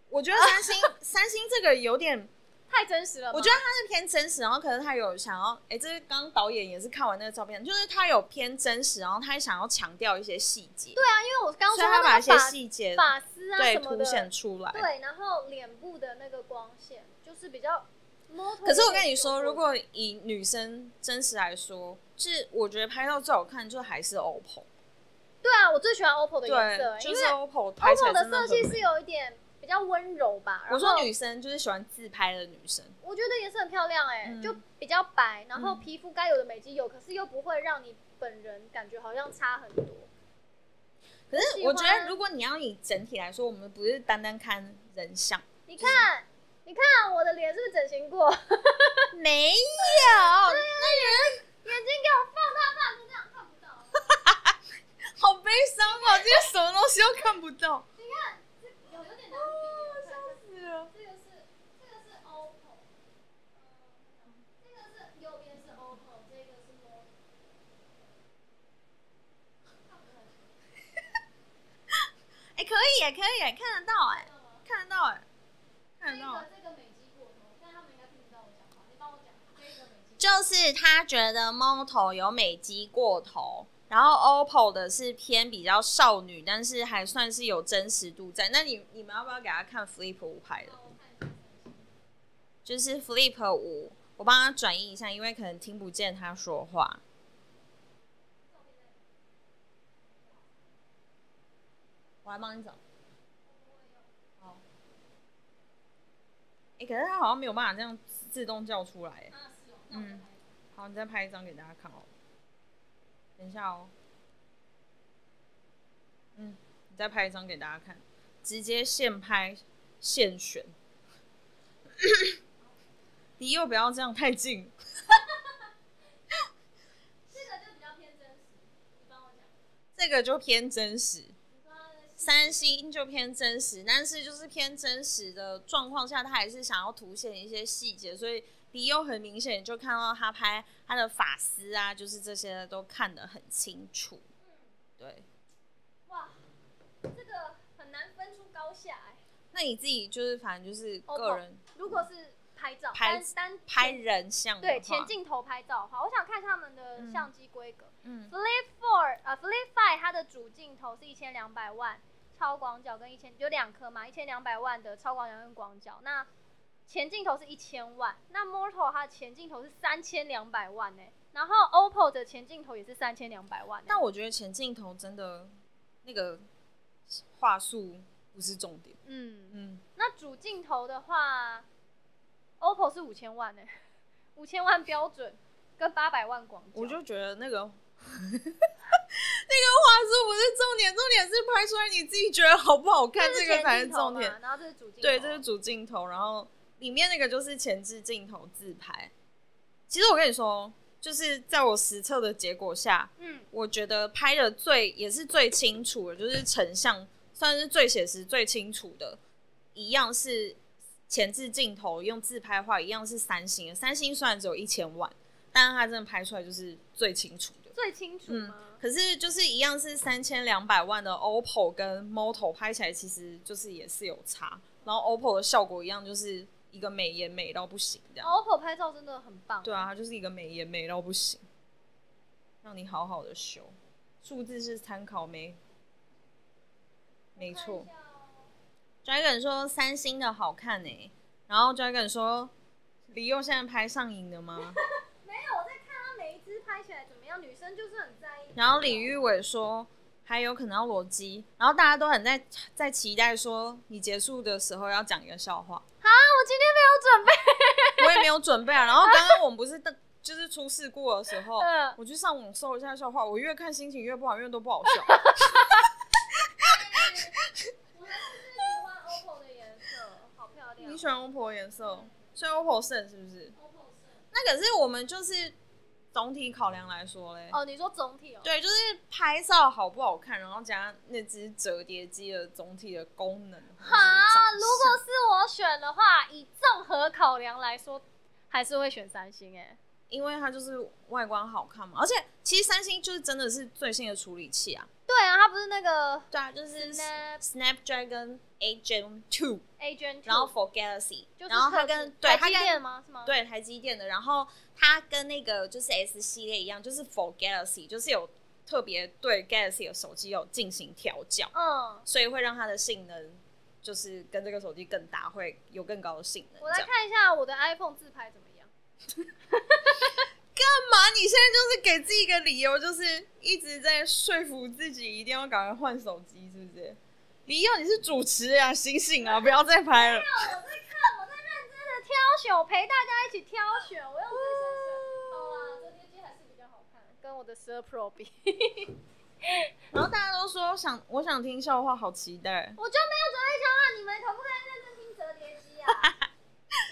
Speaker 2: 我觉得 三星三星这个有点，
Speaker 1: 太真实了吗？
Speaker 2: 我觉得它是偏真实，然后可能它有想要，哎、这是刚刚导演也是看完那个照片，就是它有偏真实，然后它想要强调一些细节，对，
Speaker 1: 对啊，因为我刚刚
Speaker 2: 所
Speaker 1: 说
Speaker 2: 以它
Speaker 1: 那
Speaker 2: 把
Speaker 1: 个
Speaker 2: 一些
Speaker 1: 发
Speaker 2: 细节
Speaker 1: 发丝啊
Speaker 2: 对
Speaker 1: 什么
Speaker 2: 凸
Speaker 1: 的，
Speaker 2: 显出来。
Speaker 1: 对，然后脸部的那个光线就是比较摸。
Speaker 2: 可是我跟你说，如果以女生真实来说，是我觉得拍照最好看就还是 OPPO，
Speaker 1: 对啊，我最喜欢 OPPO 的颜色，因
Speaker 2: 对，就
Speaker 1: 为
Speaker 2: 是 OPPO 拍起
Speaker 1: OPPO
Speaker 2: 来
Speaker 1: 的
Speaker 2: 真的
Speaker 1: 色
Speaker 2: 很
Speaker 1: 系是
Speaker 2: 美。
Speaker 1: 有一点比较温柔吧。然后
Speaker 2: 我说女生就是喜欢自拍的女生，
Speaker 1: 我觉得颜色很漂亮哎、
Speaker 2: 嗯
Speaker 1: 就比较白，然后
Speaker 2: 嗯
Speaker 1: 皮肤该有的美肌有，可是又不会让你本人感觉好像差很多。
Speaker 2: 可是
Speaker 1: 喜
Speaker 2: 我觉
Speaker 1: 欢
Speaker 2: 得如果你要以整体来说，我们不是单单看人像，
Speaker 1: 你看，你看我的脸是不是整形
Speaker 2: 哦
Speaker 1: 过？眼睛
Speaker 2: 没有，
Speaker 1: 给我放大半，就这样看不到，
Speaker 2: 好悲伤哦，今天什么东西都看不 到，
Speaker 1: 有有点难比。
Speaker 2: 哦死了。
Speaker 1: 这个是这个是 OPPO，嗯这个是右边是 OPPO，这个是 m o
Speaker 2: 哎、可以耶，可以耶，看得到哎，看得到哎，看得到。哎
Speaker 1: 这个美肌过头，但他们应该听不到我讲话，你帮我讲这个美肌。
Speaker 2: 就是他觉得 Moto 有美肌过头，然后 OPPO 的是偏比较少女，但是还算是有真实度在。那你你们要不要给他看 Flip 五拍的？
Speaker 1: 好我看一下三星
Speaker 2: 就是 Flip 五，我帮他转译一下，因为可能听不见他说话。我来帮你找。好。哎、可是他好像没有办法这样自自动叫出来欸。
Speaker 1: 啊是哦那我再
Speaker 2: 嗯
Speaker 1: 拍一个
Speaker 2: 好，你再拍一张给大家看哦。等一下哦。嗯，你再拍一张给大家看，直接现拍现选。你又不要这样太近，
Speaker 1: 这个就比较偏真实，你帮我讲。
Speaker 2: 这个就偏真实。
Speaker 1: 你说它的细
Speaker 2: 三星就偏真实，但是就是偏真实的状况下，他还是想要凸显一些细节，所以你又很明显就看到他拍他的发丝啊，就是这些都看得很清楚。对，
Speaker 1: 哇，这个很难分出高下哎、
Speaker 2: 那你自己就是反正就是个
Speaker 1: OPPO
Speaker 2: 人
Speaker 1: 如果是拍照，
Speaker 2: 拍
Speaker 1: 单单
Speaker 2: 拍人像的
Speaker 1: 对
Speaker 2: 话
Speaker 1: 前，镜头拍照的话，我想看一下他们的相机规格。
Speaker 2: 嗯，
Speaker 1: Flip Four 呃 Flip Five 它的主镜头是一千两百万超广角跟一千有两颗嘛，一千两百万的超广角跟广角。那前镜头是一千万，那 Mortal 它的前镜头是三千两百万呢、欸然后 OPPO 的前镜头也是三千两百万、欸，
Speaker 2: 但我觉得前镜头真的那个话术不是重点，
Speaker 1: 嗯，
Speaker 2: 嗯，
Speaker 1: 那主镜头的话，OPPO 是五千万呢、欸五千万标准跟八百万广角，
Speaker 2: 我就觉得那个 那个话术不是重点，重点是拍出来你自己觉得好不好看，
Speaker 1: 是
Speaker 2: 这个才
Speaker 1: 前
Speaker 2: 是
Speaker 1: 镜头
Speaker 2: 重
Speaker 1: 嘛
Speaker 2: 点。
Speaker 1: 然后这是主镜头，
Speaker 2: 对，这是主镜头，然后里面那个就是前置镜头自拍。其实我跟你说，就是在我实测的结果下，
Speaker 1: 嗯，
Speaker 2: 我觉得拍的最也是最清楚的，就是成像算是最写实、最清楚的，一样是前置镜头用自拍的话，一样是三星的。三星虽然只有一千万，但是它真的拍出来就是最清楚的。
Speaker 1: 最清楚
Speaker 2: 嗯
Speaker 1: 吗？
Speaker 2: 可是就是一样是三千两百万的 OPPO 跟 Moto 拍起来，其实就是也是有差。然后 OPPO 的效果一样，就是一个美颜美到不行这样。
Speaker 1: OPPO 拍照真的很棒，
Speaker 2: 对啊，它就是一个美颜美到不行，让你好好的修。数字是参考没？没错。Dragon 说三星的好看呢、然后 Dragon 说李佑现在拍上瘾了吗？
Speaker 1: 没有，我在看他每一支拍起来怎么样，女生就是很在意。
Speaker 2: 然后李玉伟说还有可能要裸机，然后大家都很在在期待说你结束的时候要讲一个笑话，
Speaker 1: 啊，我今天没有准备。
Speaker 2: 我也没有准备啊。然后刚刚我们不是的就是出事故的时候
Speaker 1: 嗯，
Speaker 2: 我去上网搜一下笑话，我越看心情越不好，越都不好笑。
Speaker 1: 我还是喜欢 OPPO 的颜色，好漂亮。
Speaker 2: 你喜欢 OPPO 的颜色，哦所以 OPPO 胜是不是？
Speaker 1: OPPO 是
Speaker 2: 那可是我们就是总体考量来说嘞，
Speaker 1: 哦，你说总体哦？，
Speaker 2: 对，就是拍照好不好看，然后加那只折叠机的总体的功能。
Speaker 1: 好，啊如果是我选的话，以综合考量来说，还是会选三星哎、
Speaker 2: 因为它就是外观好看嘛，而且其实三星就是真的是最新的处理器啊。
Speaker 1: 对啊，它不是那个
Speaker 2: 对啊，就是
Speaker 1: Snap
Speaker 2: Snapdragon 8 Gen 2，
Speaker 1: A Gen，
Speaker 2: 然后 For Galaxy，
Speaker 1: 就是
Speaker 2: 然后它
Speaker 1: 克
Speaker 2: 跟
Speaker 1: 制
Speaker 2: 对
Speaker 1: 台
Speaker 2: 它
Speaker 1: 积电
Speaker 2: 跟
Speaker 1: 吗？是吗？，
Speaker 2: 对台积电的，然后它跟那个就是 S 系列一样，就是 For Galaxy，就是有特别对 Galaxy 的手机有进行调教。
Speaker 1: 嗯。
Speaker 2: 所以会让它的性能就是跟这个手机更搭，会有更高的性能。
Speaker 1: 我
Speaker 2: 这
Speaker 1: 来
Speaker 2: 样
Speaker 1: 看一下我的 iPhone 自拍怎么样。
Speaker 2: 干嘛？你现在就是给自己一个理由，就是一直在说服自己一定要赶快换手机，是不是？李佑，你是主持人啊，醒醒啊，不要再拍了。
Speaker 1: 看我在认真的挑选，我陪大家一起挑选，我用最深水。好啦，折叠机还是比较好看，跟我的十二 Pro 比。
Speaker 2: 然后大家都说想，我想听笑话，好期待。
Speaker 1: 我就没有准备想让你们可不可以认真听折叠机 啊？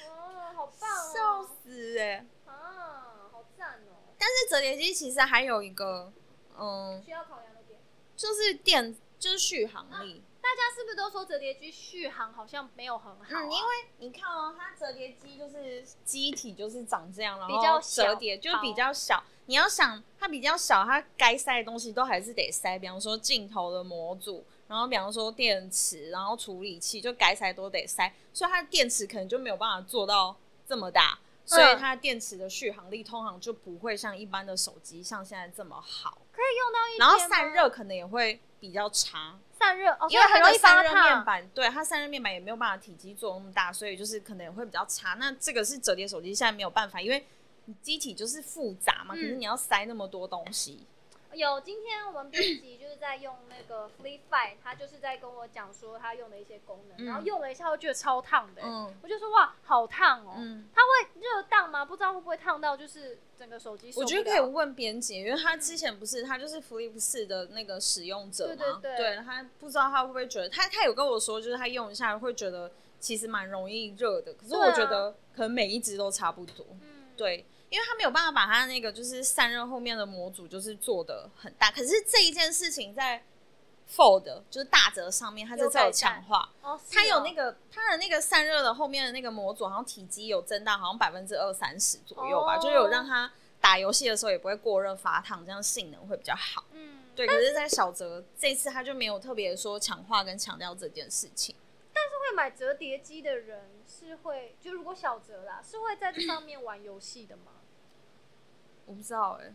Speaker 1: 哦，好棒
Speaker 2: 笑
Speaker 1: 哦！
Speaker 2: 死哎、
Speaker 1: 啊，好赞哦！
Speaker 2: 但是折叠机其实还有一个，嗯，
Speaker 1: 需要考量的点，
Speaker 2: 就是电，就是续航力。
Speaker 1: 大家是不是都说折叠机续航好像没有很好、啊？
Speaker 2: 嗯，因为你看哦，它折叠机就是机体就是长这样，然
Speaker 1: 比较
Speaker 2: 后
Speaker 1: 小
Speaker 2: 折叠就比较小。你要想它比较小，它该塞的东西都还是得塞，比方说镜头的模组，然后比方说电池，然后处理器，就该塞都得塞，所以它的电池可能就没有办法做到这么大，所以它的电池的续航力通常就不会像一般的手机像现在这么好，
Speaker 1: 可以用到一天吗
Speaker 2: 然后散热可能也会比较差。
Speaker 1: 散热哦，
Speaker 2: 因
Speaker 1: 所以
Speaker 2: 为它
Speaker 1: 很容
Speaker 2: 的
Speaker 1: 易
Speaker 2: 散
Speaker 1: 发
Speaker 2: 热面
Speaker 1: 烫。
Speaker 2: 板，对它散热面板也没有办法体积做那么大，所以就是可能也会比较差。那这个是折叠手机现在没有办法，因为你机体就是复杂嘛，
Speaker 1: 嗯
Speaker 2: 可是你要塞那么多东西，
Speaker 1: 有，今天我们编辑就是在用那个 Free Fire，他就是在跟我讲说他用的一些功能，
Speaker 2: 嗯
Speaker 1: 然后用了一下，我觉得超烫的、欸
Speaker 2: 嗯
Speaker 1: 我就说哇，好烫哦！
Speaker 2: 嗯，
Speaker 1: 它会热烫吗？不知道会不会烫到，就是整个手机受
Speaker 2: 我
Speaker 1: 不了。嗯
Speaker 2: 觉得可以问编辑，因为他之前不是他就是 Flip 四的那个使用者嘛，
Speaker 1: 对对对
Speaker 2: 对他不知道他会不会觉得他他有跟我说，就是他用一下会觉得其实蛮容易热的，可是
Speaker 1: 对啊
Speaker 2: 我觉得可能每一只都差不多，
Speaker 1: 嗯，
Speaker 2: 对，因为他没有办法把他那个就是散热后面的模组就是做的很大，可是这一件事情在 Fold 就是大折上面，它这次有强化，
Speaker 1: 哦，是
Speaker 2: 它有
Speaker 1: 哦
Speaker 2: 那个它的那个散热的后面的那个模组，好像体积有增大，好像百分之二三十左右吧，
Speaker 1: 哦
Speaker 2: 就有让它打游戏的时候也不会过热发烫，这样性能会比较好。
Speaker 1: 嗯，
Speaker 2: 对，可是，在小泽这次他就没有特别说强化跟强调这件事情。
Speaker 1: 会买折叠机的人是会，就如果小折啦，是会在这上面玩游戏的吗？
Speaker 2: 嗯我不知道哎、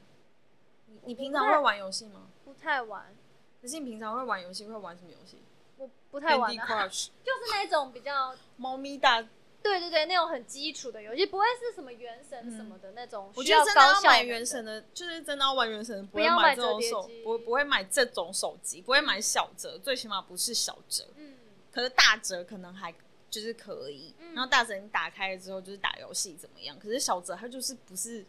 Speaker 2: 你你平
Speaker 1: 欸我不
Speaker 2: 常
Speaker 1: 太
Speaker 2: 会玩游戏吗？
Speaker 1: 不太玩，
Speaker 2: 可是你平常会玩游戏，会玩什么游戏？
Speaker 1: 我不太玩
Speaker 2: Candy
Speaker 1: 啊，
Speaker 2: Crush，
Speaker 1: 就是那种比较，
Speaker 2: 猫咪大，
Speaker 1: 对对对，那种很基础的游戏，不会是什么原神什么的那种
Speaker 2: 我
Speaker 1: 需
Speaker 2: 觉
Speaker 1: 要
Speaker 2: 得真的
Speaker 1: 高
Speaker 2: 要
Speaker 1: 效
Speaker 2: 买
Speaker 1: 能
Speaker 2: 原神
Speaker 1: 的。
Speaker 2: 的，就是真的要玩原神的，不
Speaker 1: 不
Speaker 2: 会
Speaker 1: 要
Speaker 2: 买
Speaker 1: 买
Speaker 2: 这种
Speaker 1: 折叠
Speaker 2: 手
Speaker 1: 机，
Speaker 2: 不不会买这种手机，不会买小折，最起码不是小折，
Speaker 1: 嗯，
Speaker 2: 可是大折可能还就是可以。
Speaker 1: 嗯
Speaker 2: 然后大折你打开了之后就是打游戏怎么样？可是小折它就是不是，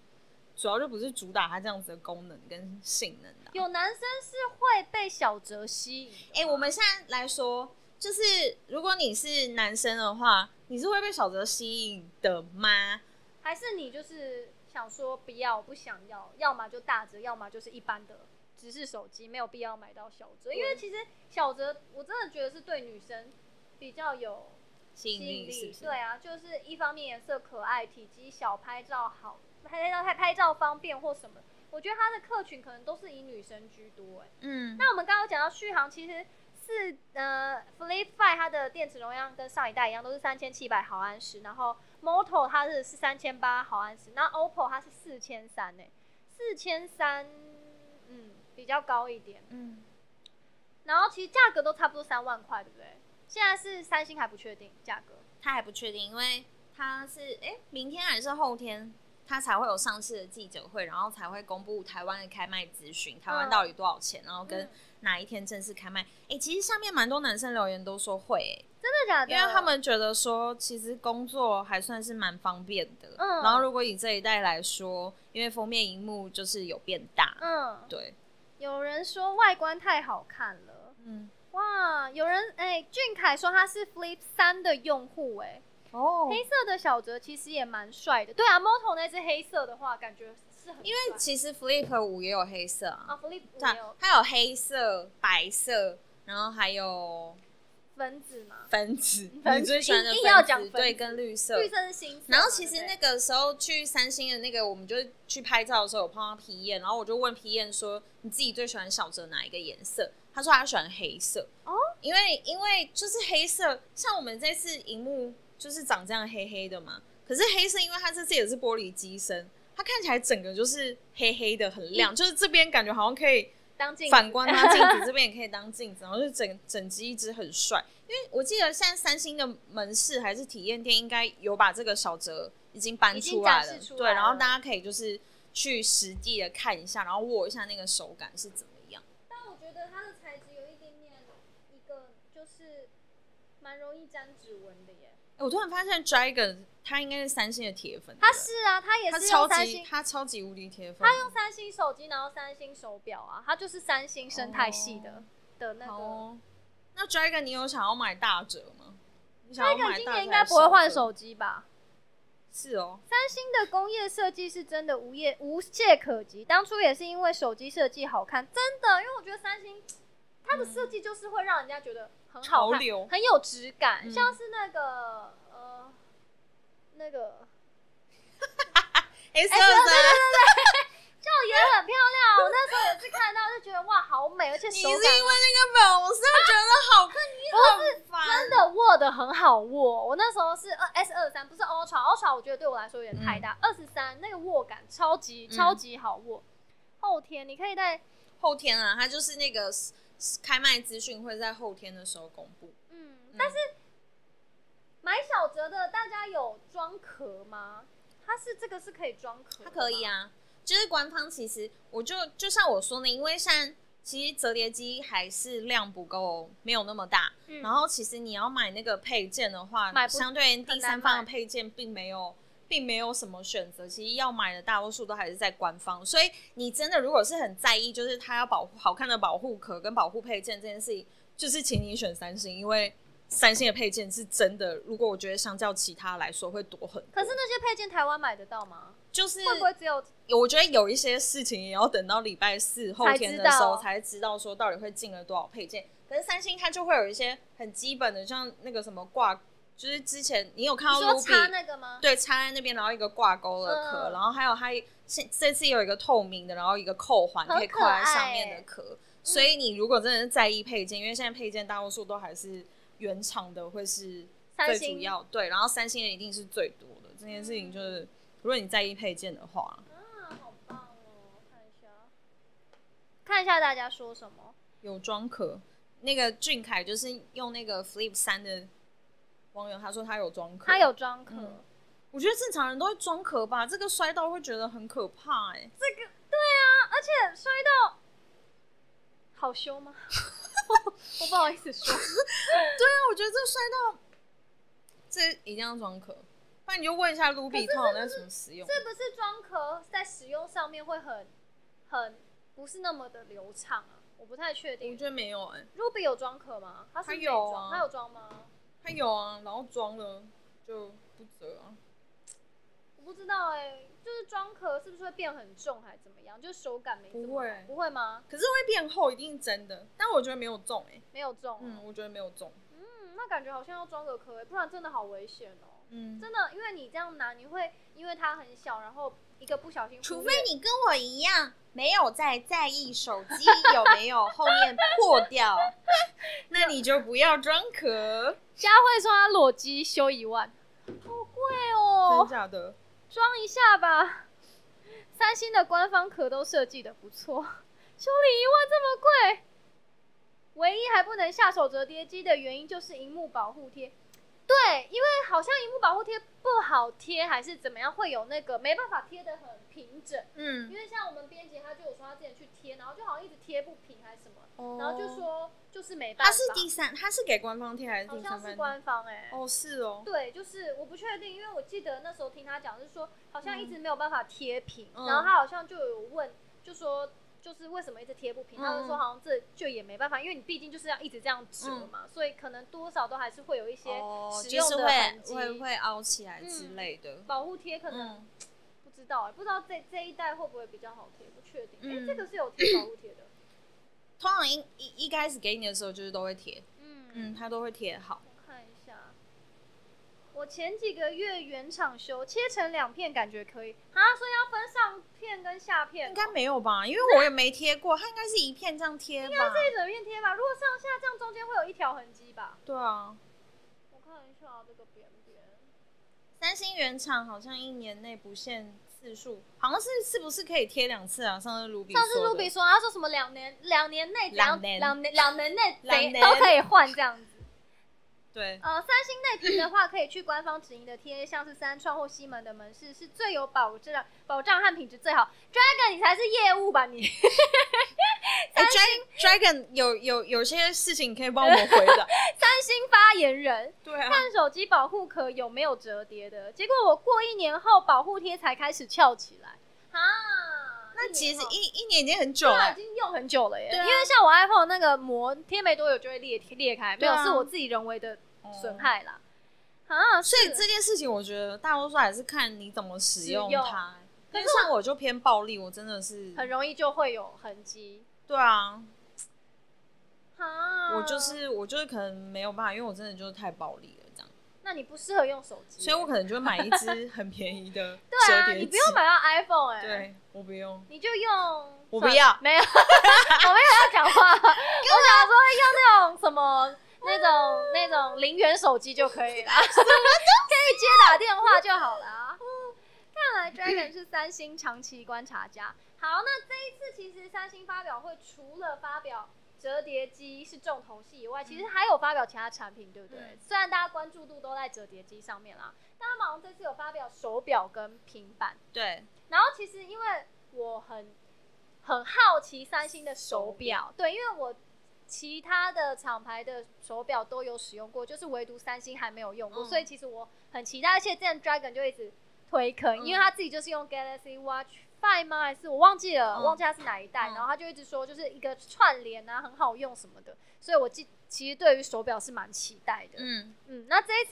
Speaker 2: 主要就不是主打它这样子的功能跟性能的啊。
Speaker 1: 有男生是会被小折吸引的吗。
Speaker 2: 哎、我们现在来说，就是如果你是男生的话，你是会被小折吸引的吗？
Speaker 1: 还是你就是想说不要不想要，要么就大折，要么就是一般的，只是手机没有必要买到小折，因为其实小折我真的觉得是对女生比较有
Speaker 2: 吸引
Speaker 1: 吸引
Speaker 2: 力是不
Speaker 1: 力，
Speaker 2: 是？
Speaker 1: 对啊，就是一方面颜色可爱，体积小，拍照好，拍照拍拍照方便或什么。我觉得它的客群可能都是以女生居多、哎，
Speaker 2: 嗯，
Speaker 1: 那我们刚刚讲到续航，其实四呃 Flip Five 它的电池容量跟上一代一样，都是三千七百毫安时，然后 Moto 它是是三千八毫安时，那 OPPO 它是四千三呢，四千三，嗯，比较高一点。
Speaker 2: 嗯，
Speaker 1: 然后其实价格都差不多三万块，对不对？现在是三星还不确定价格，
Speaker 2: 他还不确定，因为他是哎、明天还是后天，他才会有上市的记者会，然后才会公布台湾的开卖资讯，台湾到底多少钱，然后跟
Speaker 1: 嗯
Speaker 2: 哪一天正式开卖。哎、其实下面蛮多男生留言都说会、哎
Speaker 1: 真的假的？
Speaker 2: 因为他们觉得说，其实工作还算是蛮方便的。
Speaker 1: 嗯
Speaker 2: 然后如果以这一代来说，因为封面荧幕就是有变大，
Speaker 1: 嗯，
Speaker 2: 对，
Speaker 1: 有人说外观太好看了，
Speaker 2: 嗯，
Speaker 1: 哇！有人哎、俊凯说他是 Flip 三的用户、哎，
Speaker 2: 哦
Speaker 1: 黑色的小泽其实也蛮帅的。对啊，Moto 那只黑色的话，感觉是很因为
Speaker 2: 其实 Flip 五也有黑色啊，
Speaker 1: 啊，Flip
Speaker 2: 对
Speaker 1: 没
Speaker 2: 啊
Speaker 1: 有，
Speaker 2: 它有黑色、白色，然后还有
Speaker 1: 分子嘛，
Speaker 2: 分子，
Speaker 1: 粉紫
Speaker 2: 你最喜欢的
Speaker 1: 硬
Speaker 2: 分
Speaker 1: 硬要
Speaker 2: 子
Speaker 1: 讲粉
Speaker 2: 对，
Speaker 1: 紫
Speaker 2: 跟绿色，
Speaker 1: 绿色是新色嘛。
Speaker 2: 然后其
Speaker 1: 对
Speaker 2: 实
Speaker 1: 不
Speaker 2: 那
Speaker 1: 对
Speaker 2: 个时候去三星的那个，我们就去拍照的时候有碰到皮燕，然后我就问皮燕说：“你自己最喜欢小泽哪一个颜色？”他说他喜欢黑色
Speaker 1: 哦，
Speaker 2: 因为因为就是黑色，像我们这次荧幕就是长这样黑黑的嘛。可是黑色，因为它这次也是玻璃机身，它看起来整个就是黑黑的，很
Speaker 1: 嗯
Speaker 2: 亮，就是这边感觉好像可以
Speaker 1: 当镜子
Speaker 2: 反光当镜子，这边也可以当镜子，然后就整整机一只很帅。因为我记得现在三星的门市还是体验店，应该有把这个小折已经搬
Speaker 1: 已经
Speaker 2: 出来
Speaker 1: 展
Speaker 2: 了，
Speaker 1: 示出来
Speaker 2: 对，然后
Speaker 1: 了
Speaker 2: 大家可以就是去实地的看一下，然后握一下那个手感是怎么样。
Speaker 1: 但我觉得它的材质有一点点一个就是蛮容易沾指纹的耶。
Speaker 2: 哎、我突然发现 Dragon 他应该是三星的铁粉，
Speaker 1: 它
Speaker 2: 对不对
Speaker 1: 是啊，它也
Speaker 2: 他
Speaker 1: 是用
Speaker 2: 超
Speaker 1: 三
Speaker 2: 级
Speaker 1: 星，
Speaker 2: 他超级无敌铁粉，
Speaker 1: 它用三星手机，然后三星手表啊，它就是三星生态系的、
Speaker 2: 哦
Speaker 1: 的那个。
Speaker 2: 哦。那 Dragon 你有想要买大折吗？你想要
Speaker 1: 那
Speaker 2: 买
Speaker 1: 个今
Speaker 2: 大折
Speaker 1: 年应该
Speaker 2: 还是
Speaker 1: 不会换
Speaker 2: 折
Speaker 1: 手机吧？
Speaker 2: 是哦，
Speaker 1: 三星的工业设计是真的无业无懈可击，当初也是因为手机设计好看，真的，因为我觉得三星它的设计就是会让人家觉得很好
Speaker 2: 潮
Speaker 1: 看，
Speaker 2: 流
Speaker 1: 很有质感，
Speaker 2: 嗯
Speaker 1: 像是那个呃那个哦对
Speaker 2: S
Speaker 1: 对对
Speaker 2: 哎二啊
Speaker 1: 就也很漂 亮，我那时候也是看到就觉得哇好美，而且
Speaker 2: 你
Speaker 1: 手
Speaker 2: 是因为
Speaker 1: 感
Speaker 2: 那个粉红色觉得好看，你很烦。
Speaker 1: 真的握的很好握，我那时候是呃 S 二三，不是 Ultra，Ultra 我觉得对我来说有点太大，二十三那个握感超级
Speaker 2: 嗯
Speaker 1: 超级好握。后天你可以在
Speaker 2: 后天啊，它就是那个 s- s- 开卖资讯会在后天的时候公布。
Speaker 1: 嗯，但是买小折的大家有装壳吗？它是这个是可以装壳，
Speaker 2: 它可以，啊，就是官方其实我就就像我说呢，因为现在其实折叠机还是量不够，没有那么大。
Speaker 1: 嗯
Speaker 2: 然后其实你要买那个配件的话
Speaker 1: 买，不
Speaker 2: 相对于第三
Speaker 1: 很难
Speaker 2: 方
Speaker 1: 买
Speaker 2: 的配件并没有。并没有什么选择，其实要买的大多数都还是在官方，所以你真的如果是很在意，就是它要保护好看的保护壳跟保护配件这件事情，就是请你选三星，因为三星的配件是真的，如果我觉得相较其他来说会多很多。
Speaker 1: 可是那些配件台湾买得到吗？
Speaker 2: 就是
Speaker 1: 会不会只有
Speaker 2: 我觉得有一些事情也要等到礼拜四后天的时候才知道说到底会进了多少配件。可是三星它就会有一些很基本的，像那个什么挂，就是之前你有看
Speaker 1: 你
Speaker 2: 到
Speaker 1: 说
Speaker 2: 卢比
Speaker 1: 插那个吗？
Speaker 2: 对插在那边，然后一个挂钩的壳，
Speaker 1: 嗯
Speaker 2: 然后还有它现这次有一个透明的，然后一个扣环
Speaker 1: 很可爱
Speaker 2: 可以扣在上面的壳。
Speaker 1: 嗯
Speaker 2: 所以你如果真的是在意配件，因为现在配件大多数都还是原厂的会是
Speaker 1: 三
Speaker 2: 最
Speaker 1: 星
Speaker 2: 主要，对，然后三星的一定是最多的。这件事情
Speaker 1: 嗯
Speaker 2: 就是，如果你在意配件的话，
Speaker 1: 啊，好棒哦！我看一下，看一下大家说什么。
Speaker 2: 有装壳。那个俊凯就是用那个 Flip 三的网友，他说他有装壳，
Speaker 1: 它有，装壳，
Speaker 2: 嗯我觉得正常人都会装壳吧，这个摔到会觉得很可怕哎、
Speaker 1: 这个对啊，而且摔到好羞 吗？我不好意思说，
Speaker 2: 但我觉得这摔到这一定要装壳，不然你就问一下卢比通常在怎么使用。
Speaker 1: 这不是装壳在使用上面会很很不是那么的流畅啊，我不太确
Speaker 2: 我
Speaker 1: 定。
Speaker 2: 觉得没有哎、
Speaker 1: Ruby 有装壳吗？他是
Speaker 2: 它
Speaker 1: 没
Speaker 2: 有啊
Speaker 1: 装，他有装吗？
Speaker 2: 他有啊，然后装了就不折啊。
Speaker 1: 我不知道哎、就是装壳是不是会变很重还是怎么样？就是手感没这么
Speaker 2: 不会
Speaker 1: 好不会吗？
Speaker 2: 可是会变厚，一定是真的，但我觉得没有中哎、
Speaker 1: 没有重哦、
Speaker 2: 嗯，我觉得没有中。
Speaker 1: 嗯，那感觉好像要装个壳欸，不然真的好危险哦。
Speaker 2: 嗯，
Speaker 1: 真的，因为你这样拿，你会因为它很小，然后一个不小心忽略，
Speaker 2: 除非你跟我一样没有在在意手机有没有后面破掉， 那你就不要装壳，
Speaker 1: 佳慧说她裸机修一万，好贵哦
Speaker 2: 真，假的？
Speaker 1: 装一下吧。三星的官方壳都设计的不错，修理一万这么贵，唯一还不能下手折叠机的原因就是荧幕保护贴。对，因为好像荧幕保护贴不好贴，还是怎么样，会有那个没办法贴的很平整。因
Speaker 2: 嗯，
Speaker 1: 为像我们编辑他就有说他之前去贴，然后就好像一直贴不平还是什么，
Speaker 2: 嗯然
Speaker 1: 然后就说就是没办法。
Speaker 2: 它哦是第三，它是给官方贴还是
Speaker 1: 好
Speaker 2: 第
Speaker 1: 像
Speaker 2: 三
Speaker 1: 是
Speaker 2: 方？
Speaker 1: 官方哎、
Speaker 2: 哦，是哦，
Speaker 1: 对，就是我不确定，因为我记得那时候听他讲是说，好像一直没有办法贴平，
Speaker 2: 嗯
Speaker 1: 然后他好像就有问，就说就是为什么一直贴不平，
Speaker 2: 嗯嗯
Speaker 1: 他就说好像这就也没办法，因为你毕竟就是要一直这样折嘛，所以可能多少都还是会有一些
Speaker 2: 哦，
Speaker 1: 使
Speaker 2: 就
Speaker 1: 用
Speaker 2: 是
Speaker 1: 的痕
Speaker 2: 会
Speaker 1: 迹。
Speaker 2: 会会凹起来之
Speaker 1: 嗯
Speaker 2: 类的。
Speaker 1: 保护贴可能
Speaker 2: 嗯，
Speaker 1: 不知道、哎，不知道这这一代会不会比较好贴，不确定。哎、
Speaker 2: 嗯
Speaker 1: 这个是有贴保护贴的，
Speaker 2: 通常一一一开始给你的时候就是都会贴，嗯，它都会贴好。
Speaker 1: 我看一下，我前几个月原厂修，切成两片感觉可以啊，所以要分上片跟下片哦，
Speaker 2: 应该没有吧？因为我也没贴过，它应该是一片这样贴吧？
Speaker 1: 这一整片贴吧。如果上下这样，中间会有一条痕迹吧？
Speaker 2: 对啊，
Speaker 1: 我看一下这个边边，
Speaker 2: 三星原厂好像一年内不限次数，好像是是不是可以贴两次啊？上次卢比
Speaker 1: 上次
Speaker 2: 说的
Speaker 1: 露比说，他说什么两年两年内只要
Speaker 2: 两年
Speaker 1: 两年两年内
Speaker 2: 两
Speaker 1: 谁
Speaker 2: 年
Speaker 1: 都可以换这样子。
Speaker 2: 对，
Speaker 1: 呃，三星内屏的话，可以去官方直营的贴，像是三创或西门的门市是最有保障、保障和品质最好。Dragon，你才是业务吧 你？
Speaker 2: 哎、d r a g o n Dragon 有有有些事情可以帮我们 回的，
Speaker 1: 三星发言人。
Speaker 2: 对啊，
Speaker 1: 看手机保护壳有没有折叠的，结果我过一年后保护贴才开始翘起来啊。
Speaker 2: 那其实
Speaker 1: 一年后
Speaker 2: 一一年已经很久
Speaker 1: 对
Speaker 2: 了、
Speaker 1: 啊已经用很久了耶，
Speaker 2: 对啊
Speaker 1: 因为像我 iPhone 那个膜贴没多久就会裂裂开，没
Speaker 2: 对
Speaker 1: 有
Speaker 2: 啊
Speaker 1: 是我自己人为的
Speaker 2: 哦
Speaker 1: 损害啦。啊，
Speaker 2: 所以
Speaker 1: 是
Speaker 2: 这件事情，我觉得大多数还是看你怎么使用
Speaker 1: 使用
Speaker 2: 它。但是像我就偏暴力，我真的是
Speaker 1: 很容易就会有痕迹。
Speaker 2: 对啊，
Speaker 1: 啊，
Speaker 2: 我就是我就是可能没有办法，因为我真的就是太暴力了这样，
Speaker 1: 那你不适合用手机，
Speaker 2: 所以我可能就会买一只很便宜的
Speaker 1: 对
Speaker 2: 折
Speaker 1: 啊，
Speaker 2: 叠
Speaker 1: 你
Speaker 2: 机
Speaker 1: 不。用买到 iPhone 哎、
Speaker 2: 对，我不用。
Speaker 1: 你就用，
Speaker 2: 我不要
Speaker 1: 没有， 我没有要讲 话，我想说用那种什么那种那种零元手机就可以 了，可
Speaker 2: 啊
Speaker 1: 以接打电话就好了啊。看来 Dragon 是三星长期观察家。好，那这一次其实三星发表会除了发表折叠机是重头戏以外，其实还有发表其他产品，对不对？
Speaker 2: 嗯
Speaker 1: 虽然大家关注度都在折叠机上面啦，但他们好像这次有发表手表跟平板。
Speaker 2: 对，
Speaker 1: 然后其实因为我很很好奇三星的手表，对，因为我其他的厂牌的手表都有使用过，就是唯独三星还没有用过，
Speaker 2: 嗯
Speaker 1: 所以其实我很期待。而且之前 Dragon 就一直推坑，
Speaker 2: 嗯
Speaker 1: 因为他自己就是用 Galaxy Watch Five 吗？还是我忘记了，
Speaker 2: 嗯
Speaker 1: 忘记他是哪一代。
Speaker 2: 嗯
Speaker 1: 然后他就一直说就是一个串联啊，很好用什么的，所以我记其实对于手表是蛮期待的。
Speaker 2: 嗯，
Speaker 1: 嗯，那这一次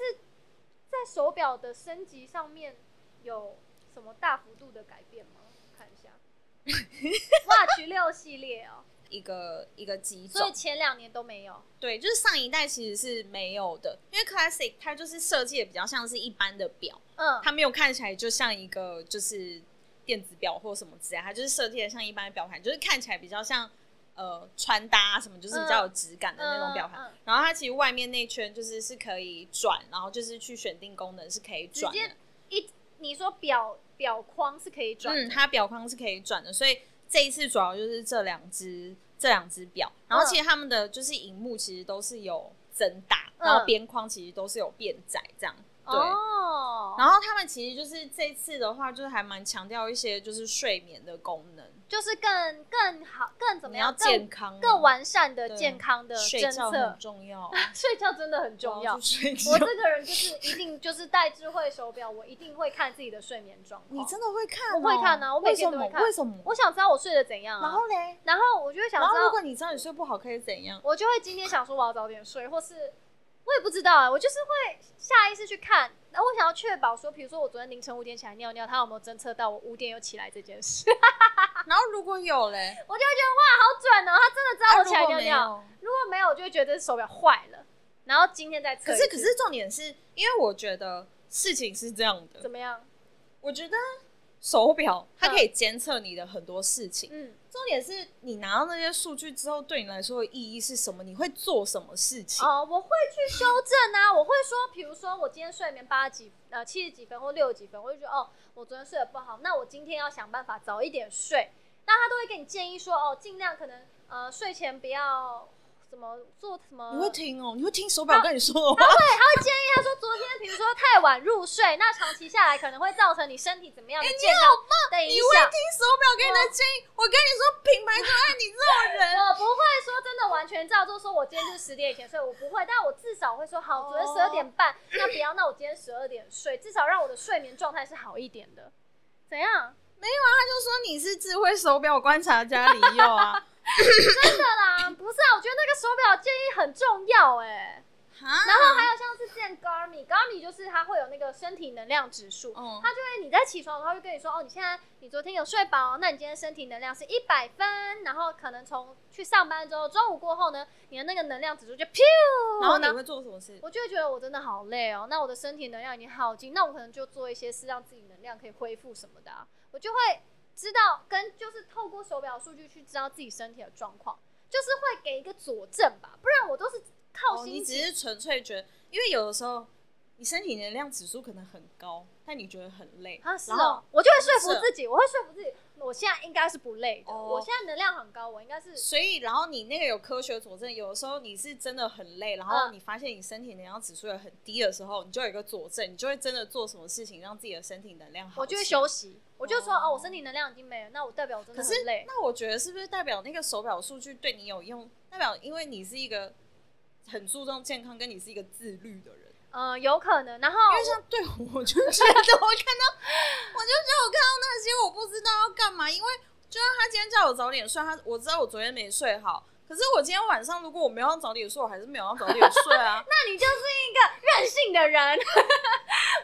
Speaker 1: 在手表的升级上面有什么大幅度的改变吗？看一 下，Watch 六系列哦，
Speaker 2: 一个一个机
Speaker 1: 所以
Speaker 2: 种，
Speaker 1: 前两年都没有。
Speaker 2: 对，就是上一代其实是没有的，因为 Classic 它就是设计的比较像是一般的表，
Speaker 1: 嗯，
Speaker 2: 它没有看起来就像一个就是电子表或什么之类，它就是设计的像一般的表盘，就是看起来比较像呃穿搭什么，就是比较有质感的那种表盘。
Speaker 1: 嗯嗯嗯
Speaker 2: 然后它其实外面那圈就是是可以转，然后就是去选定功能是可以
Speaker 1: 直
Speaker 2: 转的
Speaker 1: 接，一你说表表框是可以转的，
Speaker 2: 嗯，它表框是可以转的，所以这一次主要就是这两只这两只表，然后
Speaker 1: 嗯
Speaker 2: 其实他们的就是荧幕其实都是有增大，
Speaker 1: 嗯
Speaker 2: 然后边框其实都是有变窄这样，对。
Speaker 1: 哦，
Speaker 2: 然后他们其实就是这次的话，就是还蛮强调一些就是睡眠的功能，
Speaker 1: 就是更更好更怎么
Speaker 2: 你要
Speaker 1: 样
Speaker 2: 健
Speaker 1: 更
Speaker 2: 康啊、
Speaker 1: 更完善的
Speaker 2: 对
Speaker 1: 健康的
Speaker 2: 睡
Speaker 1: 政
Speaker 2: 觉很
Speaker 1: 策。
Speaker 2: 重要，
Speaker 1: 睡觉真的很 重要
Speaker 2: 我。去睡觉
Speaker 1: 我这个人就是一定就是戴智慧手表，我一定会看自己的睡眠状况。
Speaker 2: 你真的会看哦、
Speaker 1: 我会看啊我每
Speaker 2: 为什
Speaker 1: 天都
Speaker 2: 么
Speaker 1: 会？看
Speaker 2: 为什么？
Speaker 1: 我想知道我睡得怎样啊。
Speaker 2: 然后嘞，
Speaker 1: 然后我就会想
Speaker 2: 然
Speaker 1: 知
Speaker 2: 后如
Speaker 1: 道，
Speaker 2: 果你知道你睡不好，可以怎样？
Speaker 1: 我就会今天想说我要早点睡，或是我也不知道啊，我就是会下意识去看。然后我想要确保说，比如说我昨天凌晨五点起来尿尿，他有没有侦测到我五点有起来这件事？ 啊
Speaker 2: 然后如果有嘞，
Speaker 1: 我就会觉得哇，好准哦，他真的知道
Speaker 2: 啊
Speaker 1: 我起来
Speaker 2: 如果
Speaker 1: 尿
Speaker 2: 没
Speaker 1: 尿。
Speaker 2: 有
Speaker 1: 如果没有，我就会觉得手表坏了。然后今天再测
Speaker 2: 可
Speaker 1: 一
Speaker 2: 是
Speaker 1: 次。
Speaker 2: 可是重点是因为我觉得事情是这样的
Speaker 1: 怎，么样？
Speaker 2: 我觉得手表它
Speaker 1: 嗯
Speaker 2: 可以监测你的很多事情，
Speaker 1: 嗯，
Speaker 2: 重点是你拿到那些数据之后，对你来说的意义是什么？你会做什么事情？
Speaker 1: 哦，我会去修正啊，我会说，比如说我今天睡眠八十几呃七十几分或六十几分，我就觉得哦，我昨天睡得不好，那我今天要想办法早一点睡。那他都会给你建议说，哦，尽量可能呃睡前不要怎么做什么。
Speaker 2: 你会听哦，你会听手表跟你说的话，
Speaker 1: 他说昨天比如说太晚入睡，那长期下来可能会造成你身体怎么样
Speaker 2: 哎
Speaker 1: 的健康的影
Speaker 2: 你会
Speaker 1: 响。
Speaker 2: 听手表给你
Speaker 1: 哦
Speaker 2: 的建议。我跟你说，品牌就爱你这种人。啊
Speaker 1: 呃我不会说真的完全照做，说我今天就是十点以前睡，我不会，但我至少会说好，昨天
Speaker 2: 哦
Speaker 1: 十二点半，那不要，那我今天十二点睡，至少让我的睡眠状态是好一点的。怎样？
Speaker 2: 他就说你是智慧手表观察家里佑啊，
Speaker 1: 真的啦，不是啊，我觉得那个手表建议很重要哎、
Speaker 2: 然
Speaker 1: 然后还有像是之前 Garmin，Garmin 就是它会有那个身体能量指数，
Speaker 2: 嗯
Speaker 1: 它就会你在起床的时候就跟你说，哦，你现在你昨天有睡饱，哦那你今天身体能量是一百分，然后可能从去上班之后，中午过后呢，你的那个能量指数就 p
Speaker 2: 然后你会做什么事？
Speaker 1: 我就会觉得我真的好累哦，那我的身体能量已经耗尽，那我可能就做一些事让自己能量可以恢复什么的啊、我就会知道跟就是透过手表数据去知道自己身体的状况，就是会给一个佐证吧，不然我都是靠
Speaker 2: 哦，
Speaker 1: 心
Speaker 2: 你只
Speaker 1: 情。
Speaker 2: 是纯粹觉得，因为有的时候你身体能量指数可能很高，但你觉得很累，
Speaker 1: 啊，是
Speaker 2: 然后
Speaker 1: 哦，我就会
Speaker 2: 是
Speaker 1: 说服自己，我会说服自己，我现在应该是不累的，
Speaker 2: 哦
Speaker 1: 我现在能量很高，我应该是
Speaker 2: 所以，然后你那个有科学佐证，有的时候你是真的很累，然后
Speaker 1: 嗯
Speaker 2: 你发现你身体能量指数也很低的时候，你就有一个佐证，你就会真的做什么事情让自己的身体能量好。
Speaker 1: 我就会。休息，我就说
Speaker 2: 哦
Speaker 1: 哦，我身体能量已经没了，那我代表我真
Speaker 2: 可
Speaker 1: 的
Speaker 2: 是
Speaker 1: 很累，。
Speaker 2: 那我觉得是不是代表那个手表数据对你有用？代表因为你是一个很注重健康，跟你是一个自律的人。
Speaker 1: 嗯，有可能。然后
Speaker 2: 因为像 对我，我就觉得我看到，我就觉得我看到那些我不知道要干嘛，因为就算他今天叫我早点睡，他我知道我昨天没睡好，可是我今天晚上如果我没有要早点睡，我还是没有要早点睡啊。
Speaker 1: 那你就是一个任性的人。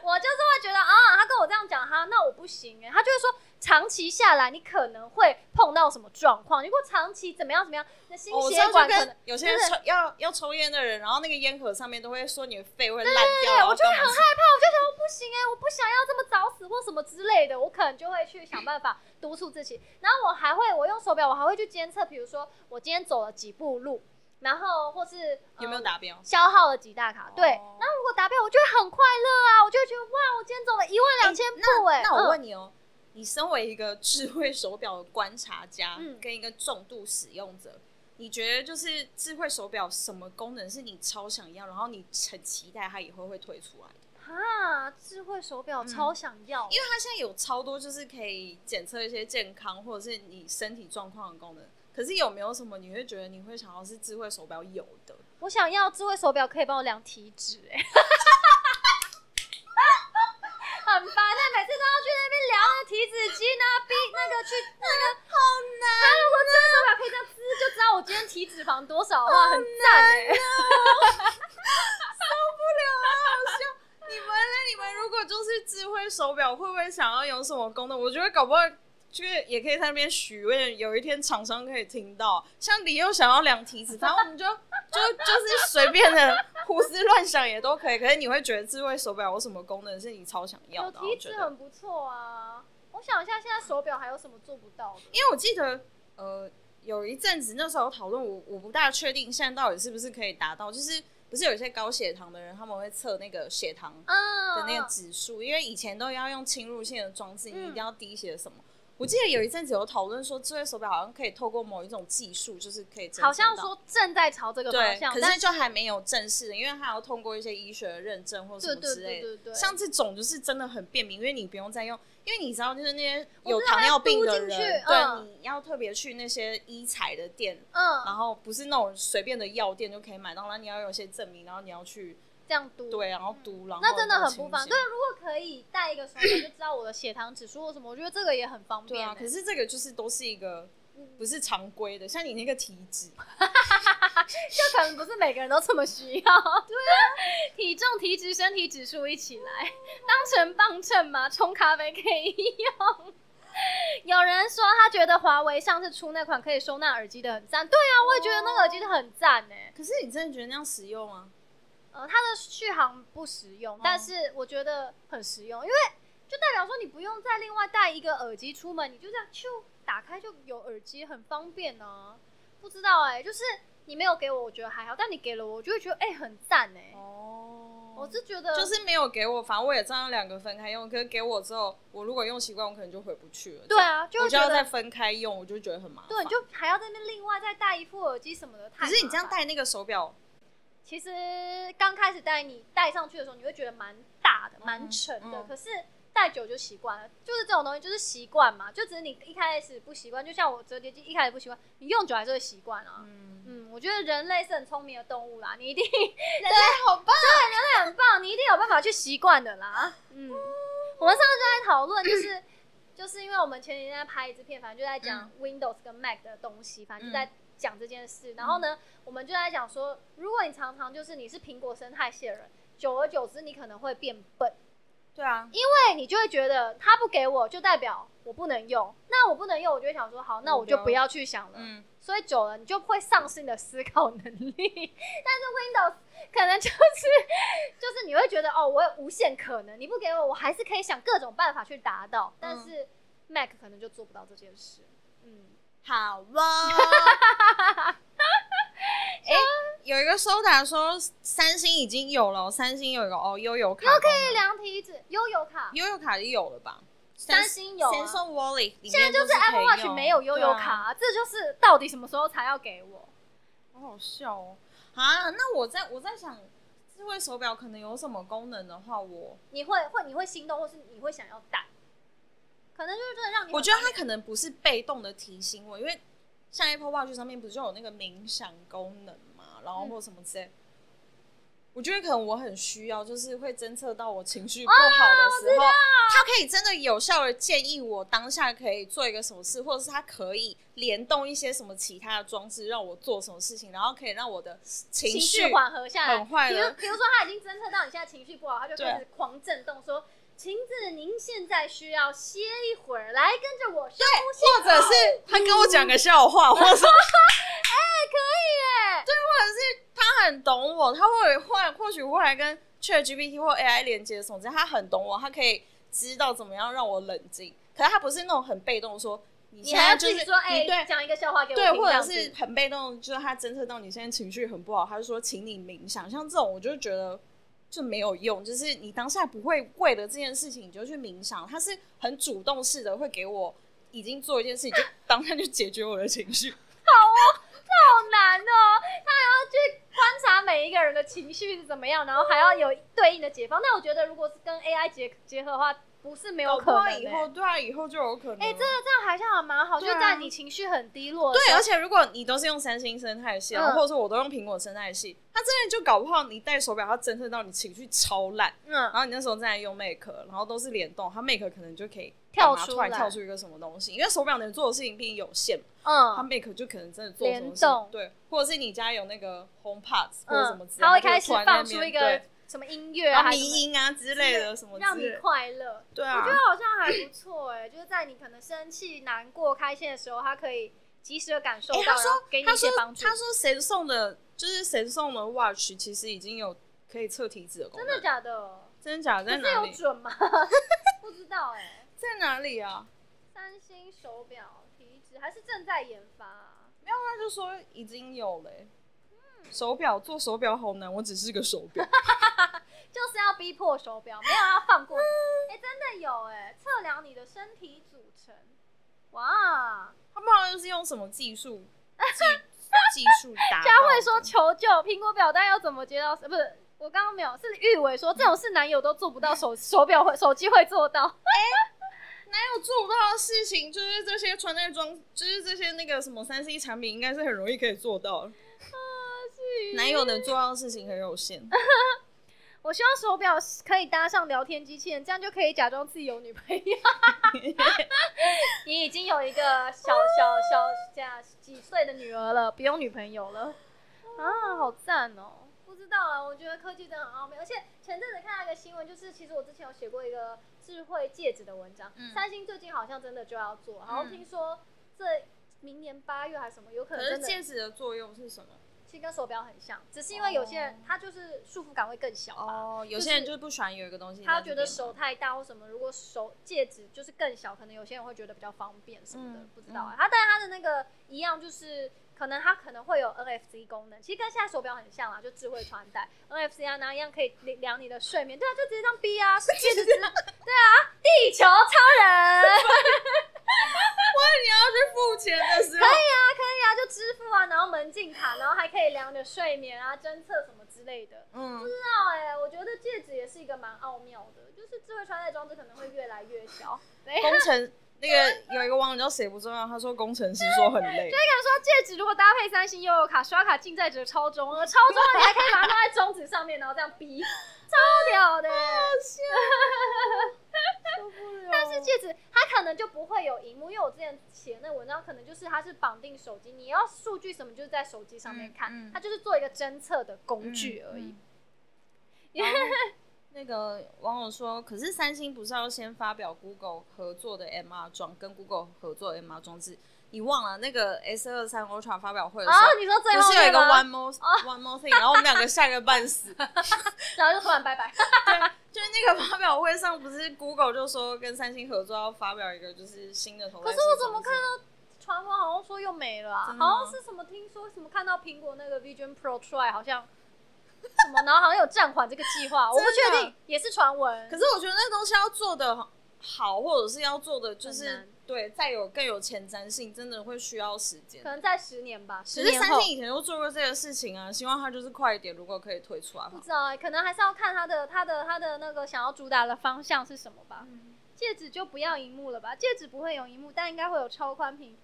Speaker 1: 我就是会觉得啊，他跟我这样讲，哈，那我不行哎。他就会说，长期下来你可能会碰到什么状况，如果长期怎么样怎么样，你的心
Speaker 2: 哦我知
Speaker 1: 血
Speaker 2: 道
Speaker 1: 管
Speaker 2: 就
Speaker 1: 可
Speaker 2: 跟
Speaker 1: 能。啊
Speaker 2: 有些人
Speaker 1: 真
Speaker 2: 抽要要抽烟的人，然后那个烟盒上面都会说你的肺会烂掉，
Speaker 1: 对，
Speaker 2: 然
Speaker 1: 我
Speaker 2: 后
Speaker 1: 就会很
Speaker 2: 干
Speaker 1: 害
Speaker 2: 嘛
Speaker 1: 怕，我就想我不行哎、我不想要这么早死或什么之类的，我可能就会去想办法督促自己。然后我还会，我用手表，我还会去监测，比如说我今天走了几步路，然后或是、
Speaker 2: 有没有
Speaker 1: 嗯
Speaker 2: 达标？
Speaker 1: 消耗了几大卡，对。
Speaker 2: 哦
Speaker 1: 然后如果达标，我就会很快乐啊，我就会觉得哇，我今天走了一万两千步哎、
Speaker 2: 那我
Speaker 1: 嗯，
Speaker 2: 问你哦，你身为一个智慧手表的观察家，
Speaker 1: 嗯
Speaker 2: 跟一个重度使用者，你觉得就是智慧手表什么功能是你超想要，然后你很期待它以后会推出来的？
Speaker 1: 啊，智慧手
Speaker 2: 嗯
Speaker 1: 表超想要，
Speaker 2: 因为它现在有超多就是可以检测一些健康或者是你身体状况的功能。可是有没有什么你会觉得你会想要是智慧手表有的？
Speaker 1: 我想要智慧手表可以帮我量体脂 哎、很烦，但每次都要去那边量那个体脂机呢，逼那个去那 个好难。
Speaker 2: 啊
Speaker 1: 他如果智慧手表可以这样撕，就知道我今天体脂肪多少的话，很赞哎、
Speaker 2: 啊你们呢？你们如果就是智慧手表，会不会想要有什么功能？我觉得搞不好就是也可以在那边许愿，有一天厂商可以听到。像你又想要量体脂，反正我们就 就就是随便的胡思乱想也都可以。可是你会觉得智慧手表有什么功能是你超想要
Speaker 1: 有
Speaker 2: 的啊？我
Speaker 1: 体
Speaker 2: 觉
Speaker 1: 脂
Speaker 2: 得，
Speaker 1: 很不错啊。我想一下，现在手表还有什么做不到的？
Speaker 2: 因为我记得呃有一阵子那时候讨论，我我不大确定现在到底是不是可以达到，就是不是有一些高血糖的人他们会测那个血糖
Speaker 1: 嗯
Speaker 2: 的那个
Speaker 1: 嗯
Speaker 2: 指数，因为以前都要用侵入性的装置，你一
Speaker 1: 嗯
Speaker 2: 定要滴血什么。我记得有一阵子有讨论说，智慧手表好像可以透过某一种技术，就是可以侦测到
Speaker 1: 好像说正在朝这个方
Speaker 2: 对，
Speaker 1: 向，
Speaker 2: 可
Speaker 1: 但
Speaker 2: 是就还没有正式的，因为它要通过一些医学的认证或什
Speaker 1: 对
Speaker 2: 么
Speaker 1: 对
Speaker 2: 之
Speaker 1: 对
Speaker 2: 类的。
Speaker 1: 对对，
Speaker 2: 像这种就是真的很便民，因为你不用再用，因为你知道就是那些
Speaker 1: 我
Speaker 2: 有
Speaker 1: 知道
Speaker 2: 糖
Speaker 1: 它
Speaker 2: 尿病
Speaker 1: 嘟
Speaker 2: 的
Speaker 1: 进去
Speaker 2: 人，对，
Speaker 1: 嗯
Speaker 2: 你要特别去那些医材的店，然
Speaker 1: 嗯
Speaker 2: 后不是那种随便的药店就可以买到，然后你要有一些证明，然后你要去
Speaker 1: 这样读。
Speaker 2: 对，然后读，然后
Speaker 1: 那真的很不
Speaker 2: 方
Speaker 1: 方便。
Speaker 2: 便。
Speaker 1: 对，如果可以带一个手表，就知道我的血糖指数或什么，我觉得这个也很方
Speaker 2: 对
Speaker 1: 便
Speaker 2: 啊，
Speaker 1: 欸。
Speaker 2: 可是这个就是都是一个
Speaker 1: 嗯
Speaker 2: 不是常规的，像你那个体脂，
Speaker 1: 就可能不是每个人都这么 需要。对啊，体重、体脂、身体指数一起来， 当成磅秤嘛，冲咖啡可以用。有人说他觉得华为上次出那款可以收纳耳机的很赞，对啊，我也觉得那个耳机的很赞呢、
Speaker 2: 可是你真的觉得那样实用吗？
Speaker 1: 呃，它的续航不实用，
Speaker 2: 哦
Speaker 1: 但是我觉得很实用，因为就代表说你不用再另外带一个耳机出门，你就这样咻打开就有耳机，很方便呢、不知道哎、就是你没有给我，我觉得还好，但你给了我，我就会觉得哎、很赞哎、
Speaker 2: 哦
Speaker 1: 我是觉得
Speaker 2: 就是没有给我，反正我也照样两个分开用。可是给我之后，我如果用习惯，我可能就回不去了。
Speaker 1: 对啊，就
Speaker 2: 我
Speaker 1: 会
Speaker 2: 就
Speaker 1: 觉
Speaker 2: 要
Speaker 1: 得
Speaker 2: 再分开用，我就觉得很麻烦。
Speaker 1: 对，你就还要在那边另外再戴一副耳机什么的，太
Speaker 2: 可是你
Speaker 1: 麻
Speaker 2: 这样
Speaker 1: 烦
Speaker 2: 戴那个手表，
Speaker 1: 其实刚开始戴你戴上去的时候，你会觉得蛮大的、蛮沉的，
Speaker 2: 嗯
Speaker 1: 可是戴久就习惯了。就是这种东西就是习惯嘛，就只是你一开始不习惯，就像我折叠机一开始不习惯，你用久还是会习惯啊。
Speaker 2: 嗯，
Speaker 1: 嗯，我觉得人类是很聪明的动物啦，你一定啊
Speaker 2: 好棒。
Speaker 1: 很棒，你一定有办法去习惯的啦。嗯，我们上次就在讨论，就是 就是因为我们前几天在拍一支片，反正就在讲
Speaker 2: 嗯
Speaker 1: Windows 跟 Mac 的东西，反正就在讲这件事。然后
Speaker 2: 嗯
Speaker 1: 呢，我们就在讲说，如果你常常就是你是苹果生态系的人，久而久之你可能会变笨，
Speaker 2: 对啊，
Speaker 1: 对你就会觉得他不给我就代表我不能用，那我不能用，我就会想说好，那我
Speaker 2: 啊
Speaker 1: 就不要去想了。
Speaker 2: 嗯，
Speaker 1: 所以久了，你就会丧失你的思考能力。 但是 Windows 可能就是 就是你会觉得哦，我有无限可能，你不给我，我还是可以想各种办法去达
Speaker 2: 嗯
Speaker 1: 到。但是 Mac 可能就做不到这件事。嗯，
Speaker 2: 好 哦。哎，有一个收打说三星已经有了，三星有一个哦悠游卡功能，
Speaker 1: 这两题子悠游卡，
Speaker 2: 悠游卡也有了吧？
Speaker 1: 三星有、啊。
Speaker 2: Samsung Wallet 里面
Speaker 1: 现在就是
Speaker 2: 是
Speaker 1: Apple
Speaker 2: 可以
Speaker 1: Watch
Speaker 2: 用
Speaker 1: 没有悠游
Speaker 2: 对啊
Speaker 1: 卡、这就是到底什么时候才要给我？
Speaker 2: 好好笑哦！啊，那我在我在想，智慧手表可能有什么功能的话，我
Speaker 1: 你会会你会心动，或是你会想要戴？可能就是真的让你
Speaker 2: 我觉得它可能不是被动的提醒我，因为像 Apple Watch 上面不是就有那个冥想功能嘛，然后或什么之类。我觉得可能我很需要，就是会侦测到我情绪不好的时候，它可以真的有效的建议我当下可以做一个什么事，或者是它可以联动一些什么其他的装置让我做什么事情，然后可以让我的情
Speaker 1: 情
Speaker 2: 绪
Speaker 1: 绪缓和下来，
Speaker 2: 很坏
Speaker 1: 比
Speaker 2: 了
Speaker 1: 如比如说，他已经侦测到你现在情绪不好，他就开始狂震动说。晴子，您现在需要歇一会儿，来跟着我深呼吸。
Speaker 2: 或者是他跟我讲个笑话，或者是
Speaker 1: 耶
Speaker 2: 他很懂我，他会会或许会来跟 Chat GPT 或 AI 连接什么之类，他很懂我，他可以知道怎么样让我冷静。可是他不是那种很被动说，你
Speaker 1: 你
Speaker 2: 现
Speaker 1: 还
Speaker 2: 在
Speaker 1: 要
Speaker 2: 就
Speaker 1: 自
Speaker 2: 是
Speaker 1: 己说，哎
Speaker 2: 你对，
Speaker 1: 讲一个笑话给我
Speaker 2: 对，
Speaker 1: 听，
Speaker 2: 或
Speaker 1: 这
Speaker 2: 者
Speaker 1: 样子
Speaker 2: 是很被动，就是他侦测到你现在情绪很不好，他就说请你冥想，像这种我就觉得就没有用，就是你当下不会为了这件事情你就去冥想，他是很主动式的会给我已经做一件事情，就当下就解决我的情绪。
Speaker 1: 好难哦。他还要去观察每一个人的情绪是怎么样，然后还要有对应的解放。那我觉得，如果是跟 AI 结结合的话，不是没有
Speaker 2: 搞
Speaker 1: 可
Speaker 2: 不
Speaker 1: 能
Speaker 2: 好
Speaker 1: 的。
Speaker 2: 以后对啊，以后就有可能。
Speaker 1: 哎、真的这样还像还蛮好，就
Speaker 2: 对啊
Speaker 1: 是在你情绪很低落的时
Speaker 2: 对，啊
Speaker 1: 候，
Speaker 2: 而且如果你都是用三星生态系，然
Speaker 1: 嗯
Speaker 2: 后或者说我都用苹果生态系，它真的就搞不好你戴手表，它侦测到你情绪超烂，
Speaker 1: 嗯
Speaker 2: 然后你那时候正在用 Make，然后都是联动，它 Make 可能就可以
Speaker 1: 跳
Speaker 2: 干嘛
Speaker 1: 出
Speaker 2: 突然
Speaker 1: 来
Speaker 2: 跳出一个什么东西，因为手表能做的事情毕竟有限嘛，
Speaker 1: 嗯，
Speaker 2: 它 Make 就可能真的做什么
Speaker 1: 联
Speaker 2: 事情
Speaker 1: 动，
Speaker 2: 对，或者是你家有那个 HomePod 或者什么
Speaker 1: 嗯，
Speaker 2: 之类的，
Speaker 1: 他会
Speaker 2: 就
Speaker 1: 开始
Speaker 2: 突然在
Speaker 1: 放
Speaker 2: 那
Speaker 1: 出
Speaker 2: 边
Speaker 1: 一个
Speaker 2: 对
Speaker 1: 什么音乐
Speaker 2: 然
Speaker 1: 啊，
Speaker 2: 后
Speaker 1: 还是
Speaker 2: 迷
Speaker 1: 什么
Speaker 2: 音啊之类的什么
Speaker 1: 让
Speaker 2: 之
Speaker 1: 你
Speaker 2: 类的，
Speaker 1: 快乐。
Speaker 2: 对
Speaker 1: 我
Speaker 2: 啊
Speaker 1: 觉，得好像还不错哎、就是在你可能生气、难过、开心的时候，他可以及时的感受到，
Speaker 2: 欸他说
Speaker 1: 然后给你
Speaker 2: 他
Speaker 1: 一些
Speaker 2: 说
Speaker 1: 帮助
Speaker 2: 他。说神送的，就是神送的 Watch 其实已经有可以测体脂的功
Speaker 1: 真
Speaker 2: 能，
Speaker 1: 的假的？
Speaker 2: 真的假的？
Speaker 1: 可
Speaker 2: 在
Speaker 1: 是
Speaker 2: 哪
Speaker 1: 有
Speaker 2: 里？
Speaker 1: 准吗？ 不知道哎、
Speaker 2: 在哪里啊？
Speaker 1: 三星手表体脂还是正在研发啊、
Speaker 2: 他就说已经有了欸、手表做手表好难，我只是个手 表。
Speaker 1: 就是要逼迫手表，没有要放过 你。哎、真的有哎、测量你的身体组成，哇！
Speaker 2: 他不知道就是用什么技术 技技术达到的。
Speaker 1: 佳慧说求救，苹果表单要怎么接到？呃不是，我刚刚没有，是玉伟说这种事男友都做不到，手手表会手机会做到。
Speaker 2: 哪有做不到的事情？就是这些穿戴装，就是这些那个什么三 C 产品，应该是很容易可以做到的。 男友能做到的事情很有 限。
Speaker 1: 我希望手表可以搭上聊天机器人，这样就可以假装自己有女朋 友。你已经有一个小小小这样几岁的女儿了，不用女朋友了啊，好赞哦！不知道啊，我觉得科技真的很奥妙，而且前阵子看到一个新闻，就是其实我之前有写过一个智慧戒指的文章，
Speaker 2: 嗯
Speaker 1: 三星最近好像真的就要做，然后
Speaker 2: 嗯
Speaker 1: 听说这明年八月还是什么，有可
Speaker 2: 可
Speaker 1: 能
Speaker 2: 是
Speaker 1: 真的
Speaker 2: 戒指的作用是什么？
Speaker 1: 其其实跟手表很像，只是因为有些人他就是束缚感会更小吧。
Speaker 2: 哦，有些人就是不喜欢有一个东西在
Speaker 1: 他
Speaker 2: 这边
Speaker 1: 觉
Speaker 2: 嘛，
Speaker 1: 得手太大或什么，如果手戒指就是更小，可能有些人会觉得比较方便什么的，
Speaker 2: 嗯
Speaker 1: 不知道啊。他但是他的那个一样就是，可能他可能会有 NFC 功能，其实跟现在手表很像啊啦，就智慧穿戴 NFC 啊，然后一样可以量量你的睡眠，对啊，就直接这样逼 啊，戒指直对啊，地球超人。
Speaker 2: 你要去付钱的时
Speaker 1: 可以
Speaker 2: 候，
Speaker 1: 啊，可以啊，就支付啊，然后门禁卡，然后还可以量你的睡眠啊，侦测什么之类的。
Speaker 2: 嗯，
Speaker 1: 不知道哎、我觉得戒指也是一个蛮奥妙的，就是智慧穿戴装置可能会越来越小。 没有
Speaker 2: 工程那个有一个网友叫谁不重要，他说工程师说 很累，
Speaker 1: 说戒指如果搭配三星悠游卡刷卡，近在咫超中了，超中了你还可以把它弄在中指上面，然后这样 逼，超屌的、
Speaker 2: 啊但是
Speaker 1: 戒指它可能就不会有荧幕，因为我之前写那文章，可能就是它是绑定手机，你要数据什么就是在手机上面看，
Speaker 2: 嗯嗯
Speaker 1: 它就是做一个侦测的工具而已。
Speaker 2: 然后那个网友说，可是三星不是要先发表 Google 合作的 MR 装，跟 Google 合作的 MR 装置？你忘了那个 S 二三 Ultra 发表会的时候，
Speaker 1: 哦，你说最
Speaker 2: 不
Speaker 1: 后
Speaker 2: 是有一
Speaker 1: 面
Speaker 2: 个
Speaker 1: 吗啊
Speaker 2: One More One More Thing，然后我们两个吓个 半死。
Speaker 1: 然后就突然拜拜。
Speaker 2: 就是那个发表会上，不是 Google 就说跟三星合作要发表一个就是新的头戴
Speaker 1: 可
Speaker 2: 式
Speaker 1: 是
Speaker 2: 装置。
Speaker 1: 我怎么看到传闻好像说又没了、啊
Speaker 2: 真，的吗
Speaker 1: 好像是什么听说什么看到苹果那个 Vision Pro 出来，好像什么，然后好像有暂缓这个计 划，我不
Speaker 2: 真
Speaker 1: 确
Speaker 2: 的
Speaker 1: 定，也是传闻。
Speaker 2: 可是我觉得那东西要做的好，或者是要做的就
Speaker 1: 很难
Speaker 2: 是对，再有更有前瞻性，真的会需要时间
Speaker 1: 可。能在十年吧，
Speaker 2: 只
Speaker 1: 十
Speaker 2: 是
Speaker 1: 年
Speaker 2: 三
Speaker 1: 后
Speaker 2: 星以前就做过这个事情啊，希望它就是快一点，如果可以推出来的
Speaker 1: 不
Speaker 2: 话。
Speaker 1: 知道、欸，可能还是要看他的他的他的那个想要主打的方向是什么吧。
Speaker 2: 嗯
Speaker 1: 戒指就不要荧幕了吧，戒指不会有荧幕，但应该会有超宽屏，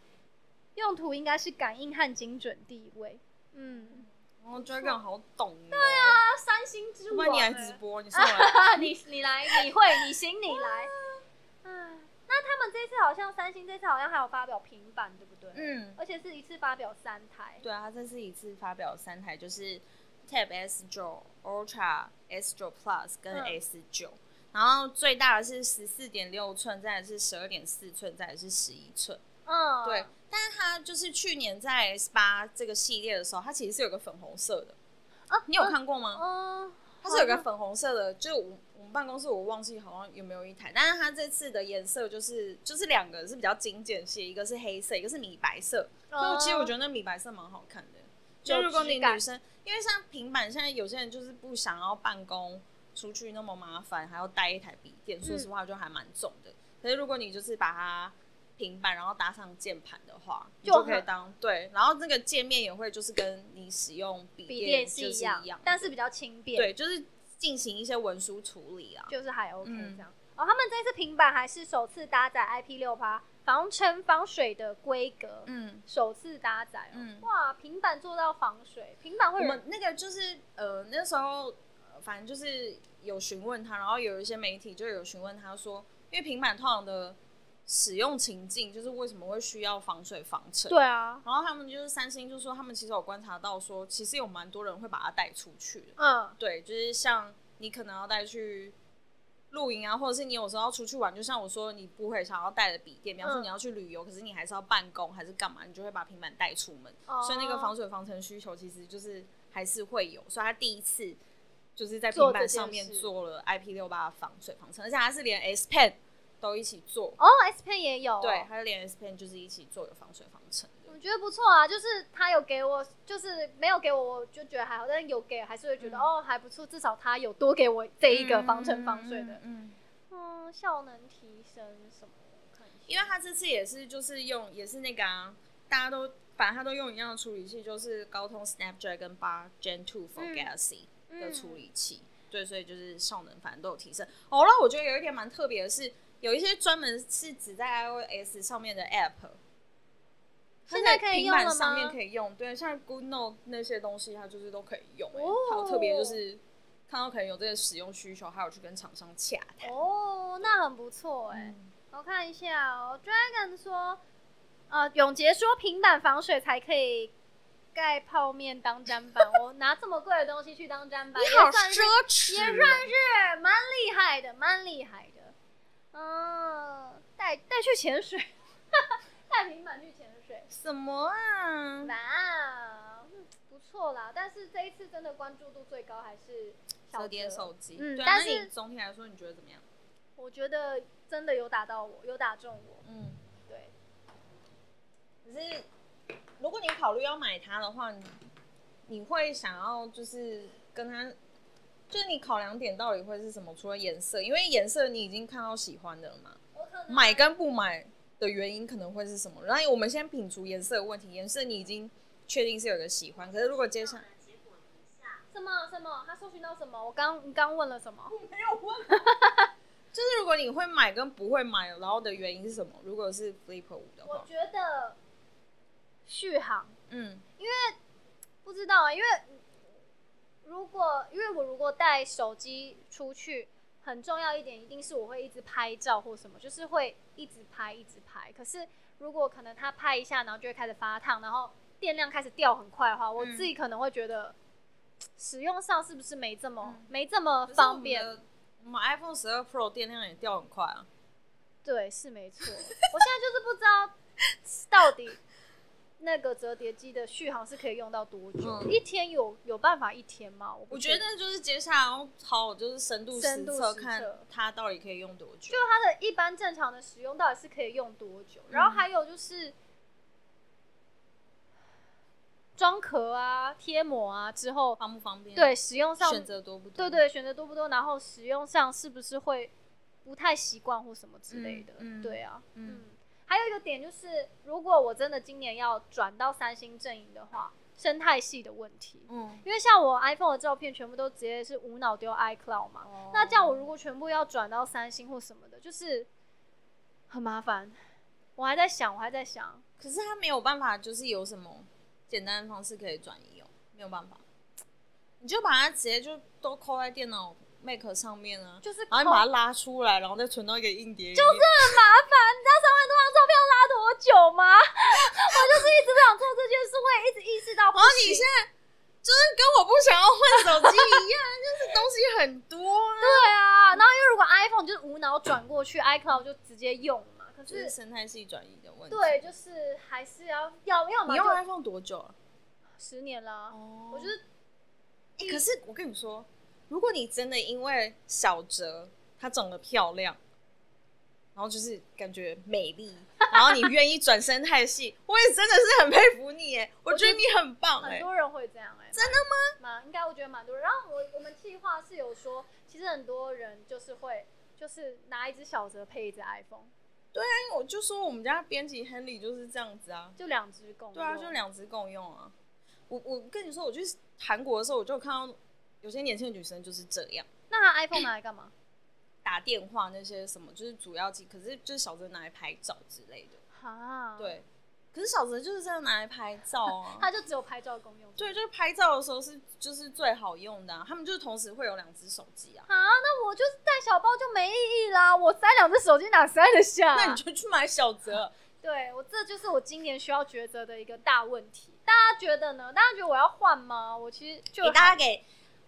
Speaker 1: 用途应该是感应和精准定位。嗯，
Speaker 2: 然后就会更好懂、
Speaker 1: 哦
Speaker 2: 对啊，
Speaker 1: 那三星之
Speaker 2: 要不
Speaker 1: 王、
Speaker 2: 然你
Speaker 1: 欸，
Speaker 2: 来直播，你上来。
Speaker 1: 啊， 你你来，你会，你行，你来。唉那他们这次好像三星这次好像还有发表平板，对不对？。
Speaker 2: 嗯，
Speaker 1: 而且是一次发表三台。
Speaker 2: 对啊，它这次一次发表三台，就是 Tab S 九、Ultra S 九 Plus 跟
Speaker 1: 嗯
Speaker 2: S 九、然后最大的是十四点六寸，再来是十二点四寸，再来是十一寸。
Speaker 1: 嗯，
Speaker 2: 对，但是它就是去年在 SPA 这个系列的时候，它其实是有个粉红色的。
Speaker 1: 啊
Speaker 2: 你有看过吗？
Speaker 1: 嗯，
Speaker 2: 它是有个粉红色的，就我我们办公室我忘记好像有没有一台，但是它这次的颜色就是就是两个是比较精简系，一个是黑色，一个是米白色。所以其实我觉
Speaker 1: 得
Speaker 2: 得那米白色蛮好看的。
Speaker 1: 哦有
Speaker 2: 就如果你
Speaker 1: 质感
Speaker 2: 女生，因为像平板现在有些人就是不想要办公出去那么麻烦，还要带一台笔电，说
Speaker 1: 嗯
Speaker 2: 实话就还蛮重的。可是如果你就是把它平板然后搭上键盘的话，你
Speaker 1: 就
Speaker 2: 就可以
Speaker 1: 很
Speaker 2: 当对，然后那个界面也会就是跟你使用笔
Speaker 1: 笔电
Speaker 2: 就是
Speaker 1: 一
Speaker 2: 一
Speaker 1: 样，
Speaker 2: 样，
Speaker 1: 但是比较轻便，，
Speaker 2: 对，就是进行一些文书处理啊。
Speaker 1: 就是还 OK
Speaker 2: 嗯
Speaker 1: 这样。哦，他们这次平板还是首次搭载 IP 六八防尘防水的规格，
Speaker 2: 嗯，
Speaker 1: 首次搭载哦。
Speaker 2: 嗯
Speaker 1: 哇，平板做到防水，平板
Speaker 2: 我
Speaker 1: 会有
Speaker 2: 们那个就是呃那时候、呃反正就是有询问他，然后有一些媒体就有询问他说，因为平板通常的使用情境就是为什么会需要防水防尘？。
Speaker 1: 对啊，
Speaker 2: 然后他们就是三星就说，他们其实有观察到说，其实有蛮多人会把它带出去的。
Speaker 1: 嗯，
Speaker 2: 对，就是像你可能要带去露营啊，或者是你有时候要出去玩，就像我说，你不会想要带着笔电，比方说
Speaker 1: 嗯
Speaker 2: 你要去旅游，可是你还是要办公还是干嘛，你就会把平板带出门，所以那个
Speaker 1: 哦
Speaker 2: 防水防尘需求其实就是还是会有，所以他第一次。就是在
Speaker 1: 做
Speaker 2: 平板
Speaker 1: 这件
Speaker 2: 上面
Speaker 1: 事
Speaker 2: 做了 IP 六八防水防尘，而且它是连 S Pen 都一起做，
Speaker 1: 哦，S Pen 也有哦，
Speaker 2: 对，它是连 S Pen 就是一起做有防水防尘的。
Speaker 1: 我觉得不错啊，就是他有给我，就是没有给我，我就觉得还好，但是有给还是会觉得、
Speaker 2: 嗯
Speaker 1: 哦还不错，至少他有多给我这一个防尘防水的，
Speaker 2: 嗯，
Speaker 1: 嗯效能提升什么的，我看一下
Speaker 2: 因为他这次也是就是用也是那个啊，大家都反正他都用一样的处理器，就是高通 Snapdragon 八 Gen Two for
Speaker 1: 嗯
Speaker 2: Galaxy 的处。
Speaker 1: 嗯
Speaker 2: 理器。对，所以就是效能反正都有提升。哦，那我觉得有一点蛮特别的是，有一些专门是只在 iOS 上面的 App，
Speaker 1: 现在可以用
Speaker 2: 它
Speaker 1: 了
Speaker 2: 在平板上面
Speaker 1: 吗
Speaker 2: 可？以用，对，像 Good Note 那些东西，它就是都可以用、欸。
Speaker 1: 哦
Speaker 2: 它有特别就是看到可能有这个使用需求，还有去跟厂商洽谈。
Speaker 1: 哦，那很不错哎、
Speaker 2: 嗯
Speaker 1: 我看一下哦，Dragon 说，呃，永杰说平板防水才可以盖泡面当砧板，我拿这么贵的东西去当砧板，
Speaker 2: 你
Speaker 1: 也
Speaker 2: 好
Speaker 1: 算是
Speaker 2: 奢侈，
Speaker 1: 也算是蛮厉害的，蛮厉害的。嗯，带带去潜水， 带平板去潜水，
Speaker 2: 什么
Speaker 1: 哇
Speaker 2: 啊？
Speaker 1: 哦，嗯不错啦，但是这一次真的关注度最高还是小
Speaker 2: 折叠
Speaker 1: 泽
Speaker 2: 手机，
Speaker 1: 嗯
Speaker 2: 对啊，
Speaker 1: 但
Speaker 2: 那你
Speaker 1: 是
Speaker 2: 总体来说你觉得怎么样？
Speaker 1: 我觉得真的有打到我，有打中我。
Speaker 2: 嗯，
Speaker 1: 对，
Speaker 2: 可是如果你考虑要买它的话，你你会想要就是跟它，就是你考量点到底会是什么？除了颜色，因为颜色你已经看到喜欢的了嘛，
Speaker 1: 我可能
Speaker 2: 买跟不买的原因可能会是什么？然后我们先摒除颜色的问题，颜色你已经确定是有一个喜欢，可是如果接下来
Speaker 1: 什么什么，他搜寻到什么？我刚你刚问了什么？
Speaker 2: 就是如果你会买跟不会买，然后的原因是什么？如果是 Flip 五的
Speaker 1: 我
Speaker 2: 话，
Speaker 1: 觉得续航
Speaker 2: 嗯
Speaker 1: 不知道啊，因为如果因为我如果带手机出去，很重要一点一定是我会一直拍照或什么，就是会一直拍一直拍。可是如果可能它拍一下，然后就会开始发烫，然后电量开始掉很快的话，我
Speaker 2: 嗯
Speaker 1: 自己可能会觉得。使用上是不是没这么、
Speaker 2: 嗯
Speaker 1: 没这么
Speaker 2: 可是
Speaker 1: 方便？
Speaker 2: 我们的我们 iPhone 十二 Pro 电量也掉很快啊。
Speaker 1: 对，是没错。我现在就是不知道到底那个折叠机的续航是可以用到多久，
Speaker 2: 嗯
Speaker 1: 一天有有办法一天吗？我不
Speaker 2: 我
Speaker 1: 确
Speaker 2: 觉
Speaker 1: 定
Speaker 2: 得就是接下来要好，就是深度
Speaker 1: 深
Speaker 2: 实
Speaker 1: 度
Speaker 2: 测
Speaker 1: 实
Speaker 2: 看
Speaker 1: 测
Speaker 2: 它到底可以用多久。
Speaker 1: 它的一般正常的使用到底是可以用多久？
Speaker 2: 嗯
Speaker 1: 然后还有就是装壳啊、贴膜啊之后，
Speaker 2: 方不方便？
Speaker 1: 对，使用上
Speaker 2: 哦选择多不多？
Speaker 1: 对对选择多不多，然后使用上是不是会不太习惯或什么之类的？
Speaker 2: 嗯嗯
Speaker 1: 对啊，
Speaker 2: 嗯
Speaker 1: 嗯。还有一个点就是，如果我真的今年要转到三星阵营的话，生态系的问题，
Speaker 2: 嗯，
Speaker 1: 因为像我 iPhone 的照片全部都直接是无脑丢 iCloud 嘛，
Speaker 2: 哦
Speaker 1: 那这样我如果全部要转到三星或什么的，就是很麻烦。我还在想，我还在想，
Speaker 2: 可是它没有办法，就是有什么简单的方式可以转移哦，没有办法，你就把它直接就都扣在电脑 Mac 上面啊，
Speaker 1: 就是
Speaker 2: 然后你把它
Speaker 1: 扣
Speaker 2: 拉出来，然后再存到一个硬碟，就是
Speaker 1: 麻烦，你知道三万多张照片要拉多久吗？ 我就是一直不想做这件事，我也一直意识到不
Speaker 2: 然后
Speaker 1: 行
Speaker 2: 哦你现在就是跟我不想要换手机一样， 就是东西很多啊，
Speaker 1: 对啊，然后因为如果 iPhone 就是无脑转过去，iCloud 就直接用嘛。可
Speaker 2: 就
Speaker 1: 是
Speaker 2: 是生态系转移的问题。
Speaker 1: 对，，就是还是要要要么
Speaker 2: 你用
Speaker 1: 就
Speaker 2: iPhone 多久啊了？
Speaker 1: 十年啦。
Speaker 2: 哦
Speaker 1: 我就是
Speaker 2: 欸可是我跟你说，如果你真的因为小哲她长得漂亮，然后就是感觉美 丽，然后你愿意转生态系，我也真的是很佩服你哎，我觉得你很棒
Speaker 1: 很
Speaker 2: 哎。
Speaker 1: 多人会这样哎、真的吗？蛮应该，我觉得蛮多人。然后我我们计划是有说，其实很多人就是会就是拿一只小折配一只 iPhone，
Speaker 2: 但我就说我们家编辑 Henry 就是这样子啊，
Speaker 1: 就两只共用
Speaker 2: 对啊，就两只共用啊。我我跟你说，我去韩国的时候，我就看到有些年轻的女生就是这样。
Speaker 1: 那他 iPhone 拿来干嘛？
Speaker 2: 打电话那些什么，就是主要机，可是就是小哲拿来拍照之类的。
Speaker 1: 哈，，
Speaker 2: 对，可是小哲就是真的拿来拍照啊。
Speaker 1: 哦 他就只有拍照公用。
Speaker 2: 对，就是拍照的时候是就是最好用的、啊，他们就是同时会有两只手机啊。
Speaker 1: 啊，那我就是带小包就没意义啦，我塞两只手机哪塞得下、
Speaker 2: 那你就去买 小泽，
Speaker 1: 对我，这就是我今年需要抉择的一个大问题。大家觉得呢？大家觉得我要换吗？我其实就
Speaker 2: 给大家给，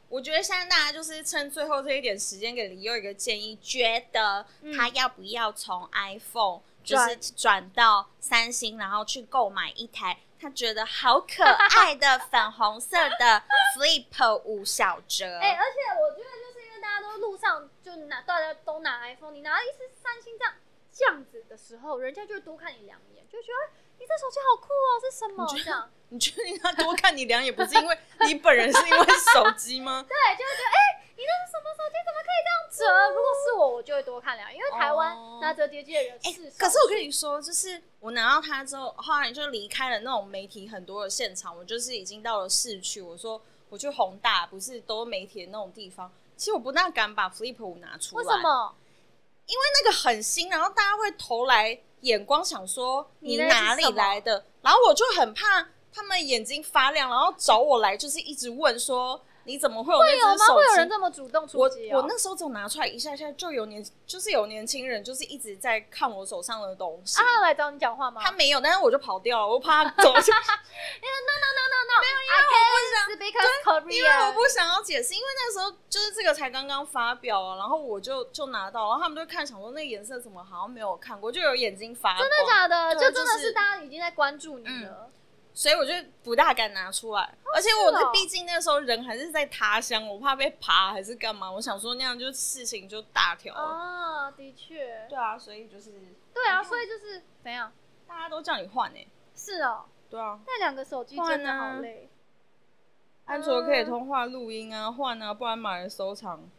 Speaker 2: 我觉得现在大家就是趁最后这一点时间给李佑一个建议，觉得
Speaker 1: 嗯
Speaker 2: 他要不要从 iPhone 就是
Speaker 1: 转
Speaker 2: 转到三星，然后去购买一台他觉得好 可爱的粉红色的 Flip 五小哲。
Speaker 1: 哎、而且我觉得就是因为大家都路上就拿，大家都拿 iPhone，你拿一只三星这样这样子的时候，人家就会多看你两眼，就会觉得哎你这手机好酷哦，是什么
Speaker 2: 你觉得
Speaker 1: 这样？
Speaker 2: 你确定他多看你两眼，不是因为你本人，是因为手机吗？
Speaker 1: 对，就会觉得哎、你那是什么手机？怎么可以这样折？如果是我，我就会多看两眼，因为台
Speaker 2: 啊哦
Speaker 1: 湾拿折叠机的人
Speaker 2: 哎、
Speaker 1: 是少数、
Speaker 2: 可是我跟你说，就是我拿到它之后，后来就离开了那种媒体很多的现场，我就是已经到了市区。我说我去宏大，不是都媒体的那种地方。其实我不大敢把 Flip 五拿出来，
Speaker 1: 为什？么？
Speaker 2: 因为那个很新，然后大家会投来眼光，想说
Speaker 1: 你
Speaker 2: 你
Speaker 1: 那是
Speaker 2: 哪里
Speaker 1: 什么
Speaker 2: 来的？然后我就很怕他们眼睛发亮，然后找我来，就是一直问说你怎么会有
Speaker 1: 会有
Speaker 2: 那只
Speaker 1: 吗？会有
Speaker 2: 手
Speaker 1: 人
Speaker 2: 机？
Speaker 1: 这么主动出
Speaker 2: 我
Speaker 1: 击、哦？
Speaker 2: 我那时候只有拿出来一下下，就有年就是有年轻人就是一直在看我手上的东西。
Speaker 1: 啊，他有来找你讲话吗？
Speaker 2: 他没有，但是我就跑掉了，我怕他走 下去，
Speaker 1: no no no no no，没有，因为我不想 speak
Speaker 2: 因
Speaker 1: Korean，
Speaker 2: 为我不想要解释，因为那时候就是这个才刚刚发表啊，然后我就就拿到，然后他们就看想说那个颜色怎么好像没有看过，就有眼睛发
Speaker 1: 真
Speaker 2: 光，
Speaker 1: 的假的？
Speaker 2: 对
Speaker 1: 就真的
Speaker 2: 就是嗯
Speaker 1: 是大家已经在关注你了。
Speaker 2: 所以我就不大敢拿出来。而且我
Speaker 1: 哦
Speaker 2: 是毕竟那时候人还是在他乡，我怕被爬还是干嘛。我想说那样就事情就大条了。
Speaker 1: 啊，的确，
Speaker 2: 对啊，所以就是
Speaker 1: 对啊，所以就是怎样？
Speaker 2: 大家都叫你换哎、
Speaker 1: 是哦，
Speaker 2: 对啊，
Speaker 1: 那两个手机真的好累。
Speaker 2: 安
Speaker 1: 嗯
Speaker 2: 卓可以通话录音啊，换啊，不然买了收藏。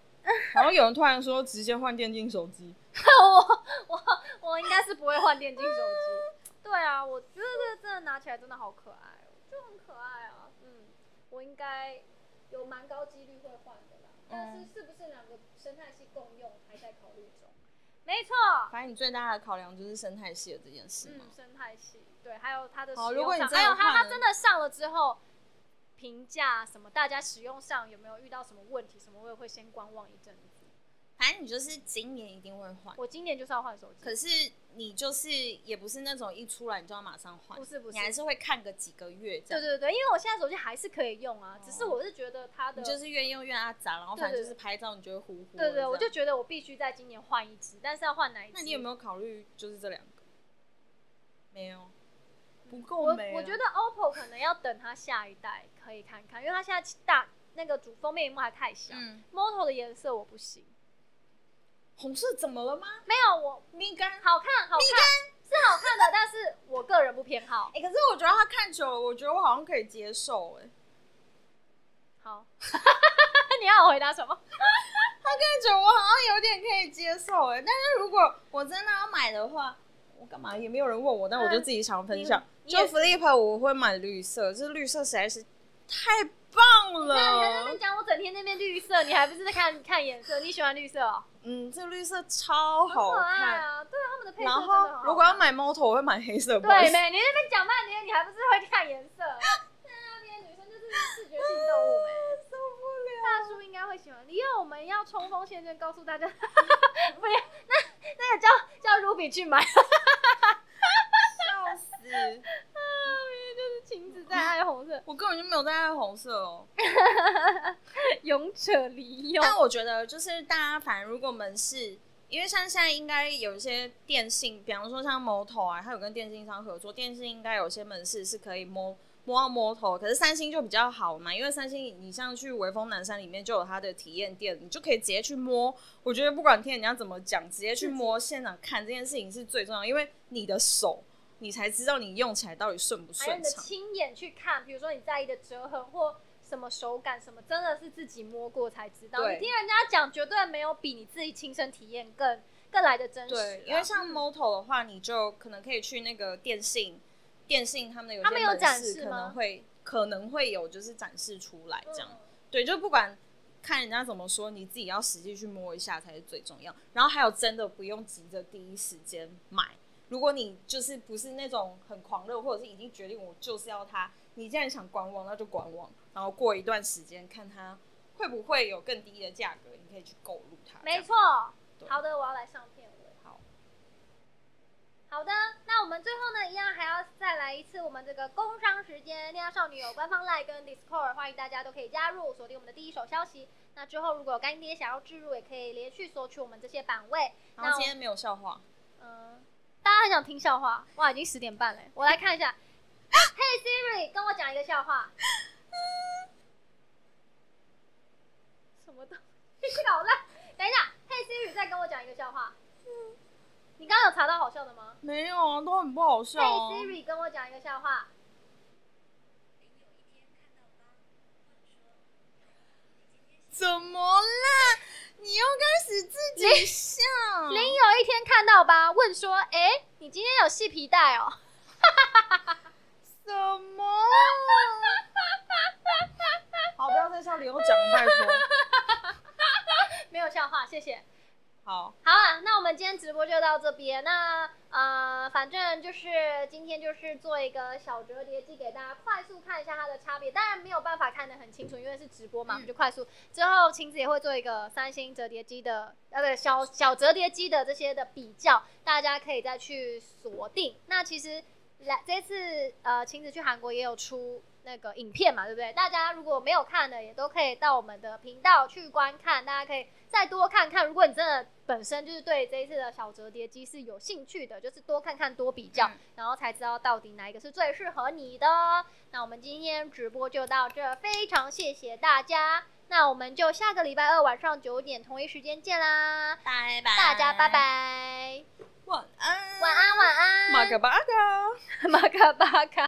Speaker 2: 然后有人突然说直接换电竞手机，
Speaker 1: 我我我应该是不会换电竞手机。 对啊，我觉得这真的拿起来真的好可爱哦，就很可爱啊。嗯，我应该有蛮高几率会换的啦，但是是不是两个生态系共用还在考虑中。没错，
Speaker 2: 反正你最大的考量就是生态系的这件事嘛
Speaker 1: 嗯，。生态系对，还有它的使
Speaker 2: 好如
Speaker 1: 用
Speaker 2: 果你
Speaker 1: 上，
Speaker 2: 真的
Speaker 1: 还有它
Speaker 2: 换
Speaker 1: 它
Speaker 2: 了
Speaker 1: 真的上了之后。评价什么？大家使用上有没有遇到什么问题？什么我也会先观望一阵子。
Speaker 2: 反正你就是今年一定会换，
Speaker 1: 我今年就是要换手机，
Speaker 2: 可是你就是也不是那种一出来你就要马上换
Speaker 1: 不，是不是，
Speaker 2: 你还是会看个几个月这
Speaker 1: 对
Speaker 2: 样。
Speaker 1: 对对，因为我现在手机还是可以用啊，
Speaker 2: 哦
Speaker 1: 只是我是觉得它的，
Speaker 2: 你就是越用越阿杂，然后反正就是拍照你就会呼呼。
Speaker 1: 对对，我
Speaker 2: 这
Speaker 1: 就
Speaker 2: 样
Speaker 1: 觉得我必须在今年换一支，但是要换哪一支？
Speaker 2: 那你有没
Speaker 1: 有？
Speaker 2: 有考虑就是这两个？没有，不
Speaker 1: 我
Speaker 2: 够没啊。
Speaker 1: 我觉得 OPPO 可能要等它下一代可以看看，因为它现在大那个主封面屏幕还太小、
Speaker 2: 嗯，
Speaker 1: m o t o 的颜色我不行，
Speaker 2: 红色怎么了吗？
Speaker 1: 没有我
Speaker 2: 蜜柑
Speaker 1: 好看好看是好看的，但是我个人不偏好。
Speaker 2: 哎、可是我觉得他看久了，我觉得我好像可以接受、哎，
Speaker 1: 好， 你要我回答什么？
Speaker 2: 看久了我好像有点可以接受、哎，但是如果我真的要买的话，我干嘛也没有人问我，但我就自己想分享。
Speaker 1: 你
Speaker 2: 就
Speaker 1: 你嗯也是
Speaker 2: Flip 我会买绿色，这绿色实在是太棒
Speaker 1: 那你还在那边
Speaker 2: 了。
Speaker 1: 讲我整天那边绿色，你还不是在看看颜色？你喜欢绿色哦？
Speaker 2: 嗯，这绿色超
Speaker 1: 很
Speaker 2: 好
Speaker 1: 可爱
Speaker 2: 看。
Speaker 1: 啊！对啊，他们的配色
Speaker 2: 然
Speaker 1: 真的很好
Speaker 2: 后
Speaker 1: 看
Speaker 2: 如果要买 Moto，我会买黑色。不好意
Speaker 1: 对，
Speaker 2: 思
Speaker 1: 妹，你那边讲半天，你还不是会看颜 色？在那边女生就是视觉性动物没。
Speaker 2: 受不
Speaker 1: 大叔应该会喜欢，因为我们要冲锋陷阵，告诉大家， 不要那那个叫叫 Ruby 去买， 啊
Speaker 2: 了，笑死！
Speaker 1: 就是晴子在爱红色，
Speaker 2: 我根本就没有在爱红色哦。
Speaker 1: 勇者离用。
Speaker 2: 但我觉得就是大家，反正如果门市，因为像现在应该有一些电信，比方说像 Moto 啊，它有跟电信商合作，电信应该有些门市是可以摸摸到 Moto，可是三星就比较好嘛，因为三星你像去微风南山里面就有它的体验店，你就可以直接去摸。我觉得不管听人家怎么讲，直接去摸现场看这件事情是最重要，因为你的手。你才知道你用起来到底顺不
Speaker 1: 还有
Speaker 2: 顺
Speaker 1: 你的
Speaker 2: 畅。
Speaker 1: 亲眼去看，比如说你在意的折痕或什么手感什么，真的是自己摸过才知道。你
Speaker 2: 对
Speaker 1: 听人家讲，绝对没有比你自己亲身体验更更来的真实啊、
Speaker 2: 对，因为像
Speaker 1: 嗯
Speaker 2: Moto 的话，你就可能可以去那个电信，电信他们有
Speaker 1: 他
Speaker 2: 些
Speaker 1: 们有
Speaker 2: 门
Speaker 1: 展
Speaker 2: 市
Speaker 1: 示
Speaker 2: 可能
Speaker 1: 吗嗯
Speaker 2: 会可能会有就是展示出来这样。对，就不管看人家怎么说，你自己要实际去摸一下才是最重要。然后还有真的不用急着第一时间买，如果你就是不是那种很狂热，或者是已经决定我就是要它，你既然想观望，那就观望，然后过一段时间看它会不会有更低的价格，你可以去购入它。这
Speaker 1: 没
Speaker 2: 样
Speaker 1: 错。
Speaker 2: 对
Speaker 1: 好的，我要来上片尾。
Speaker 2: 好，
Speaker 1: 好的，那我们最后呢，一样还要再来一次我们这个工商时间。恋爱少女有官方 LINE 跟 Discord，欢迎大家都可以加入，锁定我们的第一手消息。那之后如果有干爹想要置入，也可以连续索取我们这些版位。
Speaker 2: 然
Speaker 1: 那我
Speaker 2: 后今天没有笑话。
Speaker 1: 嗯，大家很想听笑话，哇，已经十点半了，我来看一下。Hey Siri，跟我讲一个笑话。什么东西？ 搞烂！等一下，Hey Siri，再跟我讲一个笑话。你刚刚有查到好笑的吗
Speaker 2: 没有啊，都很不好笑、啊。
Speaker 1: ？Hey Siri，跟我讲一个笑话。
Speaker 2: 怎么啦？你又开始自己笑？
Speaker 1: 林有一天看到吧，问说：“哎、你今天有系皮带哦
Speaker 2: 怎 么啦？好，不要再笑林又讲，拜托。？”
Speaker 1: 没有笑话，谢谢。
Speaker 2: 好，
Speaker 1: 好啊，那我们今天直播就到这边。那呃，反正就是今天就是做一个小折叠机给大家快速看一下它的差别，当然没有办法看得很清楚，因为是直播嘛，我们就快速。之后晴子也会做一个三星折叠机的，呃，不对，小小折叠机的这些的比较，大家可以再去锁定。那其实来这次呃，晴子去韩国也有出那个影片嘛，对不对？大家如果没有看的，也都可以到我们的频道去观看，大家可以再多看看。如果你真的本身就是对这一次的小折叠机是有兴趣的，就是多看看、多比较，
Speaker 2: 嗯
Speaker 1: 然后才知道到底哪一个是最适合你的。那我们今天直播就到这，非常谢谢大家。那我们就下个礼拜二晚上九点同一时间见啦，
Speaker 2: 拜拜，
Speaker 1: 大家拜，拜，
Speaker 2: 晚安，
Speaker 1: 晚，安晚安，
Speaker 2: 马格巴格。
Speaker 1: 马卡巴卡。